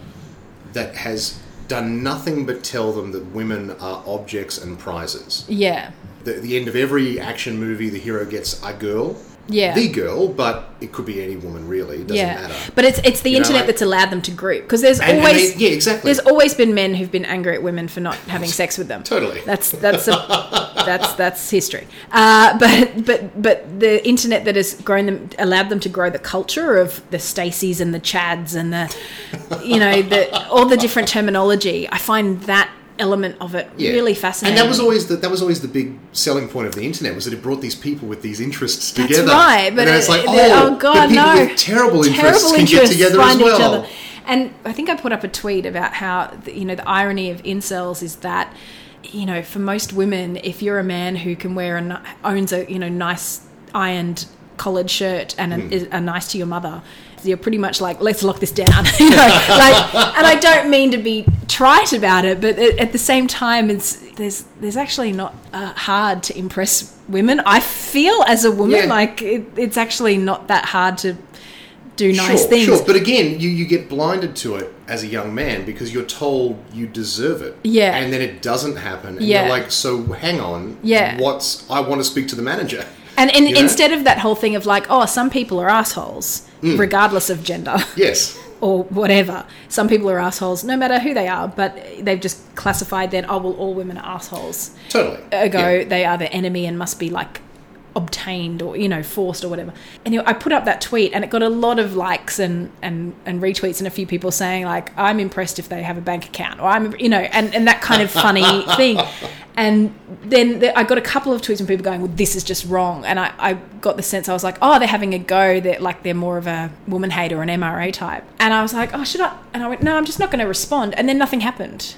Speaker 2: that has done nothing but tell them that women are objects and prizes.
Speaker 1: yeah.
Speaker 2: The, the end of every action movie, the hero gets a girl.
Speaker 1: Yeah.
Speaker 2: The girl, but it could be any woman really. It doesn't
Speaker 1: Yeah.
Speaker 2: matter.
Speaker 1: But it's it's the
Speaker 2: You know,
Speaker 1: internet
Speaker 2: like-
Speaker 1: that's allowed them to group because there's
Speaker 2: And- and
Speaker 1: always
Speaker 2: they- yeah, exactly.
Speaker 1: There's always been men who've been angry at women for not having sex with them.
Speaker 2: Totally.
Speaker 1: That's that's a, that's that's history. Uh, but but but the internet that has grown them allowed them to grow the culture of the Stacys and the Chads and the you know the all the different terminology. I find that element of it
Speaker 2: Yeah.
Speaker 1: really fascinating.
Speaker 2: And that was always the, that was always the big selling point of the internet was that it brought these people with these interests
Speaker 1: That's
Speaker 2: together.
Speaker 1: right, but
Speaker 2: and it's
Speaker 1: it-
Speaker 2: like,
Speaker 1: it-
Speaker 2: oh,
Speaker 1: oh,
Speaker 2: but
Speaker 1: God,
Speaker 2: people
Speaker 1: no.
Speaker 2: with terrible interests
Speaker 1: terrible
Speaker 2: can
Speaker 1: interests
Speaker 2: get together as
Speaker 1: find
Speaker 2: well.
Speaker 1: each other. And I think I put up a tweet about how the, you know the irony of incels is that you know for most women, if you're a man who can wear a ni- owns a you know nice ironed collared shirt and
Speaker 2: Hmm.
Speaker 1: an- is, are nice to your mother. You're pretty much like, let's lock this down, you know. Like, and I don't mean to be trite about it, but at, at the same time, it's there's there's actually not uh, hard to impress women. I feel as a woman
Speaker 2: Yeah.
Speaker 1: like it, it's actually not that hard to do nice
Speaker 2: sure,
Speaker 1: things.
Speaker 2: sure. But again, you, you get blinded to it as a young man because you're told you deserve it.
Speaker 1: Yeah.
Speaker 2: And then it doesn't happen. And
Speaker 1: Yeah.
Speaker 2: you're like, so hang on.
Speaker 1: Yeah.
Speaker 2: What's I want to speak to the manager.
Speaker 1: and and
Speaker 2: You know?
Speaker 1: instead of that whole thing of like, oh, some people are assholes,
Speaker 2: Mm.
Speaker 1: regardless of gender
Speaker 2: Yes.
Speaker 1: or whatever. Some people are assholes, no matter who they are, but they've just classified that, oh, well, all women are assholes.
Speaker 2: Totally.
Speaker 1: Ergo,
Speaker 2: Yeah.
Speaker 1: they are the enemy and must be like obtained or you know forced or whatever anyway i put up that tweet and it got a lot of likes and and and retweets and a few people saying like i'm impressed if they have a bank account or i'm you know and and that kind of funny thing and then the, i got a couple of tweets from people going well this is just wrong and i i got the sense i was like oh they're having a go that like they're more of a woman hater an mra type and i was like oh should i and i went no i'm just not going to respond and then nothing happened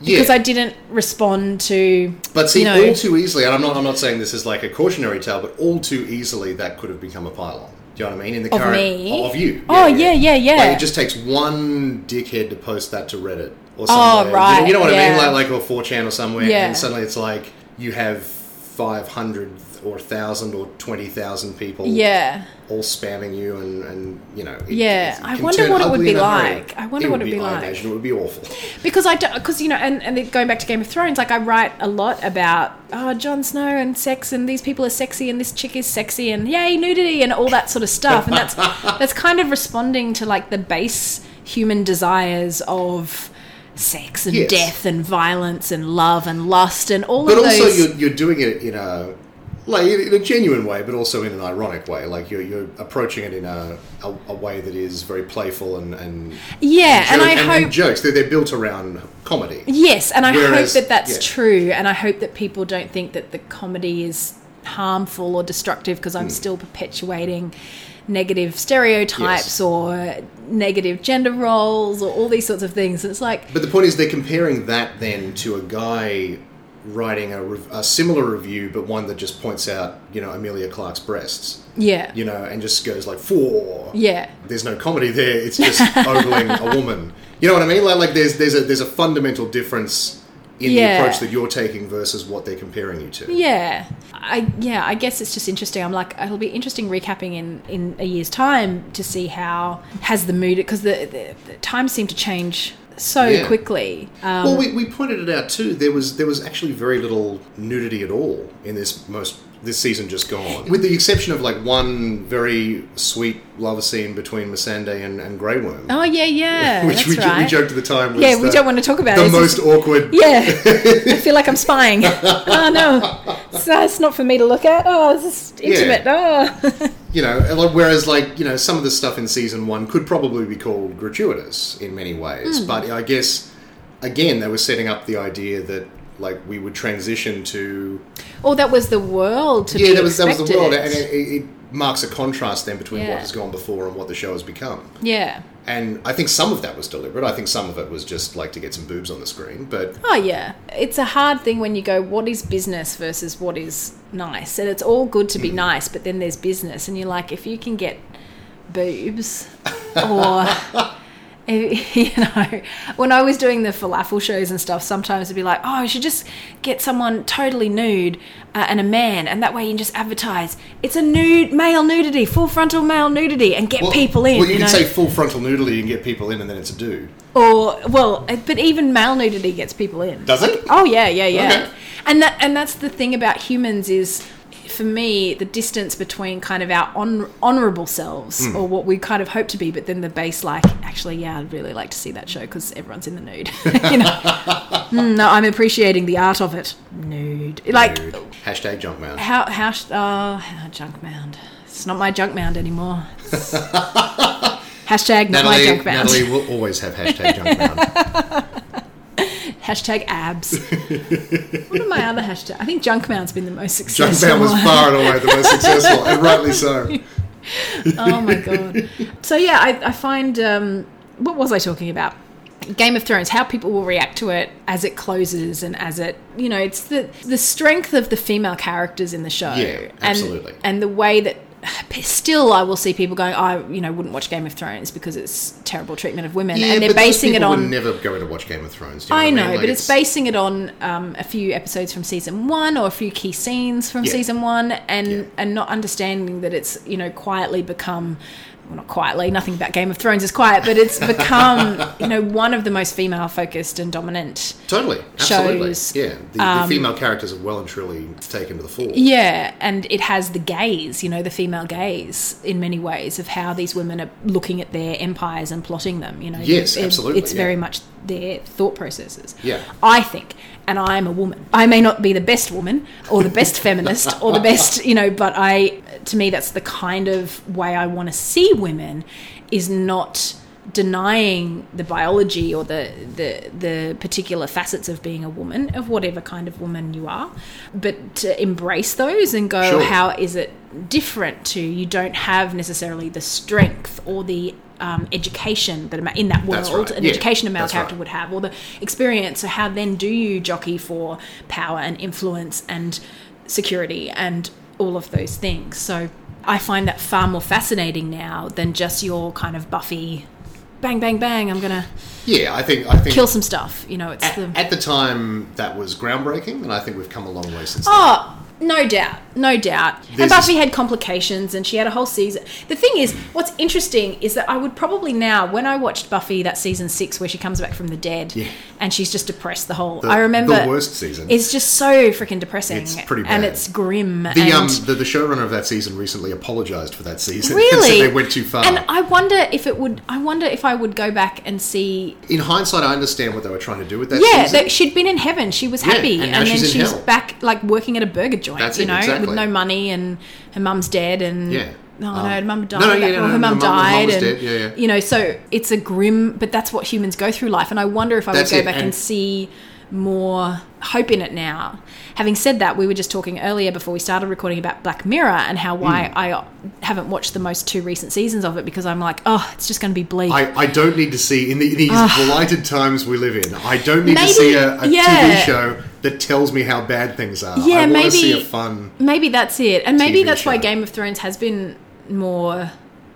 Speaker 2: Yeah.
Speaker 1: because i didn't respond to
Speaker 2: But see,
Speaker 1: you know-
Speaker 2: all too easily, and I'm not, I'm not saying this is like a cautionary tale, but all too easily that could have become a pylon. Do you know what I mean? In the
Speaker 1: Of
Speaker 2: current
Speaker 1: me?
Speaker 2: of you.
Speaker 1: Oh, yeah, yeah, yeah.
Speaker 2: Like it just takes one dickhead to post that to Reddit or somewhere. You know,
Speaker 1: Oh, right,
Speaker 2: you know what I mean?
Speaker 1: yeah.
Speaker 2: Like like or 4chan or somewhere,
Speaker 1: Yeah.
Speaker 2: and suddenly it's like you have 500 or 1,000 or 20,000 people
Speaker 1: yeah
Speaker 2: all spamming you and, and you know. it-
Speaker 1: Yeah,
Speaker 2: it
Speaker 1: I
Speaker 2: can
Speaker 1: wonder
Speaker 2: turn
Speaker 1: what it would
Speaker 2: ugly
Speaker 1: be
Speaker 2: in a hurry.
Speaker 1: like. I wonder
Speaker 2: It
Speaker 1: what
Speaker 2: would
Speaker 1: it'd be
Speaker 2: I
Speaker 1: like.
Speaker 2: imagine it would be awful.
Speaker 1: because I don't, because you know, and, and then going back to Game of Thrones, like I write a lot about oh, Jon Snow and sex, and these people are sexy, and this chick is sexy, and yay nudity, and all that sort of stuff, and that's that's kind of responding to like the base human desires of sex and
Speaker 2: Yes.
Speaker 1: death and violence and love and lust and all
Speaker 2: But
Speaker 1: of
Speaker 2: also,
Speaker 1: those.
Speaker 2: you're, you're doing it in a like in a genuine way, but also in an ironic way. Like you're, you're approaching it in a, a, a way that is very playful and and
Speaker 1: yeah, and
Speaker 2: joke-
Speaker 1: I hope
Speaker 2: jokes. They're, they're built around comedy.
Speaker 1: Yes, and I
Speaker 2: Whereas-
Speaker 1: hope that that's
Speaker 2: yeah.
Speaker 1: true, and I hope that people don't think that the comedy is harmful or destructive because
Speaker 2: Hmm.
Speaker 1: I'm still perpetuating negative stereotypes
Speaker 2: Yes.
Speaker 1: or negative gender roles or all these sorts of things. It's like,
Speaker 2: But the point is, they're comparing that then to a guy writing a, rev- a similar review, but one that just points out you know Amelia Clark's breasts,
Speaker 1: yeah,
Speaker 2: you know, and just goes like four.
Speaker 1: yeah,
Speaker 2: there's no comedy there. It's just ogling a woman. You know what I mean? Like, like there's there's a there's a fundamental difference in
Speaker 1: Yeah.
Speaker 2: the approach that you're taking versus what they're comparing you to.
Speaker 1: Yeah. I yeah, I guess it's just interesting. I'm like it'll be interesting recapping in in a year's time to see how has the mood because the, the, the times seem to change so
Speaker 2: Yeah.
Speaker 1: quickly. Um,
Speaker 2: Well, we, we pointed it out too. There was there was actually very little nudity at all in this most this season just gone, with the exception of like one very sweet love scene between Masande and, and Grey Worm,
Speaker 1: oh yeah, yeah.
Speaker 2: which
Speaker 1: that's
Speaker 2: we, jo-
Speaker 1: right.
Speaker 2: we joked at the time. Was
Speaker 1: yeah, we
Speaker 2: the-
Speaker 1: don't want to talk about
Speaker 2: the
Speaker 1: it. It's
Speaker 2: most awkward.
Speaker 1: Yeah, I feel like I'm spying. Oh no, it's, uh, it's not for me to look at. Oh, this is intimate. Oh,
Speaker 2: You know, and like- whereas like you know some of the stuff in season one could probably be called gratuitous in many
Speaker 1: Hmm.
Speaker 2: ways, but I guess again they were setting up the idea that like we would transition to
Speaker 1: oh, that was the world to
Speaker 2: yeah
Speaker 1: be
Speaker 2: that was that was the world, and
Speaker 1: expected.
Speaker 2: it, it, it marks a contrast then between
Speaker 1: Yeah.
Speaker 2: what has gone before and what the show has become.
Speaker 1: yeah.
Speaker 2: And I think some of that was deliberate. I think some of it was just like to get some boobs on the screen, but
Speaker 1: Oh yeah, it's a hard thing when you go, what is business versus what is nice, and it's all good to
Speaker 2: Hmm.
Speaker 1: be nice, but then there's business, and you're like, if you can get boobs, or if- you know, when I was doing the falafel shows and stuff, sometimes it'd be like, oh, I should just get someone totally nude uh, and a man, and that way you can just advertise it's a nude male nudity, full frontal male nudity, and get people in.
Speaker 2: Well, you, can
Speaker 1: know?
Speaker 2: say full frontal nudity and get people in, and then it's a do.
Speaker 1: or well, uh, but even male nudity gets people in.
Speaker 2: Does it?
Speaker 1: Oh yeah, yeah, yeah.
Speaker 2: Okay.
Speaker 1: And that and that's the thing about humans is for me the distance between kind of our on, honorable selves
Speaker 2: Hmm.
Speaker 1: or what we kind of hope to be but then the base like actually yeah I'd really like to see that show cuz everyone's in the nude. you know. Mm, no, I'm appreciating the art of it. Nude. Like
Speaker 2: Nude. Hashtag junk man.
Speaker 1: how how sh- oh, oh, junk mound. It's not my junk mound anymore. It's- Hashtag not my
Speaker 2: Natalie,
Speaker 1: junk mound.
Speaker 2: Natalie will always have hashtag junk mound.
Speaker 1: Hashtag abs. what are my other hashtags? I think junk mound's been the most successful.
Speaker 2: Junk mound was
Speaker 1: one.
Speaker 2: far and away the most successful, and rightly so.
Speaker 1: Oh my god. So yeah, I, I find um, what was I talking about? Game of Thrones, how people will react to it as it closes and as it, you know, it's the the strength of the female characters in the show.
Speaker 2: Yeah, absolutely.
Speaker 1: And, and the way that still I will see people going, I you know wouldn't watch Game of Thrones because it's terrible treatment of women,
Speaker 2: Yeah,
Speaker 1: and they're
Speaker 2: but those
Speaker 1: basing it
Speaker 2: people
Speaker 1: on
Speaker 2: Were never going to watch Game of Thrones. Do you know
Speaker 1: I
Speaker 2: what
Speaker 1: know,
Speaker 2: mean? Like,
Speaker 1: but it's, basing it on um, a few episodes from season one or a few key scenes from
Speaker 2: Yeah.
Speaker 1: season one, and
Speaker 2: Yeah.
Speaker 1: and not understanding that it's you know quietly become. Well, not quietly. Nothing about Game of Thrones is quiet, but it's become, you know, one of the most female-focused and dominant
Speaker 2: totally, absolutely,
Speaker 1: shows, um,
Speaker 2: yeah. The, the female characters are well and truly taken to the fore.
Speaker 1: Yeah, and it has the gaze, you know, the female gaze in many ways of how these women are looking at their empires and plotting them, you know.
Speaker 2: Yes,
Speaker 1: It-
Speaker 2: absolutely,
Speaker 1: It's
Speaker 2: yeah.
Speaker 1: very much their thought processes.
Speaker 2: Yeah.
Speaker 1: I think, and I'm a woman. I may not be the best woman or the best feminist or the best, you know, but I to me that's the kind of way I want to see women is not denying the biology or the, the the particular facets of being a woman of whatever kind of woman you are but to embrace those and go
Speaker 2: Sure.
Speaker 1: how is it different to you don't have necessarily the strength or the um, education that a ma- in that
Speaker 2: That's
Speaker 1: world
Speaker 2: right.
Speaker 1: an
Speaker 2: Yeah,
Speaker 1: education a male
Speaker 2: that's
Speaker 1: character
Speaker 2: right.
Speaker 1: would have or the experience so how then do you jockey for power and influence and security and all of those things so i find that far more fascinating now than just your kind of buffy bang bang bang i'm gonna
Speaker 2: Yeah, I think I think
Speaker 1: kill some stuff you know it's the
Speaker 2: at, at the time that was groundbreaking, and I think we've come a long way since. then.
Speaker 1: Oh, no doubt, no doubt. and
Speaker 2: There's
Speaker 1: Buffy had complications, and she had a whole season. The thing is, what's interesting is that I would probably now, when I watched Buffy that season six, where she comes back from the dead,
Speaker 2: Yeah.
Speaker 1: and she's just depressed the whole.
Speaker 2: The-
Speaker 1: I remember
Speaker 2: the worst season.
Speaker 1: It's just so freaking depressing.
Speaker 2: It's pretty
Speaker 1: and
Speaker 2: bad.
Speaker 1: it's grim.
Speaker 2: The
Speaker 1: and
Speaker 2: um the, the showrunner of that season recently apologized for that season. and
Speaker 1: really,
Speaker 2: said they went too far.
Speaker 1: And I wonder if it would. I wonder if I would go back and see.
Speaker 2: In hindsight, I understand what they were trying to do with that
Speaker 1: Yeah,
Speaker 2: season.
Speaker 1: that she'd been in heaven. She was happy,
Speaker 2: and now
Speaker 1: then
Speaker 2: she's
Speaker 1: she's,
Speaker 2: in hell.
Speaker 1: back, like working at a burger joint.
Speaker 2: That's
Speaker 1: you
Speaker 2: it,
Speaker 1: know,
Speaker 2: exactly.
Speaker 1: with no money, and her mum's dead, and
Speaker 2: Yeah.
Speaker 1: no,
Speaker 2: Um,
Speaker 1: no, her mum died.
Speaker 2: no, no, yeah, no,
Speaker 1: or her
Speaker 2: no,
Speaker 1: mum
Speaker 2: the mum- the mum
Speaker 1: died,
Speaker 2: was
Speaker 1: and
Speaker 2: dead, yeah, yeah.
Speaker 1: you know, so it's a grim, but that's what humans go through life. And I wonder if I
Speaker 2: That's
Speaker 1: would go
Speaker 2: it,
Speaker 1: back and,
Speaker 2: and-
Speaker 1: see more hope in it now. Having said that, we were just talking earlier before we started recording about Black Mirror and how
Speaker 2: Hmm.
Speaker 1: why I haven't watched the most two recent seasons of it because I'm like, oh, it's just going to be bleak.
Speaker 2: I, I don't need to see in the, these blighted times we live in. I don't need
Speaker 1: Ah. Maybe-
Speaker 2: to see a, a
Speaker 1: yeah.
Speaker 2: TV show that tells me how bad things are.
Speaker 1: Yeah,
Speaker 2: I want
Speaker 1: maybe-
Speaker 2: to see a fun.
Speaker 1: Maybe that's it. And maybe
Speaker 2: TV
Speaker 1: that's why
Speaker 2: show.
Speaker 1: Game of Thrones has been more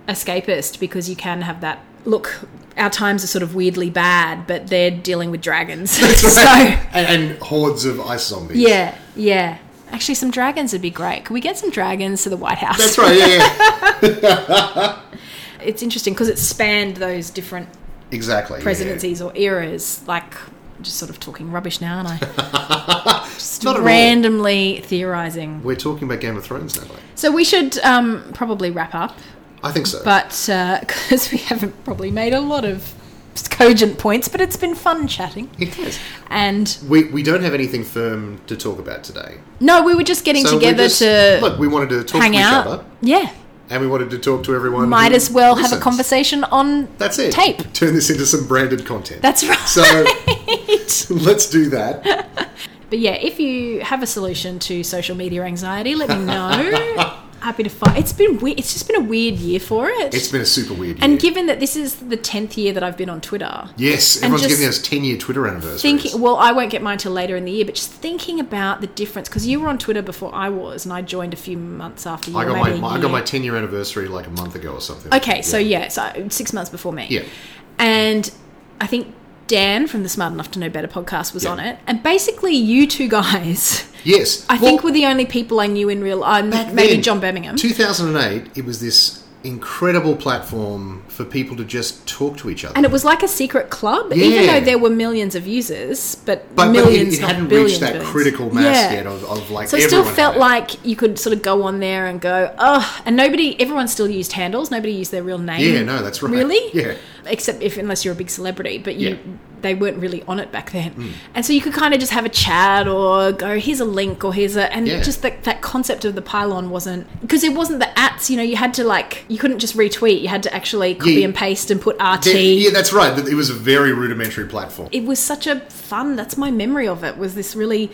Speaker 1: escapist because you can have that look, our times are sort of weirdly bad, but they're dealing with dragons. so
Speaker 2: and, and hordes of ice zombies.
Speaker 1: yeah, yeah. Actually, some dragons would be great. Could we get some dragons to the White House?
Speaker 2: That's right, yeah, yeah.
Speaker 1: It's interesting because it spanned those different
Speaker 2: Exactly. yeah.
Speaker 1: presidencies or eras. Like, I'm just sort of talking rubbish now, aren't I? just
Speaker 2: Not at all.
Speaker 1: randomly theorizing.
Speaker 2: We're talking about Game of Thrones, Natalie.
Speaker 1: So we should um, probably wrap up,
Speaker 2: I think so.
Speaker 1: but because we haven't probably made a lot of cogent points, but it's been fun chatting.
Speaker 2: It is.
Speaker 1: And
Speaker 2: We, we don't have anything firm to talk about today.
Speaker 1: no, we were just getting
Speaker 2: So we
Speaker 1: together
Speaker 2: just-
Speaker 1: to
Speaker 2: look, we wanted to talk
Speaker 1: hang
Speaker 2: to each
Speaker 1: out.
Speaker 2: other, Mm-hmm.
Speaker 1: Yeah,
Speaker 2: and we wanted to talk to everyone.
Speaker 1: might
Speaker 2: who
Speaker 1: as well have a
Speaker 2: listens.
Speaker 1: conversation on
Speaker 2: That's it.
Speaker 1: tape.
Speaker 2: Turn this into some branded content.
Speaker 1: That's right.
Speaker 2: So- Let's do that.
Speaker 1: But yeah, if you have a solution to social media anxiety, let me know. Happy to find. It's been we- it's just been a weird year for it.
Speaker 2: It's been a super weird year.
Speaker 1: and given that this is the tenth year that I've been on Twitter,
Speaker 2: yes,
Speaker 1: and
Speaker 2: everyone's
Speaker 1: just
Speaker 2: giving us ten year Twitter anniversaries.
Speaker 1: thinking well, I won't get mine till later in the year, but just thinking about the difference because you were on Twitter before I was, and I joined a few months after you.
Speaker 2: I got
Speaker 1: maybe
Speaker 2: my,
Speaker 1: a
Speaker 2: my I got
Speaker 1: year.
Speaker 2: my ten year anniversary like a month ago or something.
Speaker 1: Okay, so yeah, so six months before me.
Speaker 2: Yeah.
Speaker 1: And I think Dan from the Smart Enough to Know Better podcast was
Speaker 2: Yeah.
Speaker 1: on it, and basically you two guys.
Speaker 2: Yes.
Speaker 1: I think we're the only people I knew in real life. maybe John Birmingham.
Speaker 2: Two thousand and eight. It was this incredible platform for people to just talk to each other.
Speaker 1: and it was like a secret club, even
Speaker 2: Yeah.
Speaker 1: though there were millions of users, but,
Speaker 2: but, but it,
Speaker 1: millions,
Speaker 2: it
Speaker 1: not
Speaker 2: hadn't
Speaker 1: billions
Speaker 2: reached that
Speaker 1: billions.
Speaker 2: critical mass
Speaker 1: Yeah.
Speaker 2: yet of, of like.
Speaker 1: So it still
Speaker 2: everyone had
Speaker 1: felt
Speaker 2: it.
Speaker 1: like you could sort of go on there and go, oh, and nobody, everyone still used handles. Nobody used their real name.
Speaker 2: Yeah, no, that's right.
Speaker 1: Really?
Speaker 2: Yeah.
Speaker 1: Except if, unless you're a big celebrity, but you,
Speaker 2: Yeah. Mm.
Speaker 1: they weren't really on it back then. And so you could kind of just have a chat or go, here's a link or here's a, and
Speaker 2: Yeah.
Speaker 1: just that that concept of the pylon wasn't, because it wasn't the ats, you know, you had to like, you couldn't just retweet. You had to actually copy
Speaker 2: Yeah.
Speaker 1: and paste and put RT.
Speaker 2: Yeah, yeah, that's right. It was a very rudimentary platform.
Speaker 1: it was such a fun that's my memory of it was this really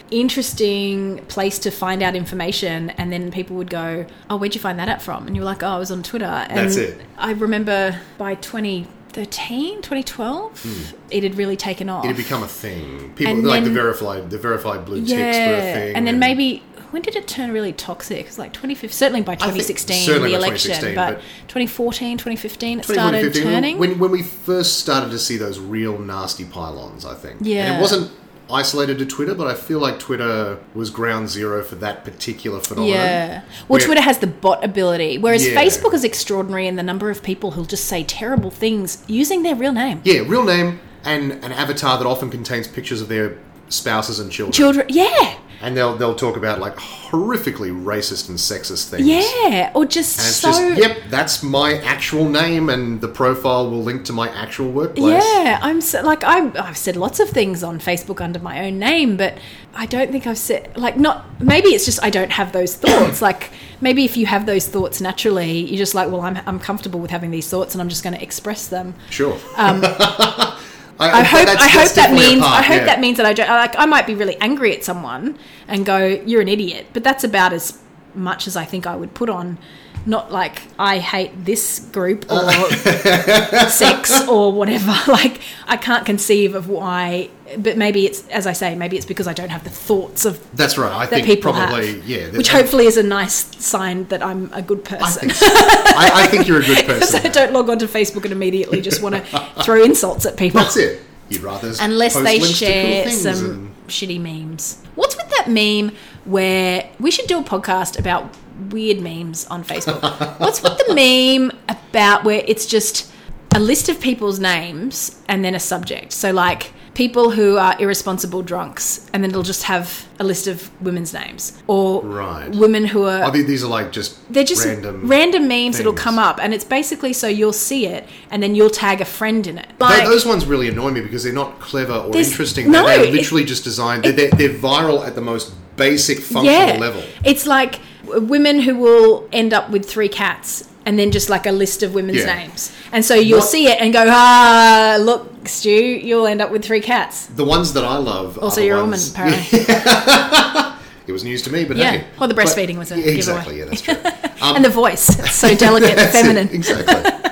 Speaker 1: interesting place to find out information and then people would go oh where'd you find that out from and you were like oh i was on twitter and
Speaker 2: That's it.
Speaker 1: i remember by 2013 2012 it had really taken off
Speaker 2: It had Hmm. become a thing. People
Speaker 1: And
Speaker 2: like
Speaker 1: then-
Speaker 2: the verified, the verified blue
Speaker 1: yeah
Speaker 2: ticks were a thing.
Speaker 1: and then maybe when did it turn really toxic? It was like 2015, certainly by
Speaker 2: think
Speaker 1: 2016,
Speaker 2: certainly
Speaker 1: the
Speaker 2: by
Speaker 1: election,
Speaker 2: 2016,
Speaker 1: but,
Speaker 2: but-
Speaker 1: 2014, 2015, it started
Speaker 2: 2015,
Speaker 1: turning.
Speaker 2: When, when we first started to see those real nasty pylons, I think. And
Speaker 1: Yeah.
Speaker 2: it wasn't isolated to Twitter, but I feel like Twitter was ground zero for that particular phenomenon.
Speaker 1: Yeah. Well,
Speaker 2: Where-
Speaker 1: Twitter has the bot ability, whereas
Speaker 2: Yeah.
Speaker 1: Facebook is extraordinary in the number of people who'll just say terrible things using their real name.
Speaker 2: Yeah, real name and an avatar that often contains pictures of their spouses and children.
Speaker 1: Children, yeah,
Speaker 2: And they'll they'll talk about like horrifically racist and sexist things.
Speaker 1: yeah, or just
Speaker 2: And it's
Speaker 1: so.
Speaker 2: just, yep, that's my actual name, and the profile will link to my actual workplace.
Speaker 1: Yeah, I'm so, like I'm, I've said lots of things on Facebook under my own name, but I don't think I've said like not. Maybe it's just I don't have those thoughts. like maybe if you have those thoughts naturally, you're just like, well, I'm I'm comfortable with having these thoughts, and I'm just going to express them.
Speaker 2: Sure.
Speaker 1: Um, I hope I hope that
Speaker 2: definitely a
Speaker 1: means
Speaker 2: part,
Speaker 1: I hope
Speaker 2: yeah.
Speaker 1: that means that I don't like I might be really angry at someone and go you're an idiot, but that's about as much as I think I would put on. Not like I hate this group or sex or whatever. Like I can't conceive of why, but maybe it's as I say, maybe it's because I don't have the thoughts of
Speaker 2: That's right. I
Speaker 1: that
Speaker 2: think
Speaker 1: people
Speaker 2: probably
Speaker 1: have,
Speaker 2: yeah. that-
Speaker 1: which hopefully is a nice sign that I'm a good
Speaker 2: I
Speaker 1: person.
Speaker 2: think, so. I, I think you're a good
Speaker 1: so
Speaker 2: person.
Speaker 1: I don't log onto Facebook and immediately just want to throw insults at people.
Speaker 2: That's it. You'd rather
Speaker 1: unless
Speaker 2: post
Speaker 1: they
Speaker 2: links to cool
Speaker 1: share
Speaker 2: things
Speaker 1: some
Speaker 2: and-
Speaker 1: shitty memes. What's with that meme where we should do a podcast about weird memes on Facebook? What's with the meme about where it's just a list of people's names and then a subject? So like people who are irresponsible drunks and then it'll just have a list of women's names or
Speaker 2: Right.
Speaker 1: women who are
Speaker 2: I mean, Oh, these are like just
Speaker 1: uh, they're just
Speaker 2: random.
Speaker 1: random, memes that'll
Speaker 2: things.
Speaker 1: come up and it's basically so you'll see it and then you'll tag a friend in it.
Speaker 2: Tho-
Speaker 1: Like
Speaker 2: those ones really annoy me because they're not clever or
Speaker 1: There's-
Speaker 2: interesting.
Speaker 1: no,
Speaker 2: they're
Speaker 1: it-
Speaker 2: literally just designed. They're, they're, they're viral at the most basic functional level.
Speaker 1: It's like w- women who will end up with three cats and then just like a list of women's
Speaker 2: Yeah.
Speaker 1: names. And so you'll
Speaker 2: What-
Speaker 1: see it and go, ah, look, Stu, you'll end up with three cats.
Speaker 2: The ones that I love. are
Speaker 1: Also,
Speaker 2: the
Speaker 1: you're a woman,
Speaker 2: ones-
Speaker 1: apparently.
Speaker 2: It was news to me, but
Speaker 1: Yeah.
Speaker 2: hey.
Speaker 1: Well, the
Speaker 2: But-
Speaker 1: breastfeeding was a
Speaker 2: Yeah,
Speaker 1: giveaway.
Speaker 2: exactly. Yeah, that's true. Um,
Speaker 1: and the voice. It's so delicate and
Speaker 2: That's it,
Speaker 1: feminine.
Speaker 2: exactly.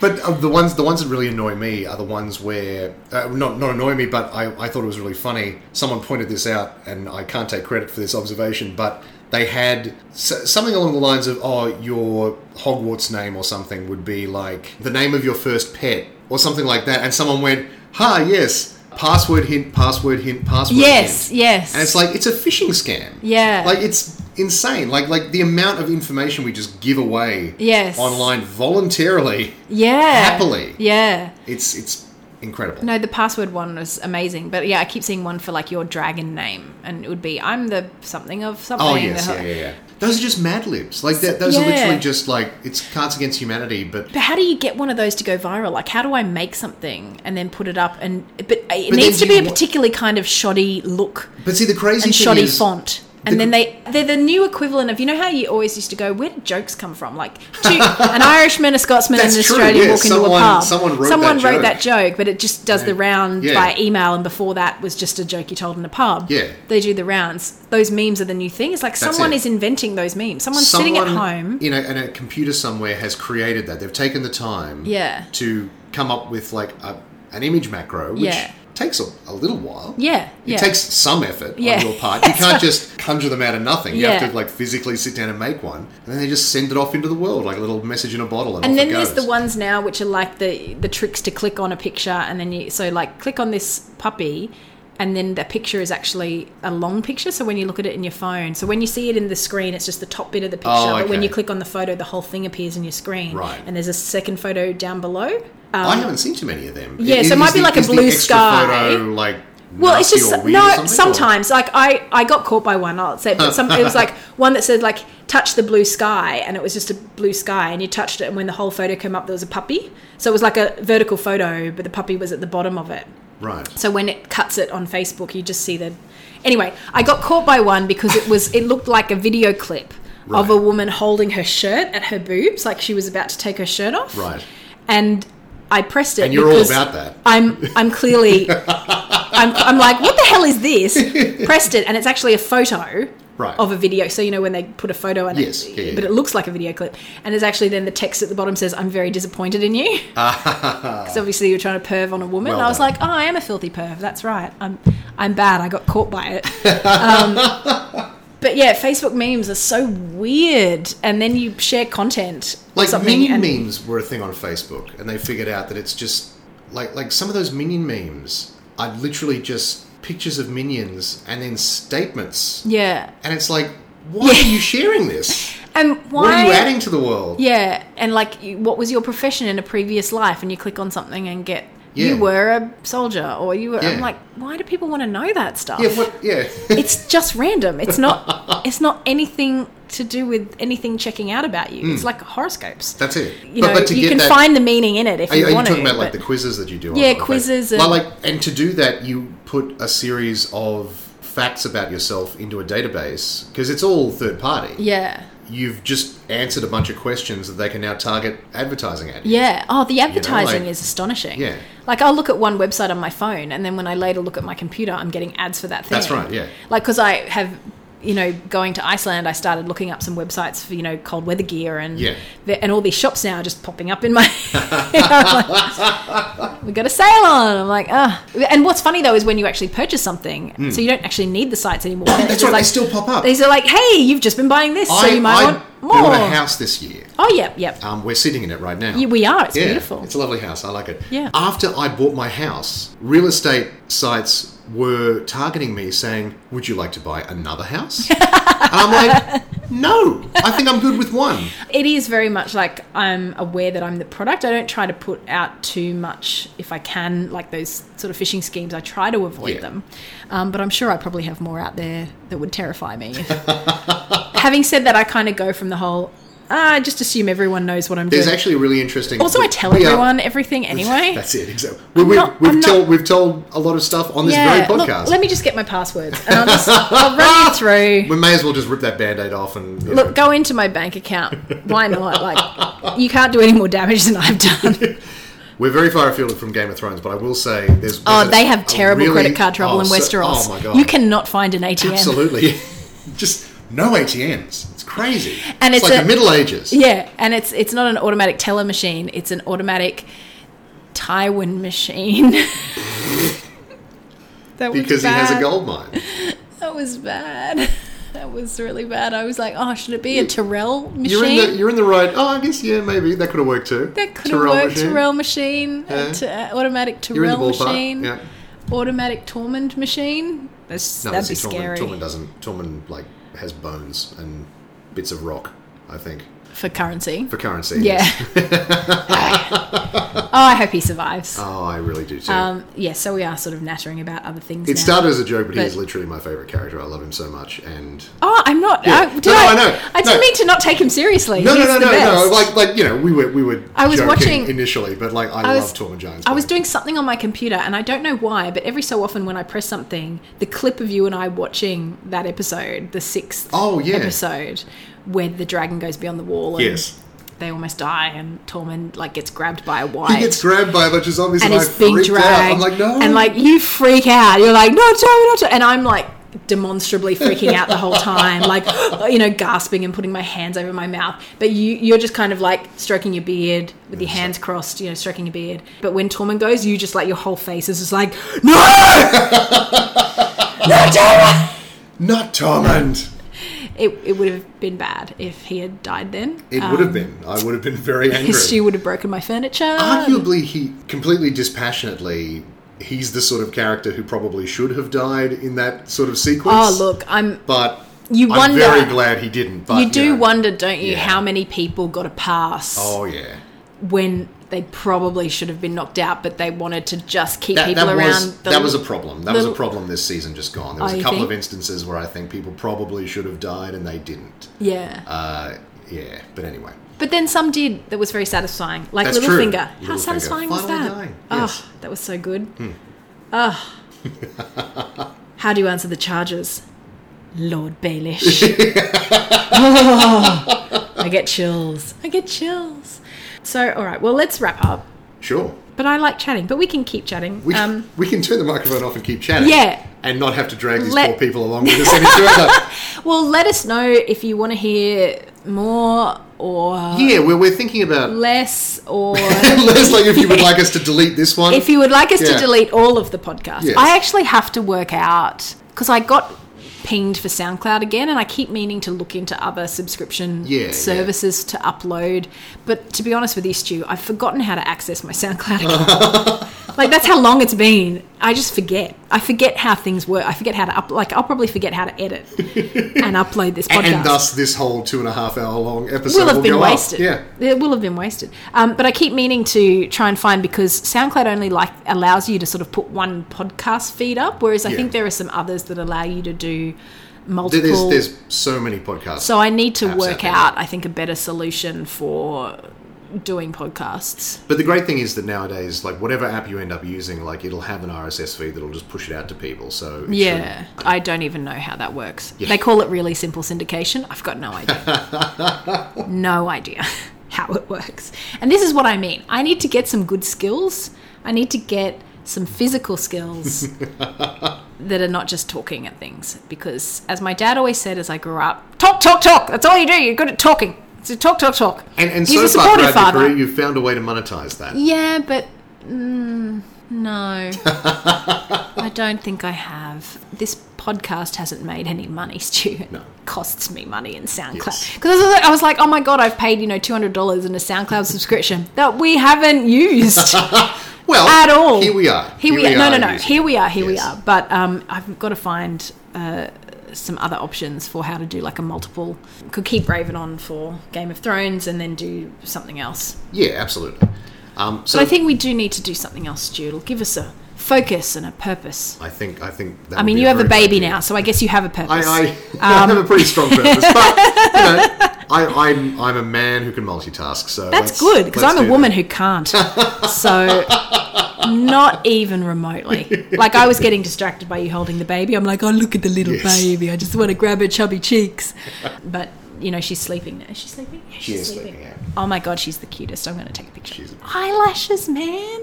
Speaker 2: But uh, the ones the ones that really annoy me are the ones where uh, not not annoy me, but I, I thought it was really funny. Someone pointed this out, and I can't take credit for this observation, but they had s- something along the lines of, "Oh, your Hogwarts name or something would be like the name of your first pet." or something like that, and someone went, "Ha, yes, password hint, password hint, password
Speaker 1: Yes,
Speaker 2: hint."
Speaker 1: yes.
Speaker 2: And it's like it's a phishing scam.
Speaker 1: Yeah.
Speaker 2: Like it's insane. Like like the amount of information we just give away
Speaker 1: Yes.
Speaker 2: online voluntarily.
Speaker 1: yeah.
Speaker 2: Happily.
Speaker 1: Yeah.
Speaker 2: It's it's incredible.
Speaker 1: No, the password one was amazing, but yeah, I keep seeing one for like your dragon name, and it would be I'm the something of something.
Speaker 2: Oh
Speaker 1: the
Speaker 2: yes,
Speaker 1: ho-
Speaker 2: yeah, yeah, yeah. Those are just mad libs. Like that, those are
Speaker 1: Yeah.
Speaker 2: literally just like it's Cards Against Humanity, but
Speaker 1: But how do you get one of those to go viral? Like, how do I make something and then put it up? And but it
Speaker 2: then
Speaker 1: needs to
Speaker 2: do you
Speaker 1: be a
Speaker 2: wa-
Speaker 1: particularly kind of shoddy look
Speaker 2: but see the crazy
Speaker 1: and
Speaker 2: thing
Speaker 1: shoddy
Speaker 2: is,
Speaker 1: font. And
Speaker 2: the-
Speaker 1: then they they're the new equivalent of you know how you always used to go where did jokes come from like two, an Irishman a Scotsman and an
Speaker 2: That's true,
Speaker 1: Australian
Speaker 2: yeah.
Speaker 1: walk into
Speaker 2: Someone-
Speaker 1: a pub
Speaker 2: someone wrote that
Speaker 1: wrote
Speaker 2: joke.
Speaker 1: that joke but it just does the round
Speaker 2: Yeah.
Speaker 1: by email and before that was just a joke you told in a pub
Speaker 2: Yeah.
Speaker 1: they do the rounds those memes are the new thing it's like
Speaker 2: That's
Speaker 1: someone
Speaker 2: it.
Speaker 1: is inventing those memes someone's sitting at home
Speaker 2: you know, and a computer somewhere has created that. They've taken the time,
Speaker 1: Yeah.
Speaker 2: to come up with like a, an image macro, which
Speaker 1: Yeah.
Speaker 2: takes a, a little while.
Speaker 1: yeah
Speaker 2: It
Speaker 1: yeah
Speaker 2: takes some effort
Speaker 1: Yeah.
Speaker 2: on your part. You can't just conjure them out of nothing. You
Speaker 1: Yeah.
Speaker 2: have to like physically sit down and make one, and then they just send it off into the world like a little message in a bottle. And,
Speaker 1: and
Speaker 2: off
Speaker 1: then
Speaker 2: it
Speaker 1: there's
Speaker 2: goes.
Speaker 1: the ones now which are like the the tricks to click on a picture and then you so like click on this puppy and then the picture is actually a long picture so when you look at it in your phone so when you see it in the screen it's just the top bit of the picture
Speaker 2: Oh,
Speaker 1: but when
Speaker 2: okay.
Speaker 1: you click on the photo the whole thing appears in your screen
Speaker 2: Right.
Speaker 1: and there's a second photo down below
Speaker 2: I haven't seen too many of them.
Speaker 1: um, Yeah,
Speaker 2: Is-
Speaker 1: so it might
Speaker 2: is
Speaker 1: be
Speaker 2: the-
Speaker 1: like a
Speaker 2: is the
Speaker 1: blue
Speaker 2: extra
Speaker 1: sky.
Speaker 2: Photo, like
Speaker 1: Well, it's
Speaker 2: nasty
Speaker 1: just
Speaker 2: or weird or
Speaker 1: no.
Speaker 2: something, or-
Speaker 1: Sometimes, like I, I got caught by one. I'll say, but some, it was like one that said like touch the blue sky, and it was just a blue sky, and you touched it, and when the whole photo came up, there was a puppy. So it was like a vertical photo, but the puppy was at the bottom of it.
Speaker 2: right?
Speaker 1: So when it cuts it on Facebook, you just see the. Anyway, I got caught by one because it was it looked like a video clip of
Speaker 2: Right.
Speaker 1: a woman holding her shirt at her boobs, like she was about to take her shirt off.
Speaker 2: Right.
Speaker 1: And I pressed it.
Speaker 2: And you're all
Speaker 1: because
Speaker 2: about that.
Speaker 1: I'm I'm clearly I'm I'm like, what the hell is this? pressed it, and it's actually a photo.
Speaker 2: Right.
Speaker 1: Of a video, so you know when they put a photo on
Speaker 2: Yes,
Speaker 1: it,
Speaker 2: yeah, yeah,
Speaker 1: but
Speaker 2: yeah.
Speaker 1: it looks like a video clip, and it's actually then the text at the bottom says, "I'm very disappointed in you." Because obviously you were trying to perv on a woman.
Speaker 2: Ah.
Speaker 1: and
Speaker 2: Well
Speaker 1: I was
Speaker 2: done.
Speaker 1: like, oh, I am a filthy perv. That's right. I'm, I'm bad. I got caught by it. um, but yeah, Facebook memes are so weird. And then you share content. or
Speaker 2: Like
Speaker 1: something
Speaker 2: minion
Speaker 1: and-
Speaker 2: memes were a thing on Facebook, and they figured out that it's just like like some of those minion memes are literally just pictures of minions and then statements,
Speaker 1: Yeah.
Speaker 2: and it's like, why are you sharing this?
Speaker 1: And why?
Speaker 2: What are you adding to the world?
Speaker 1: Yeah. And like, you- what was your profession in a previous life? And you click on something and get,
Speaker 2: Yeah.
Speaker 1: you were a soldier or you were. I'm
Speaker 2: Yeah.
Speaker 1: like, why do people want to know that stuff?
Speaker 2: Yeah, what? Yeah,
Speaker 1: it's just random. It's not. It's not anything to do with anything checking out about you.
Speaker 2: Mm.
Speaker 1: It's like horoscopes.
Speaker 2: that's it.
Speaker 1: you know, you can find the meaning in it if
Speaker 2: Are
Speaker 1: you
Speaker 2: you, are you
Speaker 1: want
Speaker 2: talking
Speaker 1: to.
Speaker 2: about like
Speaker 1: but-
Speaker 2: the quizzes that you do? on-
Speaker 1: Yeah,
Speaker 2: on Facebook?
Speaker 1: quizzes
Speaker 2: Well,
Speaker 1: and-
Speaker 2: like, and to do that, you put a series of facts about yourself into a database because it's all third party.
Speaker 1: yeah,
Speaker 2: You've just answered a bunch of questions that they can now target advertising at. you.
Speaker 1: yeah. Oh, the advertising
Speaker 2: like-
Speaker 1: is astonishing.
Speaker 2: Yeah.
Speaker 1: Like I'll look at one website on my phone, and then when I later look at my computer, I'm getting ads for that thing.
Speaker 2: That's right, yeah.
Speaker 1: Like because I have. You know, going to Iceland, I started looking up some websites for you know cold weather gear and
Speaker 2: Yeah.
Speaker 1: the- and all these shops now are just popping up in my. I'm like, we got a sale on. I'm like, ah. And what's funny though is when you actually purchase something, so you don't actually need the sites anymore.
Speaker 2: Hmm. That's
Speaker 1: It's
Speaker 2: right.
Speaker 1: like-
Speaker 2: they still pop up.
Speaker 1: These are like, hey, you've just been buying this, so
Speaker 2: I,
Speaker 1: you might
Speaker 2: I
Speaker 1: want more.
Speaker 2: bought a house this year.
Speaker 1: Oh, yep, yep.
Speaker 2: Um, we're sitting in it right now.
Speaker 1: Yeah, we are. It's
Speaker 2: Yeah,
Speaker 1: beautiful.
Speaker 2: It's a lovely house. I like it.
Speaker 1: Yeah.
Speaker 2: After I bought my house, real estate sites were targeting me saying, Would you like to buy another house? and I'm like, No, I think I'm good with one.
Speaker 1: It is very much like I'm aware that I'm the product. I don't try to put out too much if I can, like those sort of phishing schemes. I try to avoid
Speaker 2: Yeah.
Speaker 1: them, um, but I'm sure I probably have more out there that would terrify me. Having said that, I kind of go from the whole. "Ah, I just assume everyone knows what I'm
Speaker 2: There's
Speaker 1: doing.
Speaker 2: actually a really interesting.
Speaker 1: also, I
Speaker 2: we-
Speaker 1: tell
Speaker 2: we are-
Speaker 1: everyone everything anyway.
Speaker 2: That's it. Exactly. We, we,
Speaker 1: not- I'm
Speaker 2: we've,
Speaker 1: not-
Speaker 2: told, we've told a lot of stuff on this
Speaker 1: yeah.
Speaker 2: very
Speaker 1: Look,
Speaker 2: podcast.
Speaker 1: let me just get my passwords, and I'll just I'll run you through.
Speaker 2: we may as well just rip that band aid off and. you know.
Speaker 1: Look, go into my bank account. Why not? Like, you can't do any more damage than I've done.
Speaker 2: We're very far afield from Game of Thrones, but I will say there's.
Speaker 1: Oh,
Speaker 2: there's a-
Speaker 1: they have
Speaker 2: a
Speaker 1: terrible
Speaker 2: really-
Speaker 1: credit card trouble
Speaker 2: oh,
Speaker 1: in
Speaker 2: so-
Speaker 1: Westeros.
Speaker 2: oh, my God.
Speaker 1: You cannot find an ATM.
Speaker 2: Absolutely. Just no ATMs. It's crazy.
Speaker 1: And
Speaker 2: it's,
Speaker 1: it's
Speaker 2: like
Speaker 1: a-
Speaker 2: the Middle Ages.
Speaker 1: Yeah, and it's it's not an automatic teller machine. It's an automatic Tywin machine. that was
Speaker 2: Because he
Speaker 1: bad.
Speaker 2: has a gold mine.
Speaker 1: That was bad. That was really bad. I was like, oh, should it be a Terrell machine?
Speaker 2: You're in the you're in the right. Oh, I guess yeah, maybe that could have worked too.
Speaker 1: that could have
Speaker 2: Tyrell
Speaker 1: worked.
Speaker 2: machine.
Speaker 1: Terrell machine, a
Speaker 2: Yeah.
Speaker 1: t- uh, automatic
Speaker 2: You're in the
Speaker 1: Terrell
Speaker 2: ballpark.
Speaker 1: machine,
Speaker 2: Yeah.
Speaker 1: automatic Tormund machine. That's,
Speaker 2: No,
Speaker 1: that'd
Speaker 2: see,
Speaker 1: be
Speaker 2: Tormund,
Speaker 1: scary
Speaker 2: Tormund doesn't. Tormund like has bones and bits of rock. I think
Speaker 1: for currency.
Speaker 2: for currency.
Speaker 1: Yeah.
Speaker 2: yes.
Speaker 1: oh, I hope he survives.
Speaker 2: Oh, I really do too.
Speaker 1: Um, yeah, so we are sort of nattering about other things.
Speaker 2: it
Speaker 1: now.
Speaker 2: started as a joke, but, he
Speaker 1: but-
Speaker 2: is literally my favorite character. I love him so much, and
Speaker 1: Oh, I'm not.
Speaker 2: Yeah.
Speaker 1: I, did
Speaker 2: No, no,
Speaker 1: I,
Speaker 2: I know.
Speaker 1: I didn't
Speaker 2: No.
Speaker 1: mean to not take him seriously.
Speaker 2: no, no,
Speaker 1: He's
Speaker 2: no,
Speaker 1: the
Speaker 2: no,
Speaker 1: best.
Speaker 2: no. Like, like you know, we were we were.
Speaker 1: I was
Speaker 2: joking
Speaker 1: watching-
Speaker 2: initially, but like I,
Speaker 1: I was-
Speaker 2: love Tormund Giants.
Speaker 1: I was doing something on my computer, and I don't know why, but every so often when I press something, the clip of you and I watching that episode, the sixth
Speaker 2: Oh yeah.
Speaker 1: episode, where the dragon goes beyond the wall and
Speaker 2: Yes.
Speaker 1: they almost die, and Tormund like gets grabbed by a wire
Speaker 2: He gets grabbed by a bunch of zombies
Speaker 1: and
Speaker 2: and,
Speaker 1: is
Speaker 2: I
Speaker 1: being
Speaker 2: freaked out.
Speaker 1: dragged,
Speaker 2: I'm like, no.
Speaker 1: and like you freak out. You're like, no, Tormund, not Tormund," and I'm like demonstrably freaking out the whole time, like you know, gasping and putting my hands over my mouth. But you, you're just kind of like stroking your beard with your hands crossed, you know, stroking your beard. But when Tormund goes, you just like your whole face is just like, no, no, Tormund.
Speaker 2: not Tormund.
Speaker 1: It, it would have been bad if he had died then. Uh,
Speaker 2: It would have been. I would have been very angry.
Speaker 1: His shoe would have broken my furniture.
Speaker 2: Arguably, he completely dispassionately. He's the sort of character who probably should have died in that sort of sequence.
Speaker 1: oh look, I'm
Speaker 2: But
Speaker 1: You
Speaker 2: I'm
Speaker 1: wonder-
Speaker 2: very glad he didn't. But
Speaker 1: you do
Speaker 2: know,
Speaker 1: wonder, don't you,
Speaker 2: yeah.
Speaker 1: how many people got a pass
Speaker 2: Oh yeah.
Speaker 1: when they probably should have been knocked out, but they wanted to just keep
Speaker 2: That,
Speaker 1: people
Speaker 2: that
Speaker 1: around.
Speaker 2: was
Speaker 1: the-
Speaker 2: that was a problem. That was a
Speaker 1: little-
Speaker 2: problem this season just gone. There was
Speaker 1: Oh,
Speaker 2: a
Speaker 1: you
Speaker 2: couple
Speaker 1: think?
Speaker 2: of instances where I think people probably should have died and they didn't.
Speaker 1: yeah.
Speaker 2: Uh, yeah, but anyway.
Speaker 1: but then some did. That was very satisfying. Like
Speaker 2: That's true.
Speaker 1: Littlefinger. How
Speaker 2: Littlefinger.
Speaker 1: satisfying was
Speaker 2: Finally
Speaker 1: that?
Speaker 2: dying, yes. Hmm.
Speaker 1: Oh, that was so good. Oh. how do you answer the charges, Lord Baelish? Oh, I get chills. I get chills. So, all right. Well, let's wrap up.
Speaker 2: Sure.
Speaker 1: But I like chatting. But we can keep chatting.
Speaker 2: We,
Speaker 1: um,
Speaker 2: we can turn the microphone off and keep chatting.
Speaker 1: Yeah.
Speaker 2: And not have to drag these
Speaker 1: Let-
Speaker 2: poor people along with us any further.
Speaker 1: Well, let us know if you want to hear more or
Speaker 2: yeah, we're, we're thinking about.
Speaker 1: less, or
Speaker 2: Unless, like, if you would like us to delete this one.
Speaker 1: if you would like us to
Speaker 2: Yeah.
Speaker 1: delete all of the podcast.
Speaker 2: Yes.
Speaker 1: I actually have to work out because I got pinged for SoundCloud again, and I keep meaning to look into other subscription
Speaker 2: Yeah, yeah.
Speaker 1: services to upload. But to be honest with you, Stu, I've forgotten how to access my SoundCloud account. like that's how long it's been. I just forget. I forget how things work. I forget how to up. Like I'll probably forget how to edit and upload this podcast.
Speaker 2: and, thus, this whole two and a half hour long episode
Speaker 1: will have been
Speaker 2: go
Speaker 1: wasted.
Speaker 2: Up. Yeah.
Speaker 1: It will have been wasted. Um, but I keep meaning to try and find because SoundCloud only like allows you to sort of put one podcast feed up, whereas I
Speaker 2: Yeah.
Speaker 1: think there are some others that allow you to do multiple.
Speaker 2: There- There's, there's so many podcasts.
Speaker 1: so I need to
Speaker 2: apps out
Speaker 1: work
Speaker 2: there.
Speaker 1: out, I think, a better solution for doing podcasts.
Speaker 2: But the great thing is that nowadays, like whatever app you end up using, like it'll have an RSS feed that'll just push it out to people. So it
Speaker 1: Yeah, I don't even know how that works.
Speaker 2: Yeah.
Speaker 1: They call it really simple syndication. I've got no idea. no idea how it works. And this is what I mean. I need to get some good skills. I need to get some physical skills that are not just talking at things. Because as my dad always said as I grew up, talk, talk, talk. That's all you do. You're good at talking. So talk, talk, talk.
Speaker 2: And, and
Speaker 1: He's
Speaker 2: so
Speaker 1: a
Speaker 2: far
Speaker 1: supportive
Speaker 2: throughout your
Speaker 1: father.
Speaker 2: career, you've found a way to monetize that.
Speaker 1: Yeah, but mm, no. I don't think I have. This podcast hasn't made any money, Stu. It
Speaker 2: No.
Speaker 1: costs me money in SoundCloud.
Speaker 2: Yes.
Speaker 1: Because I, was like- I was like, oh my God, I've paid, you know, $200 in a SoundCloud subscription that we haven't used
Speaker 2: Well,
Speaker 1: at all.
Speaker 2: Oh, Here we are.
Speaker 1: Here, we, are. No, no, no.
Speaker 2: using
Speaker 1: Here
Speaker 2: it.
Speaker 1: we are. Here we
Speaker 2: Yes.
Speaker 1: are. But um, I've got to find uh, some other options for how to do like a multiple. Could keep Raven on for Game of Thrones and then do something else.
Speaker 2: Yeah, absolutely. Um, so
Speaker 1: But I think we do need to do something else, Jude. It'll give us a focus and a purpose.
Speaker 2: I think I think. That
Speaker 1: I
Speaker 2: would
Speaker 1: mean,
Speaker 2: be
Speaker 1: you have a
Speaker 2: very
Speaker 1: baby
Speaker 2: good idea.
Speaker 1: now, um, so I guess you have a purpose.
Speaker 2: I, I, I have a pretty strong purpose, but you know, I, I'm I'm a man who can multitask. So
Speaker 1: That's
Speaker 2: let's-
Speaker 1: good because
Speaker 2: let's
Speaker 1: I'm a
Speaker 2: do
Speaker 1: woman
Speaker 2: that.
Speaker 1: who can't. So, not even remotely. Like I was getting distracted by you holding the baby. I'm like, oh look at the little
Speaker 2: Yes.
Speaker 1: baby. I just want to grab her chubby cheeks. But you know, she's sleeping now. Is she sleeping? Yeah, she's
Speaker 2: is sleeping, yeah.
Speaker 1: Oh my god, she's the cutest. I'm going to take a picture.
Speaker 2: She's-
Speaker 1: eyelashes, man.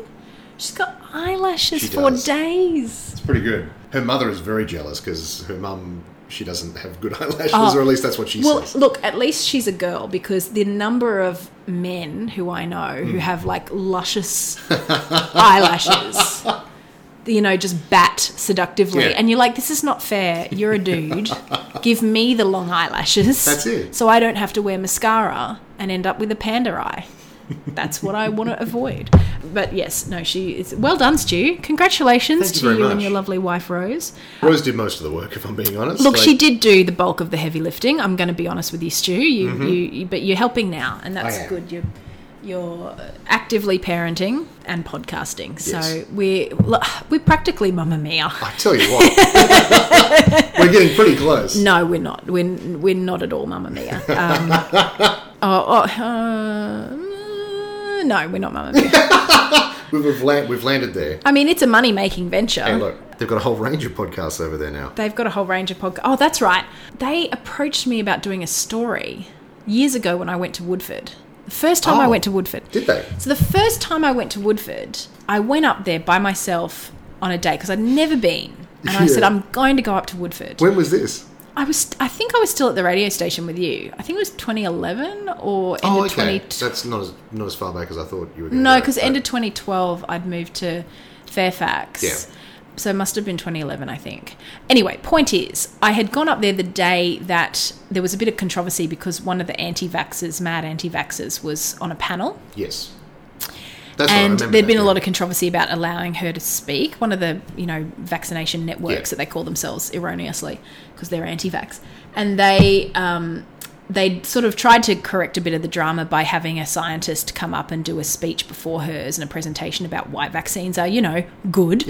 Speaker 1: She's got eyelashes
Speaker 2: She
Speaker 1: for
Speaker 2: does.
Speaker 1: days.
Speaker 2: It's pretty good. Her mother is very jealous because her mum she doesn't have good eyelashes,
Speaker 1: Oh.
Speaker 2: or at least that's what she
Speaker 1: Well,
Speaker 2: says.
Speaker 1: look, at least she's a girl because the number of
Speaker 2: Hmm.
Speaker 1: men who I know who have like luscious eyelashes. you know, just bat seductively.
Speaker 2: Yeah.
Speaker 1: And you're like, this is not fair. You're a dude. Give me the long eyelashes.
Speaker 2: That's it.
Speaker 1: So I don't have to wear mascara and end up with a panda eye. That's what I want to avoid. But yes, no, she is. Well done, Stu. Congratulations
Speaker 2: Thank you
Speaker 1: to
Speaker 2: very
Speaker 1: you and
Speaker 2: much.
Speaker 1: your lovely wife, Rose.
Speaker 2: Rose did most of the work, if I'm being honest.
Speaker 1: Look,
Speaker 2: Like,
Speaker 1: she did do the bulk of the heavy lifting. I'm going to be honest with you, Stu. You, you, you but you're helping now, and that's
Speaker 2: Mm-hmm. am.
Speaker 1: good. You're you're actively parenting and podcasting.
Speaker 2: Yes.
Speaker 1: So we're look, we're practically Mamma Mia.
Speaker 2: I tell you what, we're getting pretty close.
Speaker 1: No, we're not. We're we're not at all Mamma Mia. Um, oh, oh, uh, no, we're not Mamma Mia.
Speaker 2: We've, we've, land, we've landed there.
Speaker 1: I mean, it's a money making venture.
Speaker 2: Hey, look, they've got a whole range of podcasts over there now.
Speaker 1: They've got a whole range of podcasts. Oh, that's right. They approached me about doing a story years ago when I went to Woodford. The first time I
Speaker 2: Oh.
Speaker 1: went to Woodford.
Speaker 2: Did they?
Speaker 1: So the first time I went to Woodford, I went up there by myself on a day because I'd never been. And I
Speaker 2: Yeah.
Speaker 1: said, I'm going to go up to Woodford.
Speaker 2: When was this?
Speaker 1: I was, I think I was still at the radio station with you. I think it was 2011 or end
Speaker 2: Oh,
Speaker 1: of
Speaker 2: okay.
Speaker 1: 2012.
Speaker 2: That's not as, not as far back as I thought you were going
Speaker 1: No, because end of 2012, I'd moved to Fairfax.
Speaker 2: Yeah.
Speaker 1: So it must have been 2011, I think. Anyway, point is, I had gone up there the day that there was a bit of controversy because one of the anti vaxxers, mad anti vaxxers, was on a panel.
Speaker 2: Yes.
Speaker 1: and
Speaker 2: That's right, I remember
Speaker 1: there'd
Speaker 2: that,
Speaker 1: been a
Speaker 2: yeah.
Speaker 1: lot of controversy about allowing her to speak, one of the, you know, vaccination networks
Speaker 2: Yeah.
Speaker 1: that they call themselves erroneously because they're anti vax. And they, um, they sort of tried to correct a bit of the drama by having a scientist come up and do a speech before hers and a presentation about why vaccines are, you know, good,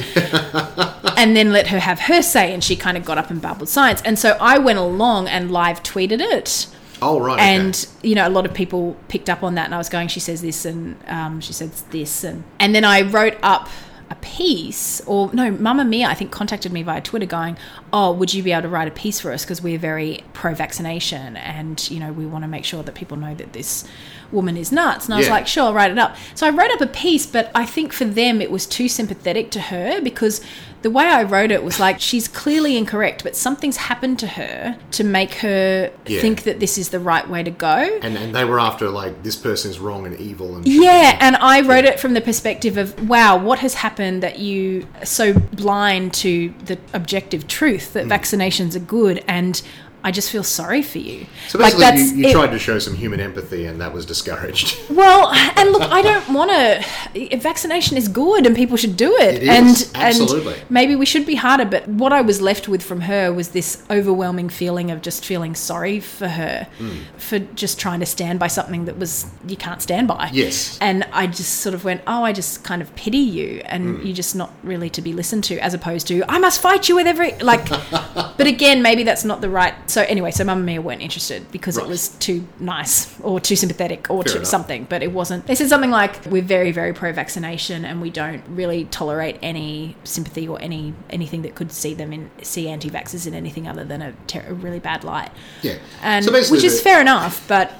Speaker 1: and then let her have her say. And she kind of got up and babbled science. And so I went along and live tweeted it
Speaker 2: Oh, right. okay.
Speaker 1: and you know a lot of people picked up on that and i was going she says this and um, she says this and and then i wrote up a piece or no mama mia i think contacted me via twitter going oh would you be able to write a piece for us because we're very pro-vaccination and you know we want to make sure that people know that this woman is nuts and i was
Speaker 2: Yeah.
Speaker 1: like sure I'll write it up so i wrote up a piece but i think for them it was too sympathetic to her because the way i wrote it was like she's clearly incorrect but something's happened to her to make her
Speaker 2: Yeah.
Speaker 1: think that this is the right way to go.
Speaker 2: and and they were after like this person is wrong and evil and
Speaker 1: Yeah, and I wrote it from the perspective of, wow, what has happened that you are so blind to the objective truth
Speaker 2: Hmm.
Speaker 1: that vaccinations are good and I just feel sorry for you.
Speaker 2: So basically, you, you
Speaker 1: it-
Speaker 2: tried to show some human empathy, and that was discouraged.
Speaker 1: Well, and look, I don't want to. Vaccination is good, and people should do it.
Speaker 2: It
Speaker 1: and
Speaker 2: is, absolutely.
Speaker 1: and maybe we should be harder. But what I was left with from her was this overwhelming feeling of just feeling sorry for her
Speaker 2: Hmm.
Speaker 1: for just trying to stand by something that was you can't stand by.
Speaker 2: Yes.
Speaker 1: And I just sort of went, oh, I just kind of pity you,
Speaker 2: Hmm.
Speaker 1: and you're just not really to be listened to, as opposed to I must fight you with every like. but again, maybe that's not the right. So anyway, so Mamma Mia weren't interested because it
Speaker 2: Right.
Speaker 1: was too nice or too sympathetic or
Speaker 2: Fair
Speaker 1: too
Speaker 2: enough.
Speaker 1: something, but it wasn't. They said something like, "We're very, very pro-vaccination, and we don't really tolerate any sympathy or any anything that could see them in see anti-vaxxers in anything other than a, ter- a really bad light."
Speaker 2: yeah,
Speaker 1: And
Speaker 2: so basically,
Speaker 1: which is
Speaker 2: the-
Speaker 1: fair enough, but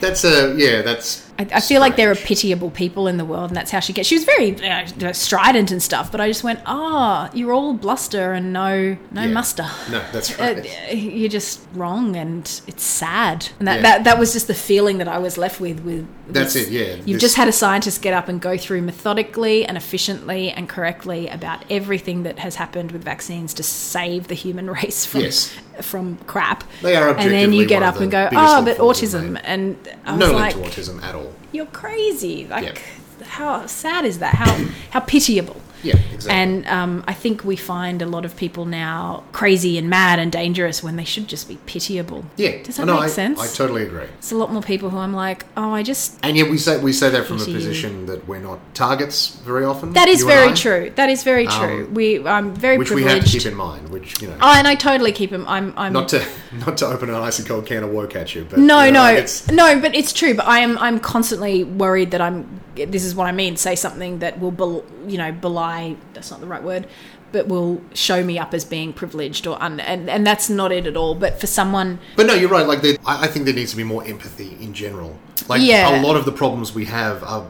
Speaker 2: That's a yeah. That's
Speaker 1: I, I feel like there are
Speaker 2: strange.
Speaker 1: pitiable people in the world, and that's how she gets. She was very uh, strident and stuff, but I just went, "Ah, you're all bluster and no no
Speaker 2: Yeah.
Speaker 1: muster."
Speaker 2: No, that's
Speaker 1: Uh,
Speaker 2: right.
Speaker 1: you're just wrong, and it's sad. And that,
Speaker 2: Yeah.
Speaker 1: that that was just the feeling that I was left with. With
Speaker 2: That's
Speaker 1: was-
Speaker 2: it, yeah.
Speaker 1: you've
Speaker 2: This-
Speaker 1: just had a scientist get up and go through methodically and efficiently and correctly about everything that has happened with vaccines to save the human race from
Speaker 2: Yes.
Speaker 1: from crap.
Speaker 2: They are
Speaker 1: and then you
Speaker 2: objectively
Speaker 1: get
Speaker 2: one
Speaker 1: up
Speaker 2: of
Speaker 1: and
Speaker 2: the
Speaker 1: go,
Speaker 2: biggest
Speaker 1: oh, but
Speaker 2: pitfalls we've
Speaker 1: autism,
Speaker 2: made."
Speaker 1: and I was
Speaker 2: no
Speaker 1: like,
Speaker 2: link to autism at all.
Speaker 1: you're crazy. Like,
Speaker 2: Yeah.
Speaker 1: how sad is that? How how pitiable.
Speaker 2: Yeah, exactly.
Speaker 1: And um, I think we find a lot of people now crazy and mad and dangerous when they should just be pitiable.
Speaker 2: yeah,
Speaker 1: Does that
Speaker 2: no,
Speaker 1: make
Speaker 2: I,
Speaker 1: sense?
Speaker 2: I totally agree.
Speaker 1: There's a lot more people who I'm like, oh, I just.
Speaker 2: And yet we say we say that from a
Speaker 1: Pity you.
Speaker 2: position that we're not targets very often.
Speaker 1: That is
Speaker 2: you and
Speaker 1: very
Speaker 2: I,
Speaker 1: true. That is very true. we, I'm very
Speaker 2: Which we
Speaker 1: privileged.
Speaker 2: have to keep in mind. Which you know,
Speaker 1: oh, and I totally keep them. I'm. I'm
Speaker 2: not to not to open an icy cold can of woke at you. But
Speaker 1: No,
Speaker 2: you know,
Speaker 1: no,
Speaker 2: like, it's-
Speaker 1: no, but it's true. But I am I'm constantly worried that I'm. This is what I mean. Say something that will, bel- you know, belie. That's not the right word, but will show me up as being privileged or un. And, and that's not it at all. But for someone,
Speaker 2: But no, you're right. Like, there, I, I think there needs to be more empathy in general. Like,
Speaker 1: Yeah.
Speaker 2: a lot of the problems we have are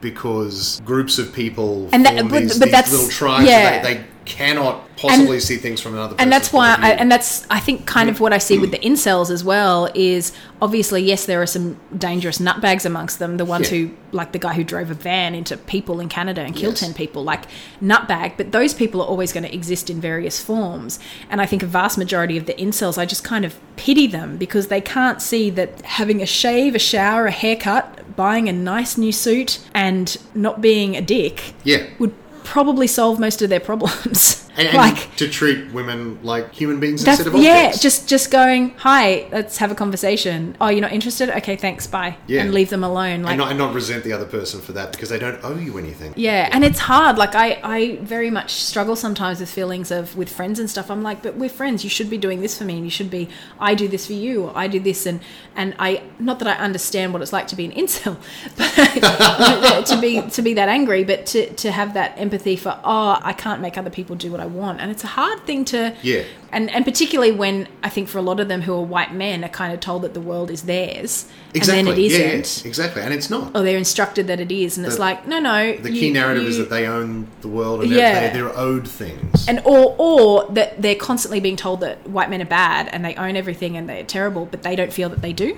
Speaker 2: because groups of people
Speaker 1: And that-
Speaker 2: form
Speaker 1: but-
Speaker 2: these,
Speaker 1: but
Speaker 2: these
Speaker 1: that's-
Speaker 2: little tribes.
Speaker 1: yeah.
Speaker 2: and They, they cannot possibly see things from another.
Speaker 1: and that's
Speaker 2: person's point
Speaker 1: why I,
Speaker 2: of view.
Speaker 1: and that's i think kind of what i see with the incels as well is obviously yes there are some dangerous nutbags amongst them the ones
Speaker 2: Yeah.
Speaker 1: who like the guy who drove a van into people in canada and killed 10
Speaker 2: Yes.
Speaker 1: people like nutbag but those people are always going to exist in various forms and i think a vast majority of the incels i just kind of pity them because they can't see that having a shave a shower a haircut buying a nice new suit and not being a dick
Speaker 2: yeah,
Speaker 1: would probably solve most of their problems
Speaker 2: and, and
Speaker 1: like
Speaker 2: to treat women like human beings
Speaker 1: that's,
Speaker 2: instead of
Speaker 1: yeah,
Speaker 2: objects.
Speaker 1: just just going. Hi, let's have a conversation. Oh, you're not interested? Okay, thanks. Bye.
Speaker 2: Yeah.
Speaker 1: and leave them alone. Like,
Speaker 2: and not, and not resent the other person for that because they don't owe you anything.
Speaker 1: yeah, and it's hard. Like, I I very much struggle sometimes with feelings of with friends and stuff. I'm like, but we're friends. You should be doing this for me, and you should be. I do this for you, or I do this, and and I not that I understand what it's like to be an incel, but to be to be that angry, but to to have that empathy for oh, I can't make other people do what I want, and it's a hard thing to
Speaker 2: Yeah.
Speaker 1: and and particularly when I think for a lot of them who are white men are kind of told that the world is theirs
Speaker 2: Exactly.
Speaker 1: and then it
Speaker 2: yeah, yeah,
Speaker 1: isn't,
Speaker 2: exactly. And it's not.
Speaker 1: or they're instructed that it is, and it's
Speaker 2: The-
Speaker 1: like no, no.
Speaker 2: The
Speaker 1: you-
Speaker 2: key narrative is
Speaker 1: you-
Speaker 2: that they own the world and
Speaker 1: Yeah.
Speaker 2: they're, they, they're owed things.
Speaker 1: and or or that they're constantly being told that white men are bad and they own everything and they're terrible, but they don't feel that they do.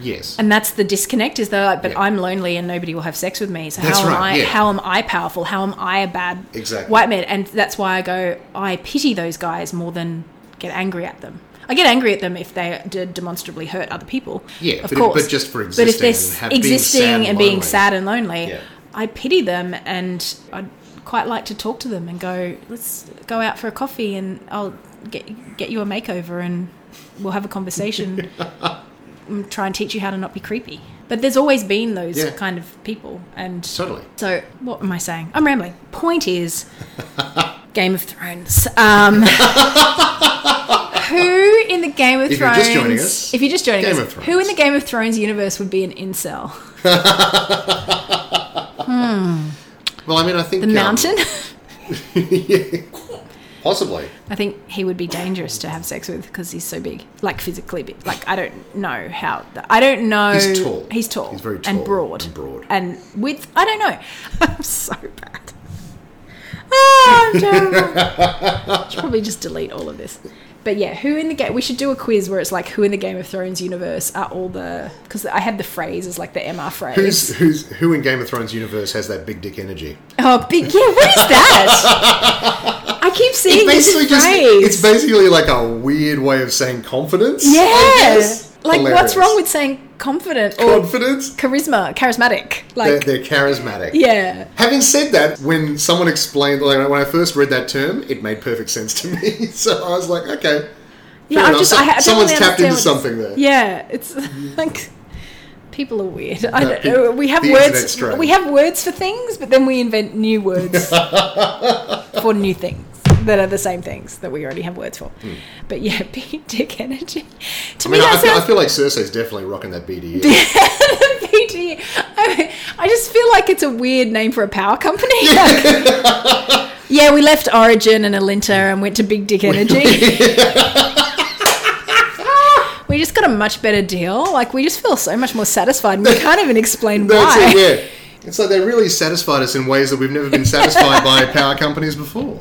Speaker 2: yes.
Speaker 1: And that's the disconnect is they're like, but
Speaker 2: Yeah.
Speaker 1: I'm lonely and nobody will have sex with me. So
Speaker 2: That's
Speaker 1: how am
Speaker 2: right,
Speaker 1: I?
Speaker 2: yeah.
Speaker 1: How am I powerful? How am I a bad
Speaker 2: Exactly.
Speaker 1: white man? And that's why I go, I pity those guys more than get angry at them. I get angry at them if they d- demonstrably hurt other people.
Speaker 2: Yeah,
Speaker 1: of
Speaker 2: but-
Speaker 1: course.
Speaker 2: but just for
Speaker 1: But if
Speaker 2: existing
Speaker 1: they're
Speaker 2: and
Speaker 1: s-
Speaker 2: have- being
Speaker 1: existing
Speaker 2: sad and
Speaker 1: and being
Speaker 2: lonely.
Speaker 1: sad and lonely,
Speaker 2: Yeah.
Speaker 1: I pity them, and I'd quite like to talk to them and go, let's go out for a coffee, and I'll get get you a makeover, and we'll have a conversation and try and teach you how to not be creepy. But there's always been those
Speaker 2: Yeah.
Speaker 1: kind of people. And so,
Speaker 2: totally.
Speaker 1: what am I saying? I'm rambling. Point is Game of Thrones. Um, who in the Game of
Speaker 2: If you're
Speaker 1: Thrones.
Speaker 2: just joining us,
Speaker 1: if you're just joining
Speaker 2: Game
Speaker 1: us,
Speaker 2: of Thrones.
Speaker 1: who in the Game of Thrones universe would be an incel?
Speaker 2: Well, I mean, I think
Speaker 1: The
Speaker 2: um,
Speaker 1: mountain?
Speaker 2: yeah. Possibly.
Speaker 1: I think he would be dangerous to have sex with because he's so big, like physically big. Like I don't know how. th- I don't know.
Speaker 2: He's tall.
Speaker 1: He's tall.
Speaker 2: He's very
Speaker 1: and
Speaker 2: tall
Speaker 1: broad
Speaker 2: and broad.
Speaker 1: and width. I don't know. I'm so bad. Oh, I'm terrible. Should probably just delete all of this. But yeah, who in the game? We should do a quiz where it's like who in the Game of Thrones universe are all the because I had the phrase as like the MR phrase.
Speaker 2: Who's, who's who in Game of Thrones universe has that big dick energy?
Speaker 1: oh, big yeah. What is that? I keep seeing this
Speaker 2: Basically,
Speaker 1: phrase.
Speaker 2: just it's basically like a weird way of saying confidence. I
Speaker 1: Yeah.
Speaker 2: guess.
Speaker 1: Like, what's
Speaker 2: Hilarious.
Speaker 1: wrong with saying confident or
Speaker 2: confidence?
Speaker 1: charisma, charismatic?
Speaker 2: They're,
Speaker 1: Like,
Speaker 2: they're charismatic.
Speaker 1: yeah.
Speaker 2: Having said that, when someone explained, like when I first read that term, it made perfect sense to me. So I was like, okay,
Speaker 1: Yeah,
Speaker 2: enough.
Speaker 1: I'm just,
Speaker 2: So-
Speaker 1: I, ha- I don't
Speaker 2: someone's
Speaker 1: really
Speaker 2: tapped into
Speaker 1: understand what
Speaker 2: something
Speaker 1: it's-
Speaker 2: there.
Speaker 1: Yeah, it's like people are weird. I
Speaker 2: No,
Speaker 1: don't,
Speaker 2: peop-
Speaker 1: uh, we have
Speaker 2: the internet's
Speaker 1: words.
Speaker 2: strange.
Speaker 1: We have words for things, but then we invent new words for new things that are the same things that we already have words for. But yeah, big dick energy. To
Speaker 2: Hmm. I mean,
Speaker 1: me,
Speaker 2: I,
Speaker 1: that
Speaker 2: I, feel,
Speaker 1: sounds
Speaker 2: I feel like Cersei's definitely rocking that E. BDE.
Speaker 1: PG. I, I just feel like it's a weird name for a power company. Like, yeah, we left Origin and Alinta and went to Big Dick Energy. we just got a much better deal. Like we just feel so much more satisfied. and We can't even explain
Speaker 2: That's
Speaker 1: why.
Speaker 2: it, yeah. It's like they really satisfied us in ways that we've never been satisfied by power companies before.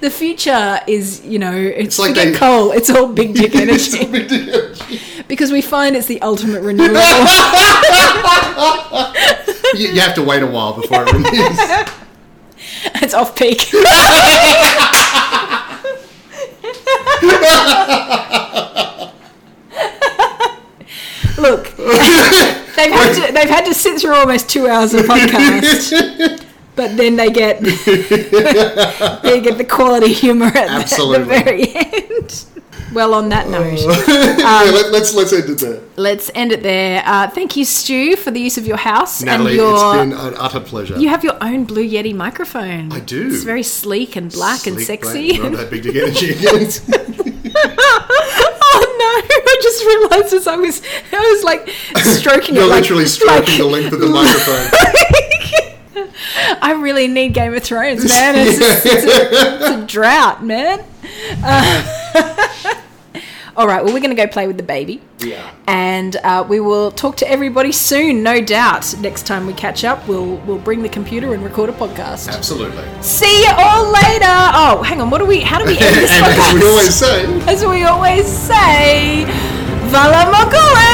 Speaker 1: The future is, you know, it's,
Speaker 2: like
Speaker 1: like forget
Speaker 2: they-
Speaker 1: coal. It's all Big Dick
Speaker 2: It's
Speaker 1: Energy
Speaker 2: a big deal.
Speaker 1: because we find it's the ultimate renewable.
Speaker 2: you, you have to wait a while before it renews.
Speaker 1: It's off peak. Look, they've had to they've had to sit through almost two hours of podcast, but then they get they get the quality humor at the-
Speaker 2: Absolutely. Oh.
Speaker 1: the very end. Well, on that note.
Speaker 2: yeah,
Speaker 1: Um,
Speaker 2: let, us let's end it there.
Speaker 1: Let's end it there. Uh, thank you, Stu, for the use of your house
Speaker 2: Natalie,
Speaker 1: and your.
Speaker 2: it's been an utter pleasure.
Speaker 1: you have your own Blue Yeti microphone.
Speaker 2: I do.
Speaker 1: It's very sleek and black and
Speaker 2: Sleek,
Speaker 1: sexy.
Speaker 2: black, not that big dick energy again.
Speaker 1: oh no! I just realised as I was, I was like stroking
Speaker 2: You're
Speaker 1: it. like-
Speaker 2: literally stroking the length of the microphone.
Speaker 1: I really need Game of Thrones, man. It's, it's, a, it's a drought, man. Uh, All right, well, we're going to go play with the baby.
Speaker 2: We are.
Speaker 1: And uh, we will talk to everybody soon, no doubt. Next time we catch up, we'll we'll bring the computer and record a podcast.
Speaker 2: Absolutely.
Speaker 1: See you all later. Oh, hang on. What do we? How do we end this
Speaker 2: and
Speaker 1: podcast?
Speaker 2: as we always say,
Speaker 1: as we always say, Valamokulen!